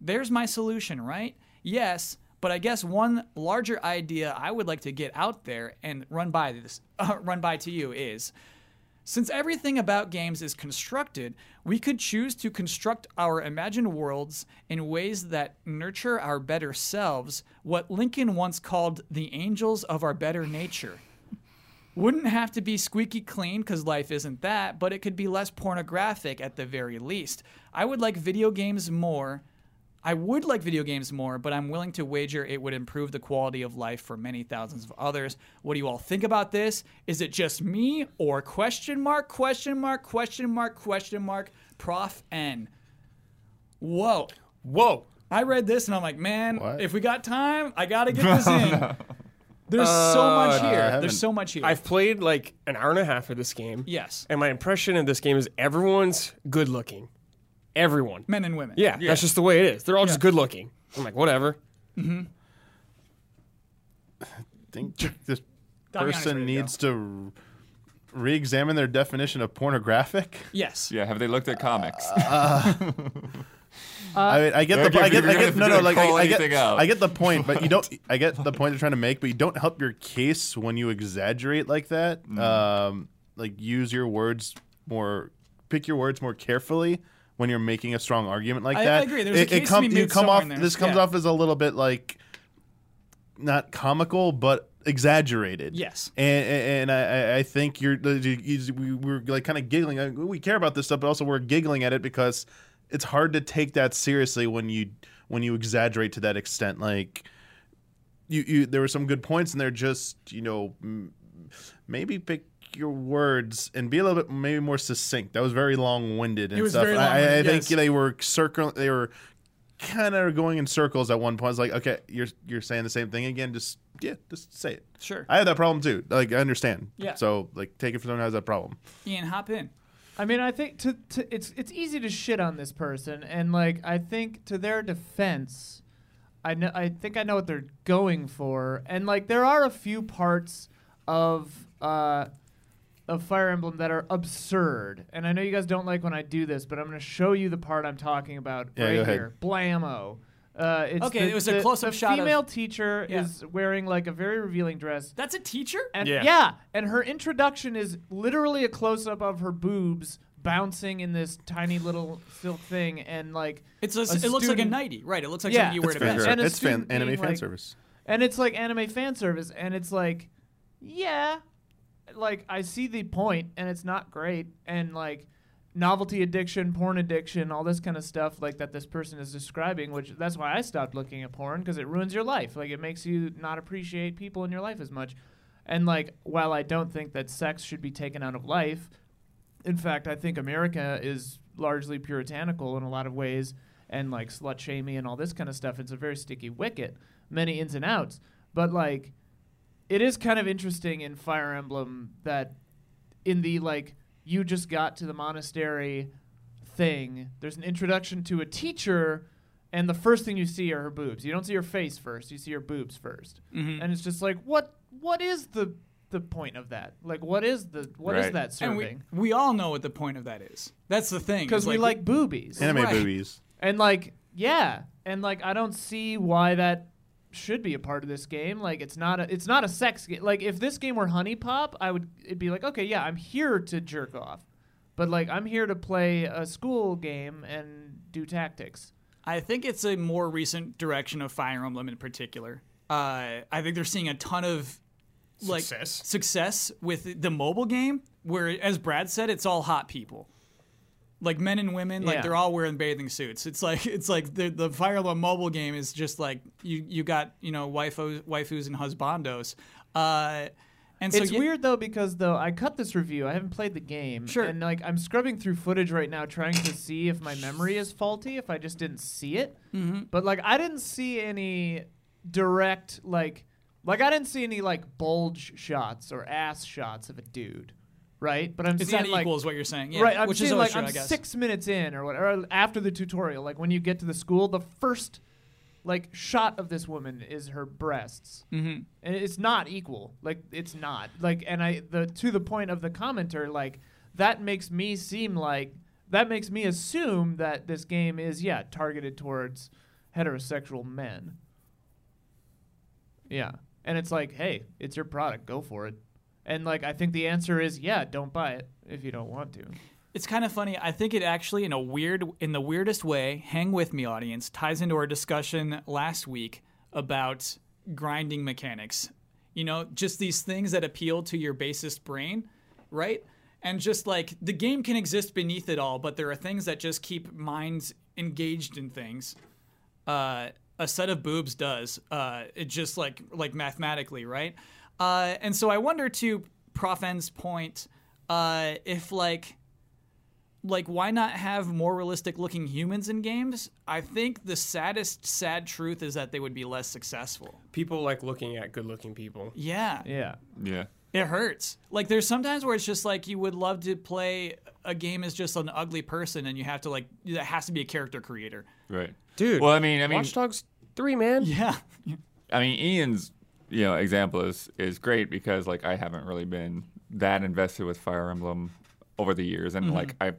Speaker 1: There's my solution, right? Yes, but I guess one larger idea I would like to get out there and run by this uh, run by to you is since everything about games is constructed, we could choose to construct our imagined worlds in ways that nurture our better selves, what Lincoln once called the angels of our better nature. Wouldn't have to be squeaky clean because life isn't that, but it could be less pornographic at the very least. I would like video games more. I would like video games more, but I'm willing to wager it would improve the quality of life for many thousands of others. What do you all think about this? Is it just me or question mark, question mark, question mark, question mark, Prof N? Whoa.
Speaker 6: Whoa.
Speaker 1: I read this and I'm like, man,
Speaker 2: What?
Speaker 1: if we got time, I gotta get this in. There's so much here.
Speaker 2: Uh, haven't-
Speaker 1: There's so much here.
Speaker 6: I've played like an hour and a half of this game.
Speaker 1: yes.
Speaker 6: And my impression of this game is everyone's good looking. Everyone.
Speaker 1: Men and women.
Speaker 6: Yeah, that's just the way it is. They're all just good looking. I'm like, whatever.
Speaker 2: think this
Speaker 1: Damiani's ready
Speaker 2: person
Speaker 1: to
Speaker 2: needs to re examine their definition of pornographic.
Speaker 1: Yes.
Speaker 3: Yeah, have they looked at comics?
Speaker 1: Uh,
Speaker 2: I mean, I get
Speaker 3: Okay,
Speaker 2: the I
Speaker 3: if you're
Speaker 2: get, I
Speaker 3: gonna-
Speaker 2: get
Speaker 3: if
Speaker 2: no no
Speaker 3: you're gonna
Speaker 2: like I,
Speaker 3: call
Speaker 2: I get
Speaker 3: anything out.
Speaker 2: I get the point, but you don't I get the point they're trying to make, but you don't help your case when you exaggerate like that.
Speaker 3: Mm-hmm.
Speaker 2: Um, like use your words more, pick your words more carefully when you're making a strong argument like
Speaker 1: I- I
Speaker 2: that.
Speaker 1: agree. There's a
Speaker 2: It- it
Speaker 1: case
Speaker 2: come-
Speaker 1: to be
Speaker 2: you
Speaker 1: made
Speaker 2: come
Speaker 1: somewhere
Speaker 2: off
Speaker 1: in there.
Speaker 2: this comes
Speaker 1: Yeah.
Speaker 2: off as a little bit like not comical, but exaggerated.
Speaker 1: Yes.
Speaker 2: and and, and I- I, I think you're the- the- you- we were like kind of giggling. like, We care about this stuff, but also we're giggling at it because it's hard to take that seriously when you when you exaggerate to that extent. Like you, you there were some good points, and they're just you know m- maybe pick your words and be a little bit maybe more succinct. That was very long winded and
Speaker 1: was
Speaker 2: stuff.
Speaker 1: very
Speaker 2: And I, I
Speaker 1: long-winded,
Speaker 2: think
Speaker 1: yes.
Speaker 2: they were circle they were kind of going in circles at one point. It's like, okay, you're you're saying the same thing again. Just yeah, just say it.
Speaker 1: Sure.
Speaker 2: I have that problem too. Like I understand.
Speaker 1: Yeah.
Speaker 2: So like take it from someone who has that problem.
Speaker 1: Ian, hop in.
Speaker 4: I mean, I think to, to it's it's easy to shit on this person, and like I think to their defense, I know I think I know what they're going for, and like there are a few parts of uh, of Fire Emblem that are absurd, and I know you guys don't like when I do this, but I'm gonna show you the part I'm talking about
Speaker 2: Yeah,
Speaker 4: right
Speaker 2: go ahead.
Speaker 4: here. Blammo. Uh, it's
Speaker 1: Okay,
Speaker 4: the-
Speaker 1: it was a
Speaker 4: the-
Speaker 1: close-up
Speaker 4: the
Speaker 1: shot of-
Speaker 4: Female teacher
Speaker 1: Yeah.
Speaker 4: is wearing like a very revealing dress,
Speaker 1: That's a teacher?
Speaker 4: and yeah.
Speaker 6: Yeah.
Speaker 4: and her introduction is literally a close up of her boobs bouncing in this tiny little silk thing, and like
Speaker 1: It's a, it looks like a
Speaker 4: student-
Speaker 1: nighty, right? It looks like
Speaker 4: Yeah.
Speaker 1: something you wear
Speaker 4: That's
Speaker 1: to
Speaker 4: fair.
Speaker 1: bed.
Speaker 4: And a
Speaker 2: it's fan,
Speaker 4: student
Speaker 2: anime
Speaker 4: being,
Speaker 2: fan
Speaker 4: like-
Speaker 2: service.
Speaker 4: and it's like anime fan service, and it's like, yeah, like I see the point, and it's not great, and like novelty addiction, porn addiction, all this kind of stuff like that this person is describing, which that's why I stopped looking at porn because it ruins your life. Like it makes you not appreciate people in your life as much. And like while I don't think that sex should be taken out of life, in fact, I think America is largely puritanical in a lot of ways and like slut shaming and all this kind of stuff. It's a very sticky wicket, many ins and outs. But like, it is kind of interesting in Fire Emblem that in the like, you just got to the monastery thing, there's an introduction to a teacher. And the first thing you see are her boobs. You don't see her face first. You see her boobs 1st and it's just like, what? What is the the point of that? Like, what is the what is
Speaker 3: Right.
Speaker 4: that
Speaker 1: And
Speaker 4: serving?
Speaker 1: we, we all know what the point of that is. That's the thing.
Speaker 4: because
Speaker 1: is
Speaker 4: we like boobies
Speaker 2: Anime
Speaker 1: Right.
Speaker 2: boobies.
Speaker 4: and like yeah and like i don't see why that should be a part of this game like it's not a it's not a sex game like if this game were honey pop i would it'd be like okay yeah i'm here to jerk off but like i'm here to play a school game and do tactics
Speaker 1: I think it's a more recent direction of Fire Emblem in particular. Uh, I think they're seeing a ton of like
Speaker 6: Success.
Speaker 1: success with the mobile game, where as Brad said, it's all hot people, like men and women,
Speaker 4: Yeah.
Speaker 1: like they're all wearing bathing suits. It's like it's like the the Fire Emblem mobile game is just like you you got you know waifus, waifus and husbandos. Uh, and so
Speaker 4: it's
Speaker 1: yeah-
Speaker 4: weird though because though I cut this review, I haven't played the game,
Speaker 1: Sure.
Speaker 4: and like I'm scrubbing through footage right now trying to see if my memory is faulty, if I just didn't see it.
Speaker 1: Mm-hmm.
Speaker 4: But like I didn't see any direct like like I didn't see any like bulge shots or ass shots of a dude, right? But I'm
Speaker 1: It's
Speaker 4: seeing
Speaker 1: not equal,
Speaker 4: like
Speaker 1: is what you're saying, yeah,
Speaker 4: right, I'm
Speaker 1: which
Speaker 4: seeing
Speaker 1: is always
Speaker 4: like
Speaker 1: true,
Speaker 4: I'm
Speaker 1: I guess.
Speaker 4: six minutes in or whatever or after the tutorial, like when you get to the school, the first like shot of this woman is her breasts mm-hmm. and it's not equal like it's not like and i the to the point of the commenter like that makes me seem like that makes me assume that this game is yeah targeted towards heterosexual men yeah and it's like hey it's your product go for it and like i think the answer is yeah don't buy it if you don't want to
Speaker 1: It's kind of funny. I think it actually, in a weird, in the weirdest way, hang with me, audience, ties into our discussion last week about grinding mechanics. You know, just these things that appeal to your basest brain, right? And just like the game can exist beneath it all, but there are things that just keep minds engaged in things. Uh, a set of boobs does. Uh, it just like like mathematically, right? Uh, and so I wonder to Prof N's point, uh, if like like why not have more realistic looking humans in games i think the saddest sad truth is that they would be less successful
Speaker 6: People like looking at good looking people.
Speaker 1: yeah
Speaker 4: yeah
Speaker 3: Yeah.
Speaker 1: it hurts like there's sometimes where it's just like you would love to play a game as just an ugly person and you have to like that has to be a character creator
Speaker 3: Right.
Speaker 6: Dude,
Speaker 3: Well, I mean, I mean,
Speaker 6: Watch Dogs 3, man.
Speaker 1: yeah
Speaker 3: I mean, Ian's you know example is is great because like I haven't really been that invested with Fire Emblem over the years, and like I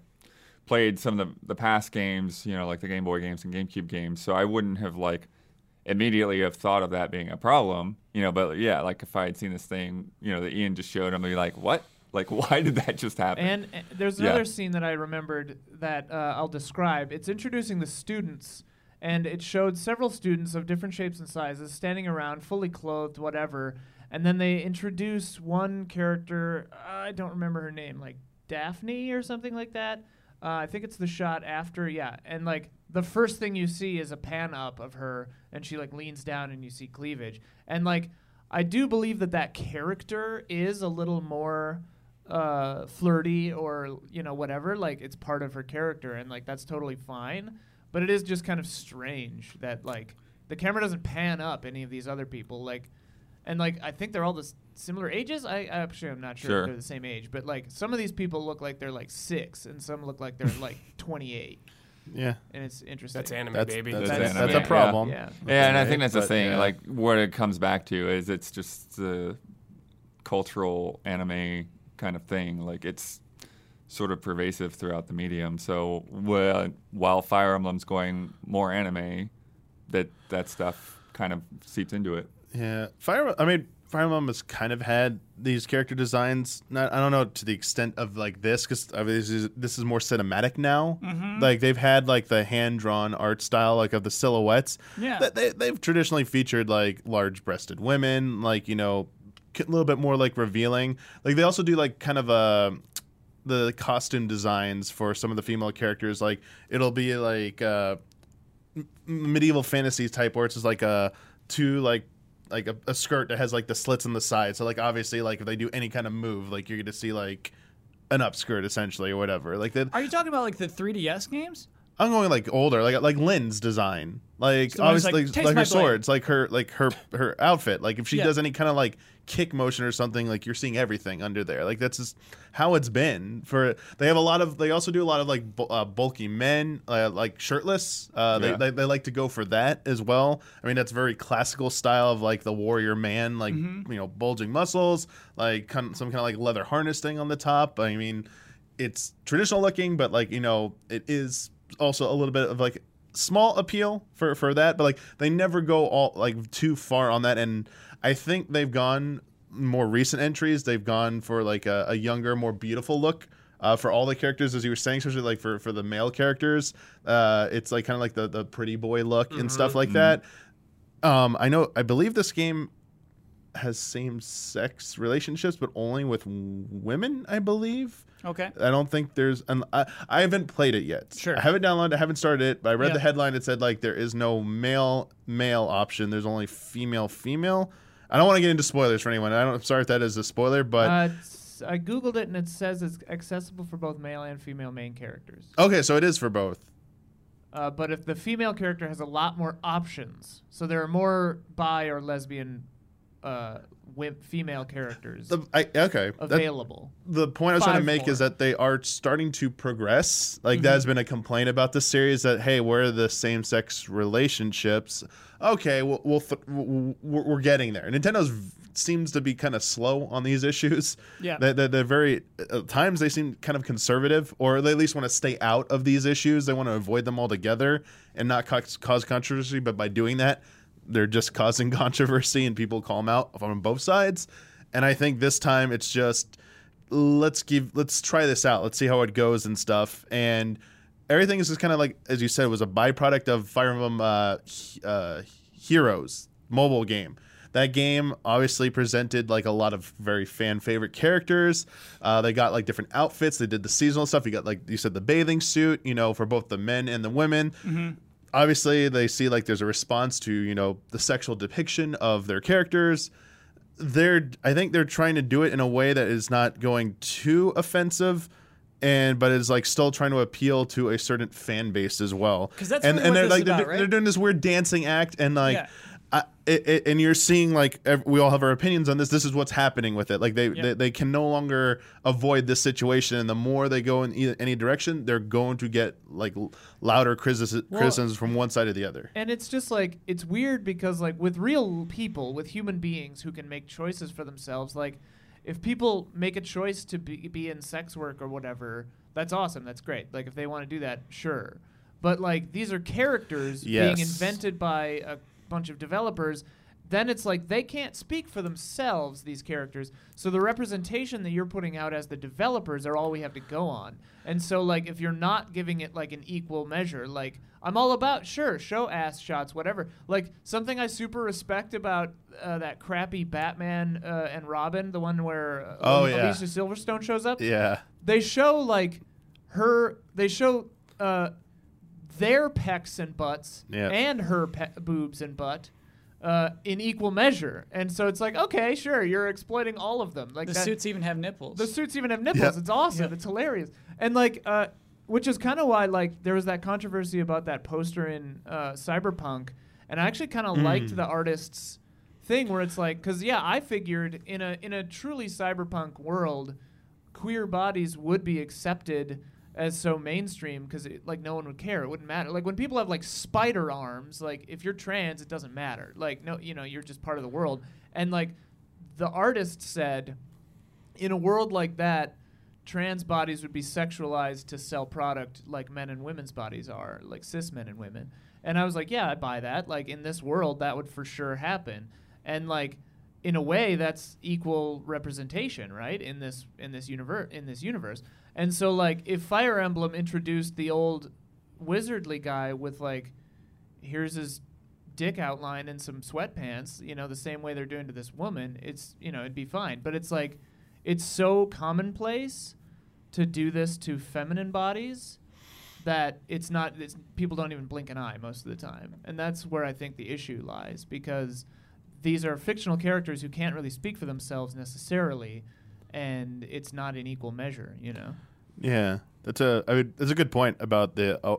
Speaker 3: played some of the the past games, you know, like the Game Boy games and GameCube games, so I wouldn't have like immediately have thought of that being a problem, you know. But yeah, like if I had seen this thing, you know, that Ian just showed, I'm gonna be like, what? Like, why did that just happen?
Speaker 4: And uh, there's
Speaker 3: Yeah.
Speaker 4: another scene that I remembered that uh, I'll describe. It's introducing the students, and it showed several students of different shapes and sizes standing around, fully clothed, whatever. And then they introduce one character. I don't remember her name, like Daphne or something like that. Uh, I think it's the shot after, yeah. And like the first thing you see is a pan up of her, and she like leans down, and you see cleavage. And like I do believe that that character is a little more uh, flirty or you know whatever. Like it's part of her character, and like that's totally fine. But it is just kind of strange that like the camera doesn't pan up any of these other people. Like and like I think they're all the s- similar ages. I I actually I'm not sure,
Speaker 3: Sure.
Speaker 4: if they're the same age, but like some of these people look like they're like six, and some look like they're like 28,
Speaker 2: Yeah,
Speaker 4: and it's interesting.
Speaker 6: That's anime,
Speaker 2: that's
Speaker 6: baby.
Speaker 2: That's,
Speaker 4: That's
Speaker 2: that's,
Speaker 4: anime,
Speaker 2: a
Speaker 4: yeah.
Speaker 2: problem.
Speaker 4: Yeah.
Speaker 3: Yeah, and I think that's the
Speaker 2: But,
Speaker 3: thing.
Speaker 2: yeah.
Speaker 3: Like, what it comes back to is it's just the cultural anime kind of thing. Like, it's sort of pervasive throughout the medium. So, wh- while Fire Emblem's going more anime, that that stuff kind of seeps into it.
Speaker 2: Yeah, Fire. I mean, Fire Emblem has kind of had these character designs. Not, I don't know to the extent of like this because this is this is more cinematic now. Like they've had like the hand drawn art style, like of the silhouettes.
Speaker 1: Yeah.
Speaker 2: That they, they've traditionally featured like large breasted women, like you know, a little bit more like revealing. Like they also do like kind of a the costume designs for some of the female characters. Like it'll be like. Uh, medieval fantasy type where it's just like a two like like a, a skirt that has like the slits on the side. So like obviously like if they do any kind of move, like you're gonna see like an upskirt essentially or whatever. Like that
Speaker 1: Are you talking about like the 3DS games?
Speaker 2: I'm going like older, like like Lynn's design. Like
Speaker 1: the one who's
Speaker 2: obviously
Speaker 1: like,
Speaker 2: like,
Speaker 1: "Taste
Speaker 2: like
Speaker 1: my
Speaker 2: her swords, like her like her her outfit. Like if she
Speaker 1: Yeah.
Speaker 2: does any kind of like kick motion or something, like you're seeing everything under there. Like that's just how it's been for they have a lot of they also do a lot of like bu- uh, bulky men uh, like shirtless. Uh, they,
Speaker 3: Yeah.
Speaker 2: they they like to go for that as well. I mean that's very classical style of like the warrior man, like
Speaker 1: Mm-hmm.
Speaker 2: you know bulging muscles, like kind some kind of like leather harness thing on the top. I mean it's traditional looking, but like you know, it is also a little bit of like small appeal for for that. But like they never go all like too far on that, and I think they've gone more recent entries. They've gone for like a, a younger, more beautiful look. Uh, for all the characters, as you were saying, especially like for, for the male characters, uh, it's like kind of like the, the pretty boy look and stuff like that. Um, I know, I believe this game has same sex relationships, but only with w- women, I believe.
Speaker 1: Okay.
Speaker 2: I don't think there's an. I, I haven't played it yet.
Speaker 1: Sure.
Speaker 2: I haven't downloaded. I haven't started it, but I read
Speaker 1: Yeah.
Speaker 2: the headline. It said like there is no male male option. There's only female female. I don't want to get into spoilers for anyone. I don't. I'm sorry if that is a spoiler, but
Speaker 4: Uh, it's- I googled it and it says it's accessible for both male and female main characters.
Speaker 2: okay, so it is for both.
Speaker 4: Uh, but if the female character has a lot more options, so there are more bi or lesbian uh, wimp female characters
Speaker 2: The, I, okay. That,
Speaker 4: available.
Speaker 2: the point I was trying to
Speaker 4: Five
Speaker 2: make
Speaker 4: more. Mm-hmm.
Speaker 2: is that they are starting to progress. Like that has been a complaint about the series that hey, where are the same-sex relationships? Okay, we'll, we'll th- w- w- we're getting there. Nintendo's v- seems to be kind of slow on these issues.
Speaker 1: Yeah.
Speaker 2: they, they, they're very at times they seem kind of conservative, or they at least want to stay out of these issues. They want to avoid them altogether and not cause, cause controversy. But by doing that, they're just causing controversy, and people call them out on both sides. And I think this time it's just let's give let's try this out let's see how it goes and stuff and everything is just kind of like as you said was a byproduct of fire emblem uh, He- uh, heroes mobile game that game obviously presented like a lot of very fan favorite characters uh, they got like different outfits they did the seasonal stuff you got like you said the bathing suit you know for both the men and the women obviously they see like there's a response to you know the sexual depiction of their characters they're I think they're trying to do it in a way that is not going too offensive and but is like still trying to appeal to a certain fan base as well.
Speaker 1: 'Cause that's
Speaker 2: and
Speaker 1: really what
Speaker 2: and they're
Speaker 1: this
Speaker 2: like
Speaker 1: is
Speaker 2: they're,
Speaker 1: about,
Speaker 2: do-
Speaker 1: right?
Speaker 2: they're doing this weird dancing act and like
Speaker 1: Yeah.
Speaker 2: I, it, it, and you're seeing like ev- we all have our opinions on this. This is what's happening with it. Like they, they they can no longer avoid this situation, and the more they go in e- any direction, they're going to get like l- louder criticisms criticisms from one side or the other.
Speaker 4: And it's just like it's weird because like with real people, with human beings who can make choices for themselves, like if people make a choice to be, be in sex work or whatever, that's awesome. That's great. Like if they want to do that, sure. But like these are characters
Speaker 2: Yes.
Speaker 4: being invented by a bunch of developers, then it's like they can't speak for themselves these characters. So the representation that you're putting out as the developers are all we have to go on. And so like if you're not giving it like an equal measure, like I'm all about sure show ass shots, whatever. Like something I super respect about uh, that crappy Batman uh, and Robin, the one where uh,
Speaker 2: Oh,
Speaker 4: Alicia
Speaker 2: yeah.
Speaker 4: Silverstone shows up.
Speaker 2: Yeah,
Speaker 4: They show like her they show uh, their pecs and butts
Speaker 2: Yeah.
Speaker 4: and her pe- boobs and butt uh, in equal measure, and so it's like okay, sure, you're exploiting all of them. Like
Speaker 1: The
Speaker 4: that-
Speaker 1: suits even have nipples.
Speaker 4: the suits even have nipples.
Speaker 2: Yeah.
Speaker 4: It's awesome. It's hilarious. And like, uh, which is kind of why like there was that controversy about that poster in uh, Cyberpunk, and I actually kind of liked the artist's thing where it's like, because yeah, I figured in a in a truly cyberpunk world, queer bodies would be accepted as so mainstream because like no one would care it wouldn't matter like when people have like spider arms like if you're trans it doesn't matter like no you know you're just part of the world and like the artist said in a world like that, trans bodies would be sexualized to sell product like men and women's bodies are, like cis men and women. And I was like, yeah, I buy that. Like in this world, that would for sure happen. And like in a way, that's equal representation, right? In this in this universe in this universe. And so like if Fire Emblem introduced the old wizardly guy with like here's his dick outline and some sweatpants, you know, the same way they're doing to this woman, it's, you know, it'd be fine. But it's like, it's so commonplace to do this to feminine bodies that it's not, it's, people don't even blink an eye most of the time. And that's where I think the issue lies because these are fictional characters who can't really speak for themselves necessarily. And it's not in equal measure, you know?
Speaker 2: Yeah, that's a I mean, that's a good point about the uh,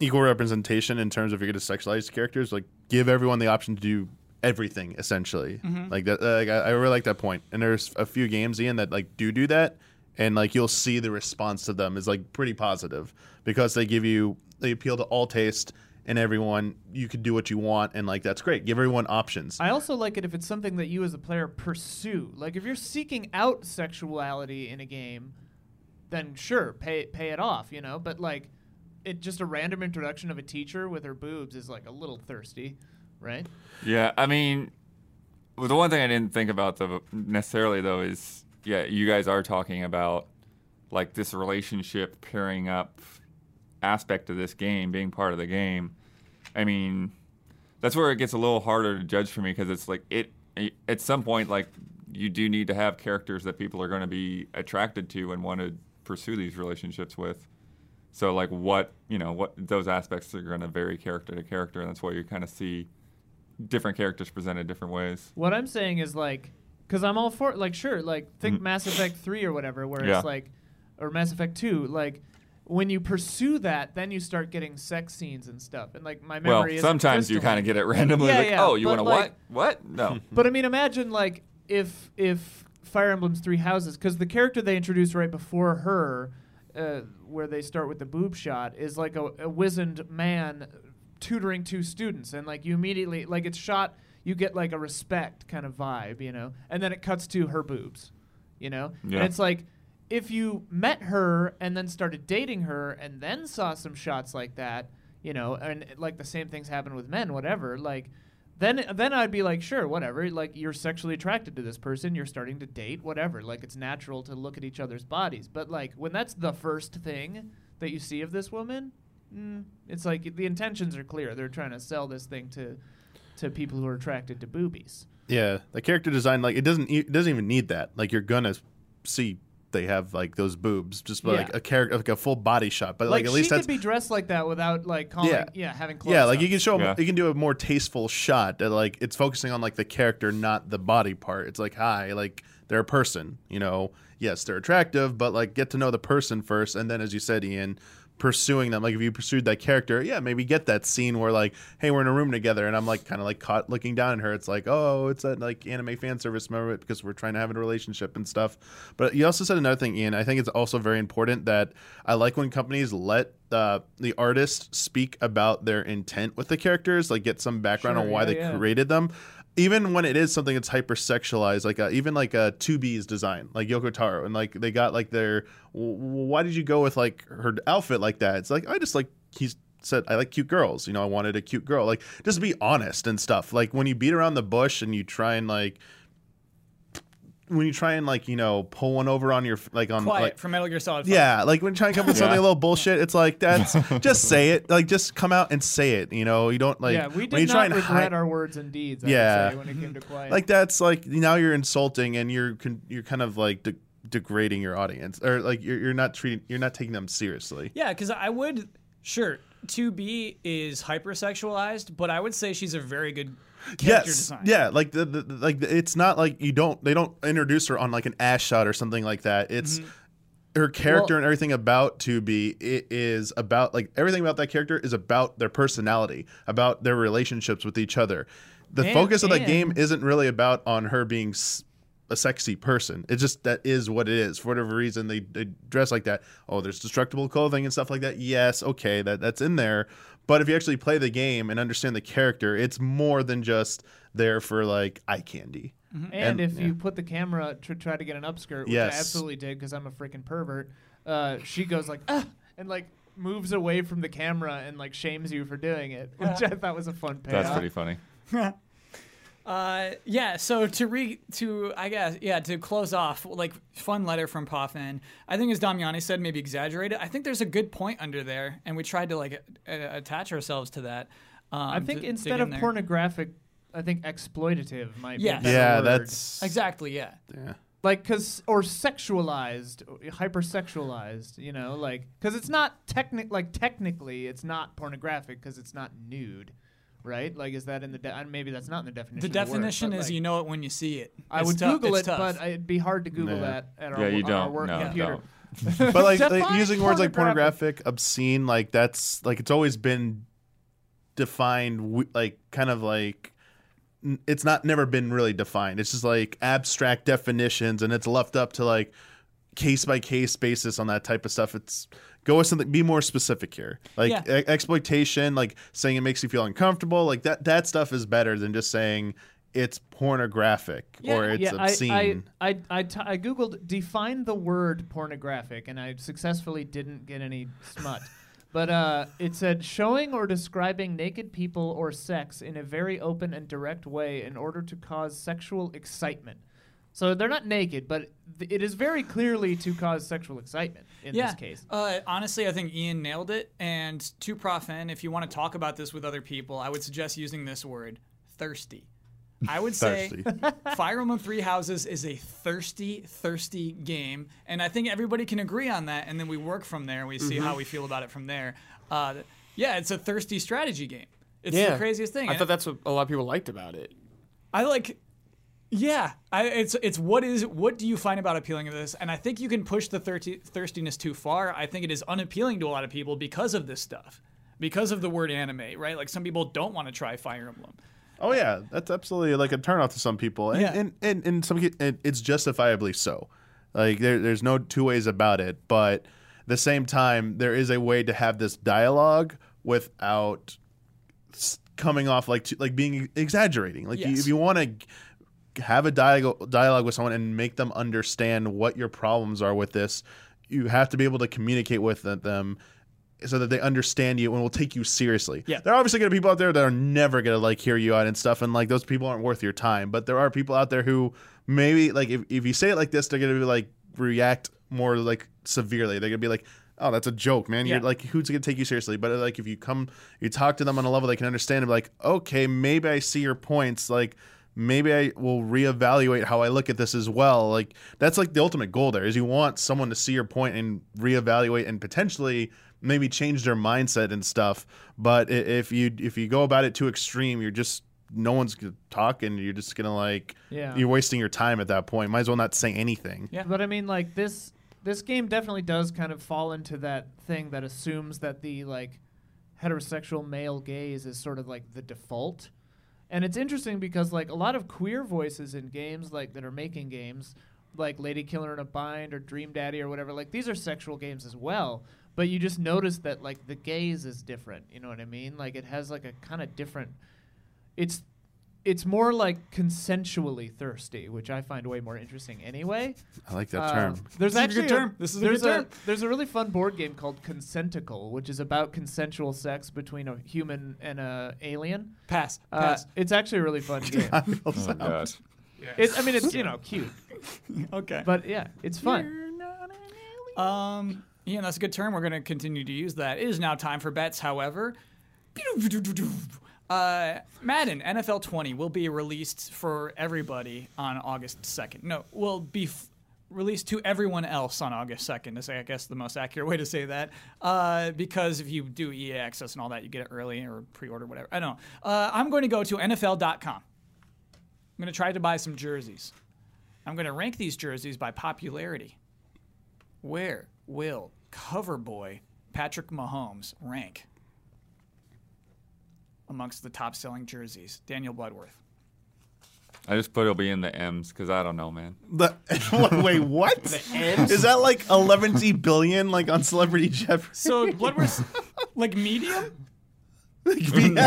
Speaker 2: equal representation in terms of you're going to sexualize characters. Like, give everyone the option to do everything essentially. Like that. Like I, I really like that point. And there's a few games Ian that like do do that, and like you'll see the response to them is like pretty positive because they give you they appeal to all taste and everyone. You can do what you want, and like that's great. Give everyone options.
Speaker 4: I also like it if it's something that you as a player pursue. Like if you're seeking out sexuality in a game, then sure, pay pay it off, you know. But like, it just a random introduction of a teacher with her boobs is like a little thirsty, right?
Speaker 3: Yeah, I mean, well, the one thing I didn't think about the, necessarily though is yeah, you guys are talking about like this relationship pairing up aspect of this game being part of the game. I mean, that's where it gets a little harder to judge for me because it's like it at some point like you do need to have characters that people are going to be attracted to and want to pursue these relationships with. So like what you know what those aspects are going to vary character to character, and that's why you kind of see different characters presented different ways.
Speaker 4: What I'm saying is like, because I'm all for like, sure, like think Mass Effect three or whatever, where
Speaker 3: Mm-hmm. Yeah.
Speaker 4: it's like, or Mass Effect two, like. When you pursue that, then you start getting sex scenes and stuff. And like my memory
Speaker 3: well,
Speaker 4: is
Speaker 3: sometimes you kind of get it randomly,
Speaker 4: Yeah,
Speaker 3: like,
Speaker 4: yeah,
Speaker 3: oh, you
Speaker 4: but
Speaker 3: want to
Speaker 4: like-
Speaker 3: what? What? No.
Speaker 4: But I mean, imagine like if if Fire Emblem's Three Houses, because the character they introduce right before her, uh, where they start with the boob shot, is like a, a wizened man tutoring two students, and like you immediately like it's shot, you get like a respect kind of vibe, you know, and then it cuts to her boobs, you know,
Speaker 3: Yeah.
Speaker 4: and it's like. If you met her and then started dating her and then saw some shots like that, you know, and like the same things happen with men, whatever, like then then I'd be like, sure, whatever. Like you're sexually attracted to this person, you're starting to date, whatever. Like it's natural to look at each other's bodies. But like when that's the first thing that you see of this woman, mm, it's like the intentions are clear. They're trying to sell this thing to to people who are attracted to boobies.
Speaker 2: Yeah, the character design like it doesn't e- it doesn't even need that. Like you're gonna see they have like those boobs, just by,
Speaker 4: Yeah.
Speaker 2: like a character like a full body shot. But like,
Speaker 4: Like,
Speaker 2: at least
Speaker 4: she
Speaker 2: that's
Speaker 4: could be dressed like that without like calling
Speaker 2: Yeah.
Speaker 4: yeah, having clothes.
Speaker 2: yeah. Like
Speaker 4: on.
Speaker 2: you can show
Speaker 3: Yeah.
Speaker 2: you can do a more tasteful shot that like it's focusing on like the character, not the body part. It's like hi, like they're a person. You know, yes, they're attractive, but like get to know the person first, and then as you said, Ian. Pursuing them, like if you pursued that character, yeah, maybe get that scene where like, hey, we're in a room together, and I'm like kind of like caught looking down at her. It's like, oh, it's that like anime fan service moment because we're trying to have a relationship and stuff. But you also said another thing, Ian. I think it's also very important that I like when companies let uh, the artist speak about their intent with the characters, like get some background on
Speaker 4: Sure,
Speaker 2: why
Speaker 4: yeah,
Speaker 2: they
Speaker 4: yeah.
Speaker 2: created them. Even when it is something that's hypersexualized, like uh, even like a Two B's design, like Yoko Taro, and like they got like their, w- w- why did you go with like her outfit like that? It's like I just like he's said I like cute girls. You know, I wanted a cute girl. Like just be honest and stuff. Like when you beat around the bush and you try and like when you try and like you know pull one over on your like on
Speaker 1: Quiet
Speaker 2: like
Speaker 1: from Metal Gear Solid. five.
Speaker 2: yeah like when you try and come up with something a little bullshit it's like that's just say it like just come out and say it you know you don't like
Speaker 4: yeah, we
Speaker 2: when you
Speaker 4: did
Speaker 2: try
Speaker 4: not
Speaker 2: and
Speaker 4: regret
Speaker 2: hide
Speaker 4: our words and deeds. I would
Speaker 2: Yeah.
Speaker 4: say, when it came to quiet.
Speaker 2: like that's like now you're insulting and you're con- you're kind of like de- degrading your audience or like you're, you're not treating you're not taking them seriously.
Speaker 1: Yeah, because I would sure. 2B is hypersexualized, but I would say she's a very good character
Speaker 2: Yes.
Speaker 1: design.
Speaker 2: Yeah. Like the, the the- like the, it's not like you don't they don't introduce her on like an ass shot or something like that. It's
Speaker 1: Mm-hmm.
Speaker 2: her character and everything about to be it is about like everything about that character is about their personality, about their relationships with each other. The
Speaker 1: And-
Speaker 2: focus of that
Speaker 1: and-
Speaker 2: game isn't really about on her being s- a sexy person. It's just that is what it is. For whatever reason, they, they dress like that. Oh, there's destructible clothing and stuff like that. Yes, okay, that that's in there. But if you actually play the game and understand the character, it's more than just there for like eye candy.
Speaker 4: And,
Speaker 2: And-
Speaker 4: if
Speaker 2: yeah.
Speaker 4: you put the camera to try to get an upskirt, which I
Speaker 2: Yes.
Speaker 4: absolutely did because I'm a freaking pervert, uh, she goes like, ah, and like moves away from the camera and like shames you for doing it, which I thought was a fun payoff.
Speaker 3: That's pretty funny.
Speaker 1: Uh, yeah. So to re to I guess yeah to close off like fun letter from Poffin. I think as Damiani said, maybe exaggerated. I think there's a good point under there, and we tried to like a- attach ourselves to that. Um,
Speaker 4: I think
Speaker 1: to dig
Speaker 4: instead
Speaker 1: in
Speaker 4: of
Speaker 1: there.
Speaker 4: pornographic, I think exploitative might
Speaker 1: Yes.
Speaker 4: be a better
Speaker 2: yeah,
Speaker 4: word.
Speaker 2: that's
Speaker 1: exactly yeah.
Speaker 2: yeah.
Speaker 4: like because or sexualized or hypersexualized you know like because it's not technic like technically it's not pornographic because it's not nude right like is that in the de- uh, maybe that's not in the definition
Speaker 1: The
Speaker 4: of word,
Speaker 1: definition
Speaker 4: but,
Speaker 1: is
Speaker 4: like,
Speaker 1: you know it when you see it.
Speaker 4: i
Speaker 1: It's
Speaker 4: would
Speaker 1: tou-
Speaker 4: google it
Speaker 1: it's tough.
Speaker 4: but it'd be hard to google
Speaker 2: Nah.
Speaker 4: that at our,
Speaker 3: Yeah, you
Speaker 4: on our
Speaker 3: don't.
Speaker 4: work
Speaker 3: No,
Speaker 4: computer
Speaker 3: don't.
Speaker 2: But like,
Speaker 4: Define
Speaker 2: like using words like
Speaker 4: pornographic.
Speaker 2: pornographic, obscene, like that's like it's always been defined w- like kind of like n- it's not never been really defined. It's just like abstract definitions, and it's left up to like case by case basis on that type of stuff. It's go with something be more specific here like
Speaker 1: Yeah.
Speaker 2: e- exploitation like saying it makes you feel uncomfortable like that that stuff is better than just saying it's pornographic or it's
Speaker 4: yeah,
Speaker 2: obscene
Speaker 4: I, I, I, I, t- I googled define the word pornographic, and I successfully didn't get any smut. But uh, it said showing or describing naked people or sex in a very open and direct way in order to cause sexual excitement. So they're not naked, but th- it is very clearly to cause sexual excitement in
Speaker 1: yeah.
Speaker 4: this case.
Speaker 1: Uh, honestly, I think Ian nailed it. And to Prof N, if you want to talk about this with other people, I would suggest using this word thirsty. I would say
Speaker 2: Thirsty.
Speaker 1: Fire Emblem Three Houses is a thirsty, thirsty game. And I think everybody can agree on that. And then we work from there. We see how we feel about it from there. Uh, yeah, it's a thirsty strategy game. It's the craziest thing.
Speaker 6: I
Speaker 1: And
Speaker 6: thought that's what a lot of people liked about it.
Speaker 1: I like yeah, I, it's it's what is what do you find about appealing of this? And I think you can push the thirty, thirstiness too far. I think it is unappealing to a lot of people because of this stuff, because of the word anime, right? Like some people don't want to try Fire Emblem.
Speaker 2: Oh yeah, that's absolutely like a turnoff to some people, and
Speaker 1: Yeah.
Speaker 2: and, and, and some ca- and it's justifiably so. Like there, there's no two ways about it. But at the same time, there is a way to have this dialogue without s- coming off like to, like being exaggerating. Like you,
Speaker 1: Yes.
Speaker 2: if you want to have a dialogue dialogue with someone and make them understand what your problems are with this, you have to be able to communicate with them so that they understand you and will take you seriously.
Speaker 1: Yeah.
Speaker 2: There are obviously going to be people out there that are never going to like hear you out and stuff. And like those people aren't worth your time. But there are people out there who maybe like if, if you say it like this, they're going to be like react more like severely. They're going to be like, oh, that's a joke, man. You're
Speaker 1: Yeah.
Speaker 2: like, who's going to take you seriously? But like if you come, you talk to them on a level they can understand and be like, okay, maybe I see your points. Like, Maybe I will reevaluate how I look at this as well. Like that's like the ultimate goal. There is you want someone to see your point and reevaluate and potentially maybe change their mindset and stuff. But i- if you if you go about it too extreme, you're just no one's gonna talk, and you're just gonna like
Speaker 4: Yeah.
Speaker 2: you're wasting your time at that point. Might as well not say anything.
Speaker 1: Yeah.
Speaker 4: But I mean, like this this game definitely does kind of fall into that thing that assumes that the like heterosexual male gaze is sort of like the default. And it's interesting because like a lot of queer voices in games like that are making games like Lady Killer in a Bind or Dream Daddy or whatever, like these are sexual games as well. But you just notice that like the gaze is different, you know what I mean? Like it has like a kind of different it's it's more like consensually thirsty, which I find way more interesting anyway.
Speaker 2: I like that
Speaker 4: Uh,
Speaker 2: term.
Speaker 4: There's
Speaker 1: This is a
Speaker 4: actually
Speaker 1: good term. This is a
Speaker 4: there's
Speaker 1: good term.
Speaker 4: There's a really fun board game called Consentical, which is about consensual sex between a human and a alien.
Speaker 1: Pass,
Speaker 4: Uh,
Speaker 1: pass.
Speaker 4: it's actually a really fun game.
Speaker 3: Oh, God.
Speaker 4: It's, I mean, it's you know cute,
Speaker 1: okay.
Speaker 4: but yeah, it's fun.
Speaker 1: Um, yeah, that's a good term. We're going to continue to use that. It is now time for bets, however. Uh, Madden NFL 20 will be released for everybody on August 2nd. No, will be f- released to everyone else on August 2nd, is I guess the most accurate way to say that. Uh, because if you do EA Access and all that, you get it early or pre order, whatever. I don't know. Uh, I'm going to go to NFL.com. I'm going to try to buy some jerseys. I'm going to rank these jerseys by popularity. Where will cover boy Patrick Mahomes rank amongst the top selling jerseys? Daniel Bloodworth.
Speaker 3: I just put it'll be in the M's because I don't know, man.
Speaker 2: The, wait, what? Is that like 11 billion like on Celebrity Jeopardy?
Speaker 1: So Bloodworth's like medium?
Speaker 2: yeah,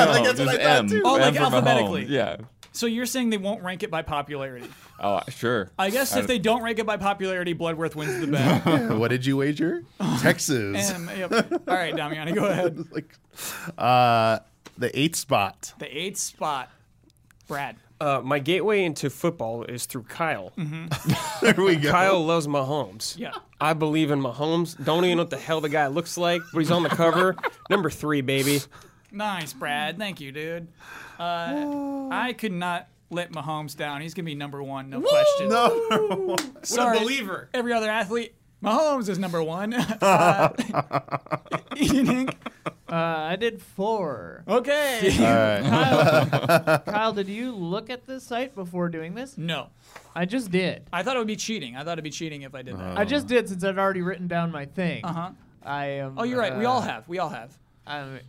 Speaker 2: like, that's what I
Speaker 3: just
Speaker 2: thought
Speaker 3: M.
Speaker 2: too.
Speaker 1: Oh,
Speaker 3: M
Speaker 1: like
Speaker 3: for Mahomes.
Speaker 1: alphabetically.
Speaker 3: Yeah.
Speaker 1: So you're saying they won't rank it by popularity?
Speaker 3: Oh, sure.
Speaker 1: I guess if they don't rank it by popularity, Bloodworth wins the bet.
Speaker 4: Oh.
Speaker 2: What did you wager? Texas.
Speaker 1: and, yep. All right, Damiani, go ahead.
Speaker 2: like, uh, the eighth spot.
Speaker 1: The eighth spot, Brad.
Speaker 6: Uh, my gateway into football is through Kyle.
Speaker 2: There we go.
Speaker 6: Kyle loves Mahomes.
Speaker 1: Mm-hmm. Yeah.
Speaker 6: I believe in Mahomes. Don't even know what the hell the guy looks like, but he's on the cover. Number three, baby.
Speaker 1: Nice, Brad. Thank you, dude. Uh, I could not let Mahomes down. He's gonna be number one, no question.
Speaker 2: No.
Speaker 1: Sorry,
Speaker 5: believer.
Speaker 1: Every other athlete, Mahomes is number one. uh, Ian Hink.
Speaker 4: Uh, I did four.
Speaker 1: Okay.
Speaker 2: All right.
Speaker 4: Kyle, did you look at this site before doing this?
Speaker 1: No,
Speaker 4: I just did.
Speaker 1: I thought it would be cheating. I thought it'd be cheating if I did
Speaker 2: Uh,
Speaker 1: that.
Speaker 4: I just did since I'd already written down my thing.
Speaker 1: Uh huh.
Speaker 4: I am.
Speaker 1: Oh, you're right. We all
Speaker 4: uh,
Speaker 1: have. We all have.
Speaker 4: I'm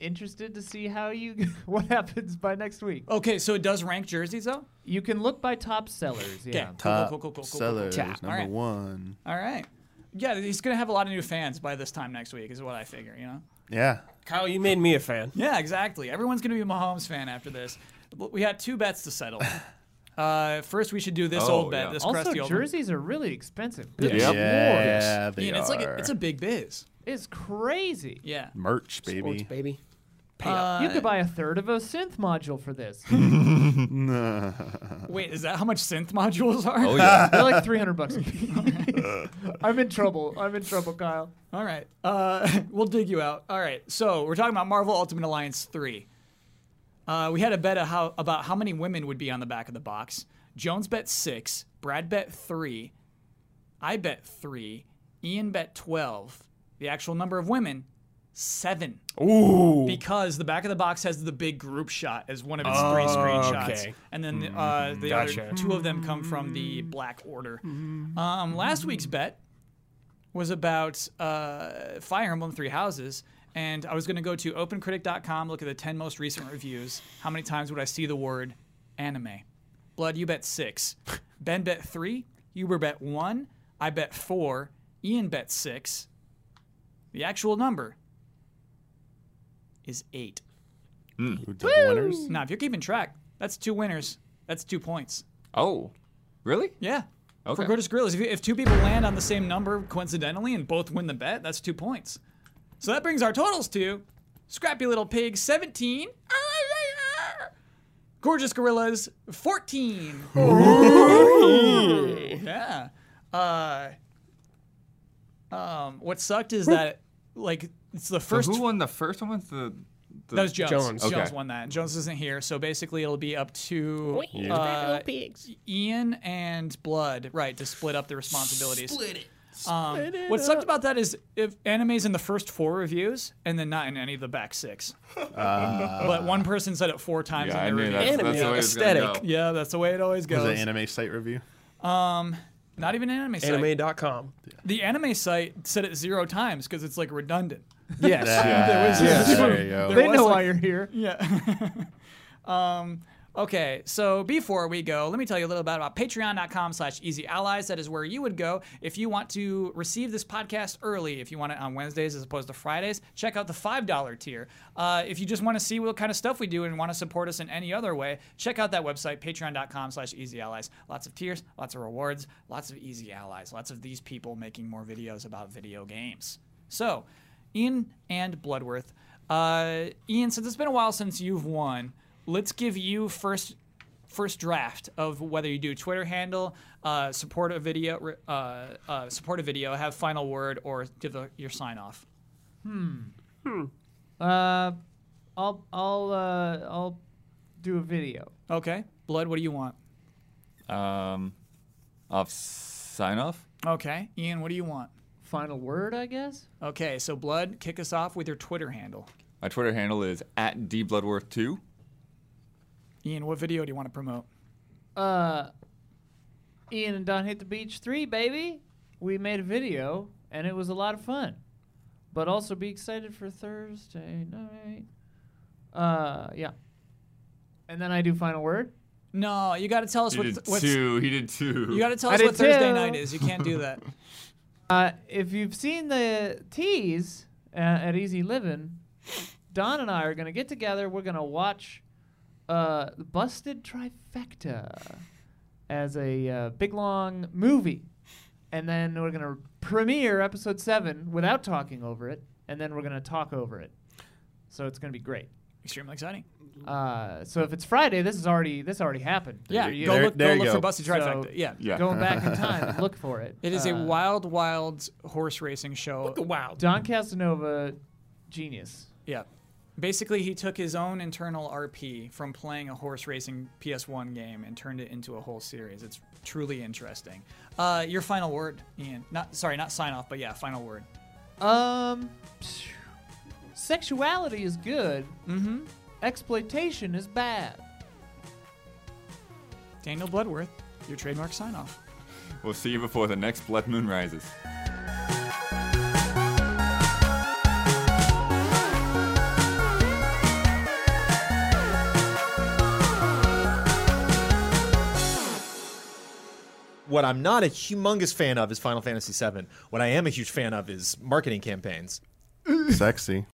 Speaker 4: interested to see how you what happens by next week.
Speaker 1: Okay, so it does rank jerseys though.
Speaker 4: You can look by top sellers.
Speaker 1: Okay.
Speaker 4: Yeah.
Speaker 1: Cool, cool, cool, cool, cool, cool, cool.
Speaker 2: uh, Sellers,
Speaker 1: Tap.
Speaker 2: number
Speaker 1: All right.
Speaker 2: one.
Speaker 1: All right. Yeah, he's gonna have a lot of new fans by this time next week, is what I figure. You know.
Speaker 2: Yeah.
Speaker 6: Kyle, you made me a fan.
Speaker 1: Yeah, exactly. Everyone's gonna be a Mahomes fan after this. But We had two bets to settle. Uh, first, we should do this
Speaker 3: Oh,
Speaker 1: old bet,
Speaker 3: yeah.
Speaker 1: this
Speaker 4: Also,
Speaker 1: crusty old
Speaker 4: jerseys are really expensive. Good
Speaker 3: Yeah.
Speaker 4: lord,
Speaker 2: Yeah,
Speaker 1: bet.
Speaker 2: they
Speaker 1: Ian, it's like a,
Speaker 2: are.
Speaker 1: it's a big biz.
Speaker 4: it's crazy.
Speaker 1: Yeah.
Speaker 2: merch,
Speaker 6: Sports,
Speaker 2: baby.
Speaker 6: baby. Pay up.
Speaker 1: Uh,
Speaker 4: You could buy a third of a synth module for this.
Speaker 1: Wait, is that how much synth modules are?
Speaker 3: Oh yeah.
Speaker 4: They're like 300 bucks a piece. I'm in trouble. I'm in trouble, Kyle.
Speaker 1: All right. Uh, we'll dig you out. All right. So we're talking about Marvel Ultimate Alliance 3. Uh, we had a bet of how, about how many women would be on the back of the box. Jones bet six. Brad bet three. I bet three. Ian bet 12. The actual number of women, seven. Ooh. Because the back of the box has the big group shot as one of its three screenshots.
Speaker 6: Oh, okay. Mm-hmm,
Speaker 1: And then the, uh, the other
Speaker 6: Gotcha. Mm-hmm.
Speaker 1: two of them come from the Black Order. Um, last week's bet was about uh, Fire Emblem Three Houses, and I was going to go to OpenCritic.com, look at the ten most recent reviews. How many times would I see the word anime? Blood, you bet six. Ben bet three. Uber bet one. I bet four. Ian bet six. The actual number is eight.
Speaker 2: Who took the winners?
Speaker 1: Now, if you're keeping track, that's two winners. That's two points.
Speaker 3: oh, really?
Speaker 1: Yeah. For
Speaker 3: Okay.
Speaker 1: British Gorillas, if, you- if two people land on the same number coincidentally and both win the bet, that's two points. So that brings our totals to Scrappy Little Pig 17, Gorgeous Gorillas 14. yeah. Uh, um, what sucked is that like it's the
Speaker 3: So
Speaker 1: first
Speaker 3: who won the first one? Was the, the
Speaker 1: that was Jones. Jones,
Speaker 6: Jones.
Speaker 3: Okay.
Speaker 1: won that. Jones isn't here, so basically it'll be up to uh, Ian and Blood, right, to split up the responsibilities. Split it. Um, what sucked about that is if anime's in the first four reviews and then not in any of the back six. but one person said it four times
Speaker 3: Yeah, I
Speaker 1: in their
Speaker 3: knew
Speaker 1: review.
Speaker 3: that's,
Speaker 6: Anime
Speaker 3: that's the way it was gonna
Speaker 6: aesthetic.
Speaker 3: go.
Speaker 1: Yeah, that's the way it always
Speaker 2: It
Speaker 1: goes.
Speaker 2: was an anime site review.
Speaker 1: not even an anime site.
Speaker 6: Anime.com.
Speaker 1: The anime site said it zero times because it's like redundant.
Speaker 6: Yes.
Speaker 2: Yeah, there you go.
Speaker 1: There
Speaker 4: They
Speaker 1: was,
Speaker 4: know
Speaker 1: like,
Speaker 4: why you're here.
Speaker 1: Yeah. um, okay, so before we go, let me tell you a little bit about patreon.com slash easy allies. That is where you would go if you want to receive this podcast early. If you want it on Wednesdays as opposed to Fridays, check out the $5 tier. Uh, if you just want to see what kind of stuff we do and want to support us in any other way, check out that website, patreon.com slash easy allies. Lots of tiers, lots of rewards, lots of easy allies, lots of these people making more videos about video games. So, Ian and Bloodworth. Uh, Ian, since it's been a while since you've won, let's give you first first draft of whether you do Twitter handle, uh, support a video, uh, uh, support a video, have final word, or give the, your sign off.
Speaker 4: Uh, I'll I'll uh, I'll do a video.
Speaker 1: Okay, Blood. What do you want?
Speaker 3: Um, of s- Sign off.
Speaker 1: Okay, Ian, what do you want?
Speaker 4: Final word, I guess.
Speaker 1: Okay, so Blood, kick us off with your Twitter handle.
Speaker 3: My Twitter handle is at dbloodworth2.
Speaker 1: Ian, what video do you want to promote?
Speaker 4: Uh, Ian and Don hit the beach three, baby. We made a video and it was a lot of fun. But also be excited for Thursday night. Uh, yeah. And then I do final word.
Speaker 1: No, you got to tell us
Speaker 3: He
Speaker 1: what
Speaker 3: did
Speaker 1: th- what's. You
Speaker 3: two. He did two.
Speaker 1: got to tell
Speaker 4: I
Speaker 1: us
Speaker 4: did
Speaker 1: what Thursday
Speaker 4: too.
Speaker 1: night is. You can't do that.
Speaker 4: Uh, if you've seen the tease uh, at Easy Living, Don and I are gonna get together. We're gonna watch uh, Busted Trifecta as a uh, big long movie, and then we're gonna premiere episode seven without talking over it, and then we're gonna talk over it. So it's gonna be great.
Speaker 1: Extremely exciting.
Speaker 4: Uh, so if it's Friday, this is already this already happened.
Speaker 1: Yeah,
Speaker 4: For you.
Speaker 1: go
Speaker 2: There-
Speaker 1: look,
Speaker 2: there
Speaker 1: go
Speaker 2: you
Speaker 1: look for
Speaker 2: go.
Speaker 1: Busted
Speaker 4: So-
Speaker 1: Trifecta. yeah.
Speaker 3: Yeah.
Speaker 4: Going back in time, look for it.
Speaker 1: It is a
Speaker 4: Uh,
Speaker 1: wild, wild horse racing show.
Speaker 6: Wow.
Speaker 4: Don Casanova, genius.
Speaker 1: Yeah. Basically, he took his own internal RP from playing a horse racing PS1 game and turned it into a whole series. It's truly interesting. Uh, your final word, Ian. Not sorry, not sign off, but yeah, final word.
Speaker 4: Um, phew. sexuality is good. Mm-hmm. Exploitation is bad.
Speaker 1: Daniel Bloodworth, your trademark sign off.
Speaker 3: We'll see you before the next blood moon rises.
Speaker 7: What I'm not a humongous fan of is Final Fantasy VII. What I am a huge fan of is marketing campaigns.
Speaker 2: Sexy.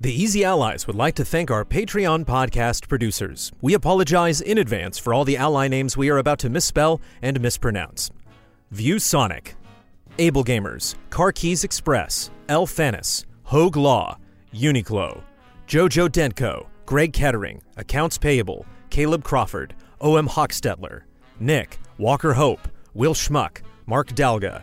Speaker 7: The Easy Allies would like to thank our Patreon podcast producers. We apologize in advance for all the ally names we are about to misspell and mispronounce. View Sonic, Able Gamers, Car Keys Express, El Fanis, Hogue Law, Uniqlo, Jojo Denko, Greg Kettering, Accounts Payable, Caleb Crawford, O.M. Hochstetler, Nick, Walker Hope, Will Schmuck, Mark Dalga,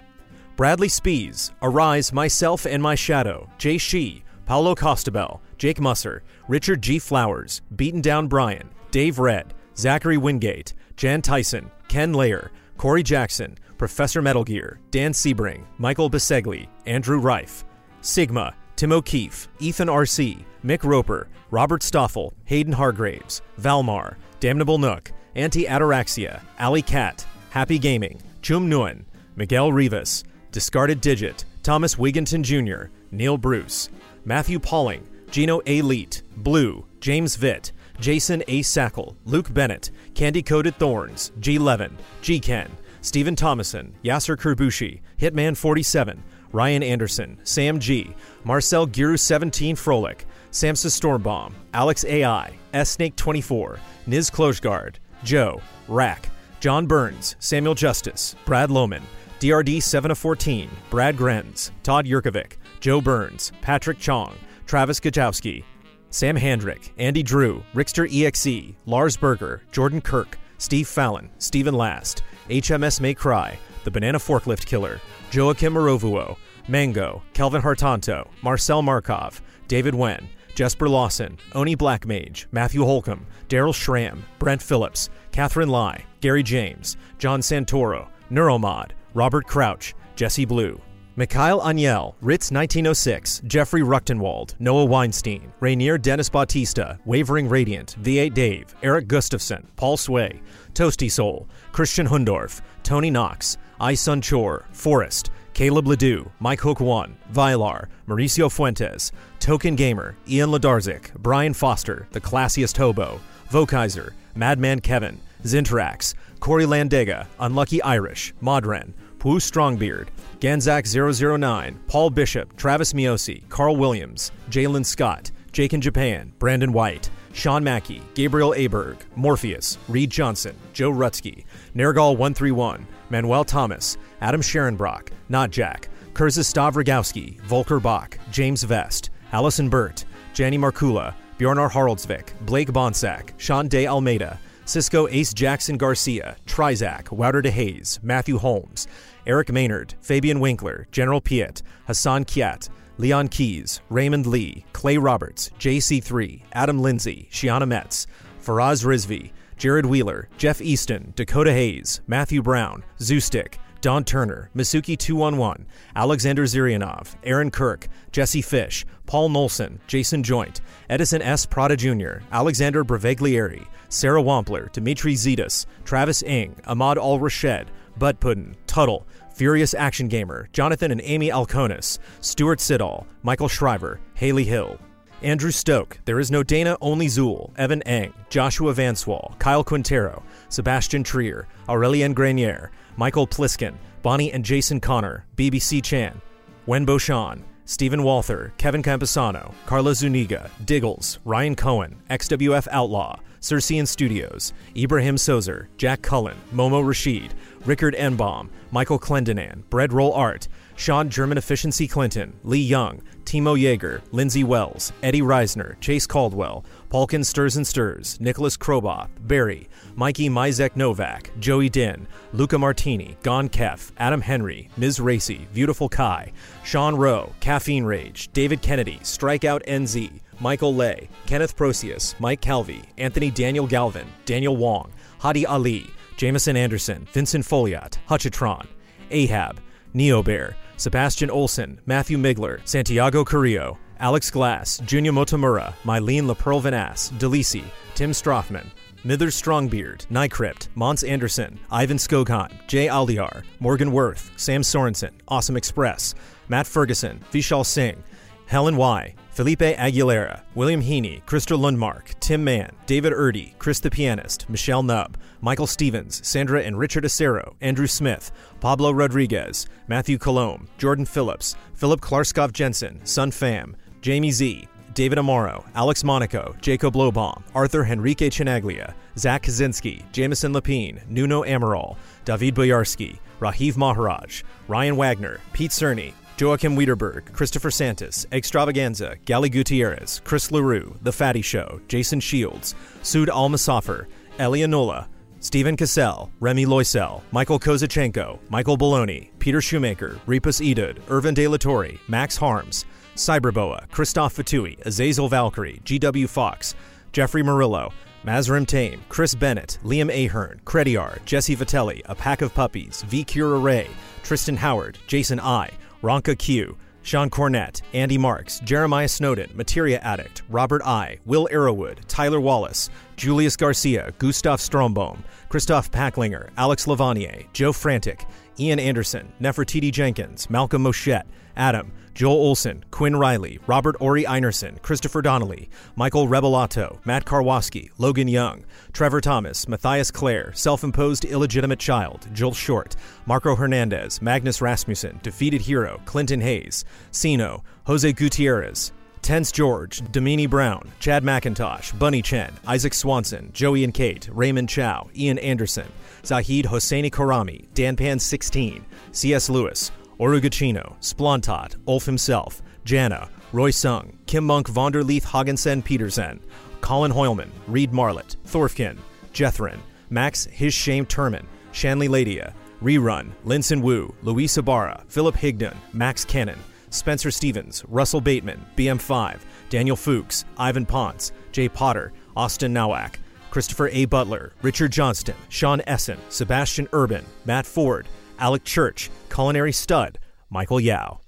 Speaker 7: Bradley Spees, Arise, Myself and My Shadow, Jay Shee, Paolo Costabel, Jake Musser, Richard G. Flowers, Beaten Down Brian, Dave Red, Zachary Wingate, Jan Tyson, Ken Layer, Corey Jackson, Professor Metal Gear, Dan Sebring, Michael Bisegli, Andrew Reif, Sigma, Tim O'Keefe, Ethan R.C., Mick Roper, Robert Stoffel, Hayden Hargraves, Valmar, Damnable Nook, Anti Ataraxia, Alley Cat, Happy Gaming, Chum Nguyen, Miguel Rivas, Discarded Digit, Thomas Wigginton Jr., Neil Bruce, Matthew Pauling, Gino A. Leet, Blue, James Vitt, Jason A. Sackle, Luke Bennett, Candy Coated Thorns, G. Levin, G. Ken, Stephen Thomason, Yasser Kurbushi, Hitman 47, Ryan Anderson, Sam G, Marcel Giru 17 Frolic, Samsa Stormbomb, Alex AI, S Snake 24, Niz Klojgard, Joe, Rack, John Burns, Samuel Justice, Brad Lohman, DRD 7 of 14, Brad Grenz, Todd Yurkovic, Joe Burns, Patrick Chong, Travis Gajowski, Sam Handrick, Andy Drew, Rickster EXE, Lars Berger, Jordan Kirk, Steve Fallon, Stephen Last, HMS May Cry, The Banana Forklift Killer, Joachim Morovuo, Mango, Kelvin Hartanto, Marcel Markov, David Wen, Jesper Lawson, Oni Blackmage, Matthew Holcomb, Daryl Schramm, Brent Phillips, Catherine Lai, Gary James, John Santoro, Neuromod, Robert Crouch, Jesse Blue, Mikhail Aniel, Ritz 1906, Jeffrey Ruchtenwald, Noah Weinstein, Rainier Dennis Bautista, Wavering Radiant, V8 Dave, Eric Gustafson, Paul Sway, Toasty Soul, Christian Hundorf, Tony Knox, Isun Chor, Forrest, Caleb Ledoux, Mike Hook One, Vilar, Mauricio Fuentes, Token Gamer, Ian Ladarzik, Brian Foster, The Classiest Hobo, Vokaiser, Madman Kevin, Zintrax, Corey Landega, Unlucky Irish, Modren, Pooh Strongbeard, Ganzak009, Paul Bishop, Travis Miosi, Carl Williams, Jalen Scott, Jake in Japan, Brandon White, Sean Mackey, Gabriel Aberg, Morpheus, Reed Johnson, Joe Rutsky, Nergal131, Manuel Thomas, Adam Scherenbrock, Not Jack, Kurza Stavrogowski, Volker Bach, James Vest, Allison Burt, Jani Markula, Bjornar Haraldsvik, Blake Bonsack, Sean De Almeida, Cisco Ace Jackson Garcia, Trizak, Wouter De Hayes, Matthew Holmes, Eric Maynard, Fabian Winkler, General Piet, Hassan Kiat, Leon Keys, Raymond Lee, Clay Roberts, JC3, Adam Lindsay, Shiana Metz, Faraz Rizvi, Jared Wheeler, Jeff Easton, Dakota Hayes, Matthew Brown, Zoostick, Don Turner, Masuki211, Alexander Zirianov, Aaron Kirk, Jesse Fish, Paul Nolson, Jason Joint, Edison S. Prada Jr., Alexander Breveglieri, Sarah Wampler, Dimitri Zetas, Travis Ing, Ahmad Al Rashed, Butt Puddin, Tuttle, Furious Action Gamer, Jonathan and Amy Alconis, Stuart Siddall, Michael Shriver, Haley Hill. Andrew Stoke, There Is No Dana, Only Zool, Evan Eng, Joshua Vanswall, Kyle Quintero, Sebastian Trier, Aurelien Grenier, Michael Pliskin, Bonnie and Jason Connor, BBC Chan, Wenbo Sean, Stephen Walther, Kevin Campisano, Carla Zuniga, Diggles, Ryan Cohen, XWF Outlaw, Circean Studios, Ibrahim Sozer, Jack Cullen, Momo Rashid, Rickard Enbaum, Michael Clendenan, Bread Roll Art, Sean German Efficiency Clinton, Lee Young, Timo Yeager, Lindsey Wells, Eddie Reisner, Chase Caldwell, Palkin Stirs and Stirs, Nicholas Kroboth, Barry, Mikey Mizek Novak, Joey Din, Luca Martini, Gon Keff, Adam Henry, Ms. Racy, Beautiful Kai, Sean Rowe, Caffeine Rage, David Kennedy, Strikeout NZ, Michael Lay, Kenneth Procius, Mike Calvi, Anthony Daniel Galvin, Daniel Wong, Hadi Ali, Jamison Anderson, Vincent Foliot, Hutchitron, Ahab, Neobear, Sebastian Olson, Matthew Migler, Santiago Carrillo, Alex Glass, Junior Motomura, Mylene LaPearl Vanass, Delisi, Tim Strothman, Mithers Strongbeard, Nycrypt, Mons Anderson, Ivan Skogheim, Jay Aldiar, Morgan Worth, Sam Sorensen, Awesome Express, Matt Ferguson, Vishal Singh, Helen Y., Felipe Aguilera, William Heaney, Krista Lundmark, Tim Mann, David Erdy, Chris the Pianist, Michelle Nubb, Michael Stevens, Sandra and Richard Acero, Andrew Smith, Pablo Rodriguez, Matthew Colomb, Jordan Phillips, Philip Klarskov Jensen, Sun Pham, Jamie Z., David Amaro, Alex Monaco, Jacob Lobaum, Arthur Henrique Chinaglia, Zach Kaczynski, Jamison Lapine, Nuno Amaral, David Boyarsky, Rahiv Maharaj, Ryan Wagner, Pete Cerny, Joachim Wiederberg, Christopher Santis, Extravaganza, Gally Gutierrez, Chris LaRue, The Fatty Show, Jason Shields, Sud Al Masafir, Elianola, Stephen Cassell, Remy Loisel, Michael Kozachenko, Michael Baloney, Peter Shoemaker, Repus Edud, Irvin De La Torre, Max Harms, Cyberboa, Christoph Fatui, Azazel Valkyrie, G.W. Fox, Jeffrey Murillo, Mazrim Tame, Chris Bennett, Liam Ahern, Crediar, Jesse Vitelli, A Pack of Puppies, V. Cure Array, Tristan Howard, Jason I, Ronka Q, Sean Cornett, Andy Marks, Jeremiah Snowden, Materia Addict, Robert I, Will Arrowwood, Tyler Wallace, Julius Garcia, Gustav Strombohm, Christoph Packlinger, Alex Lavanier, Joe Frantic, Ian Anderson, Nefertiti Jenkins, Malcolm Moschette, Adam, Joel Olson, Quinn Riley, Robert Ori Einerson, Christopher Donnelly, Michael Rebelato, Matt Karwaski, Logan Young, Trevor Thomas, Matthias Clare, self imposed illegitimate child, Joel Short, Marco Hernandez, Magnus Rasmussen, defeated hero, Clinton Hayes, Sino, Jose Gutierrez, Tense George, Domini Brown, Chad McIntosh, Bunny Chen, Isaac Swanson, Joey and Kate, Raymond Chow, Ian Anderson, Zahid Hosseini Karami, DanPan16, C.S. Lewis, Orugachino, Splontot, Ulf himself, Jana, Roy Sung, Kim Monk Vonderleith Hagensen Petersen, Colin Hoylman, Reed Marlett, Thorfkin, Jethrin, Max His Shame Turman, Shanley Ladia, Rerun, Linson Wu, Luis Ibarra, Philip Higdon, Max Cannon, Spencer Stevens, Russell Bateman, BM5, Daniel Fuchs, Ivan Ponce, Jay Potter, Austin Nowak, Christopher A. Butler, Richard Johnston, Sean Essen, Sebastian Urban, Matt Ford, Alec Church, Culinary Stud, Michael Yao.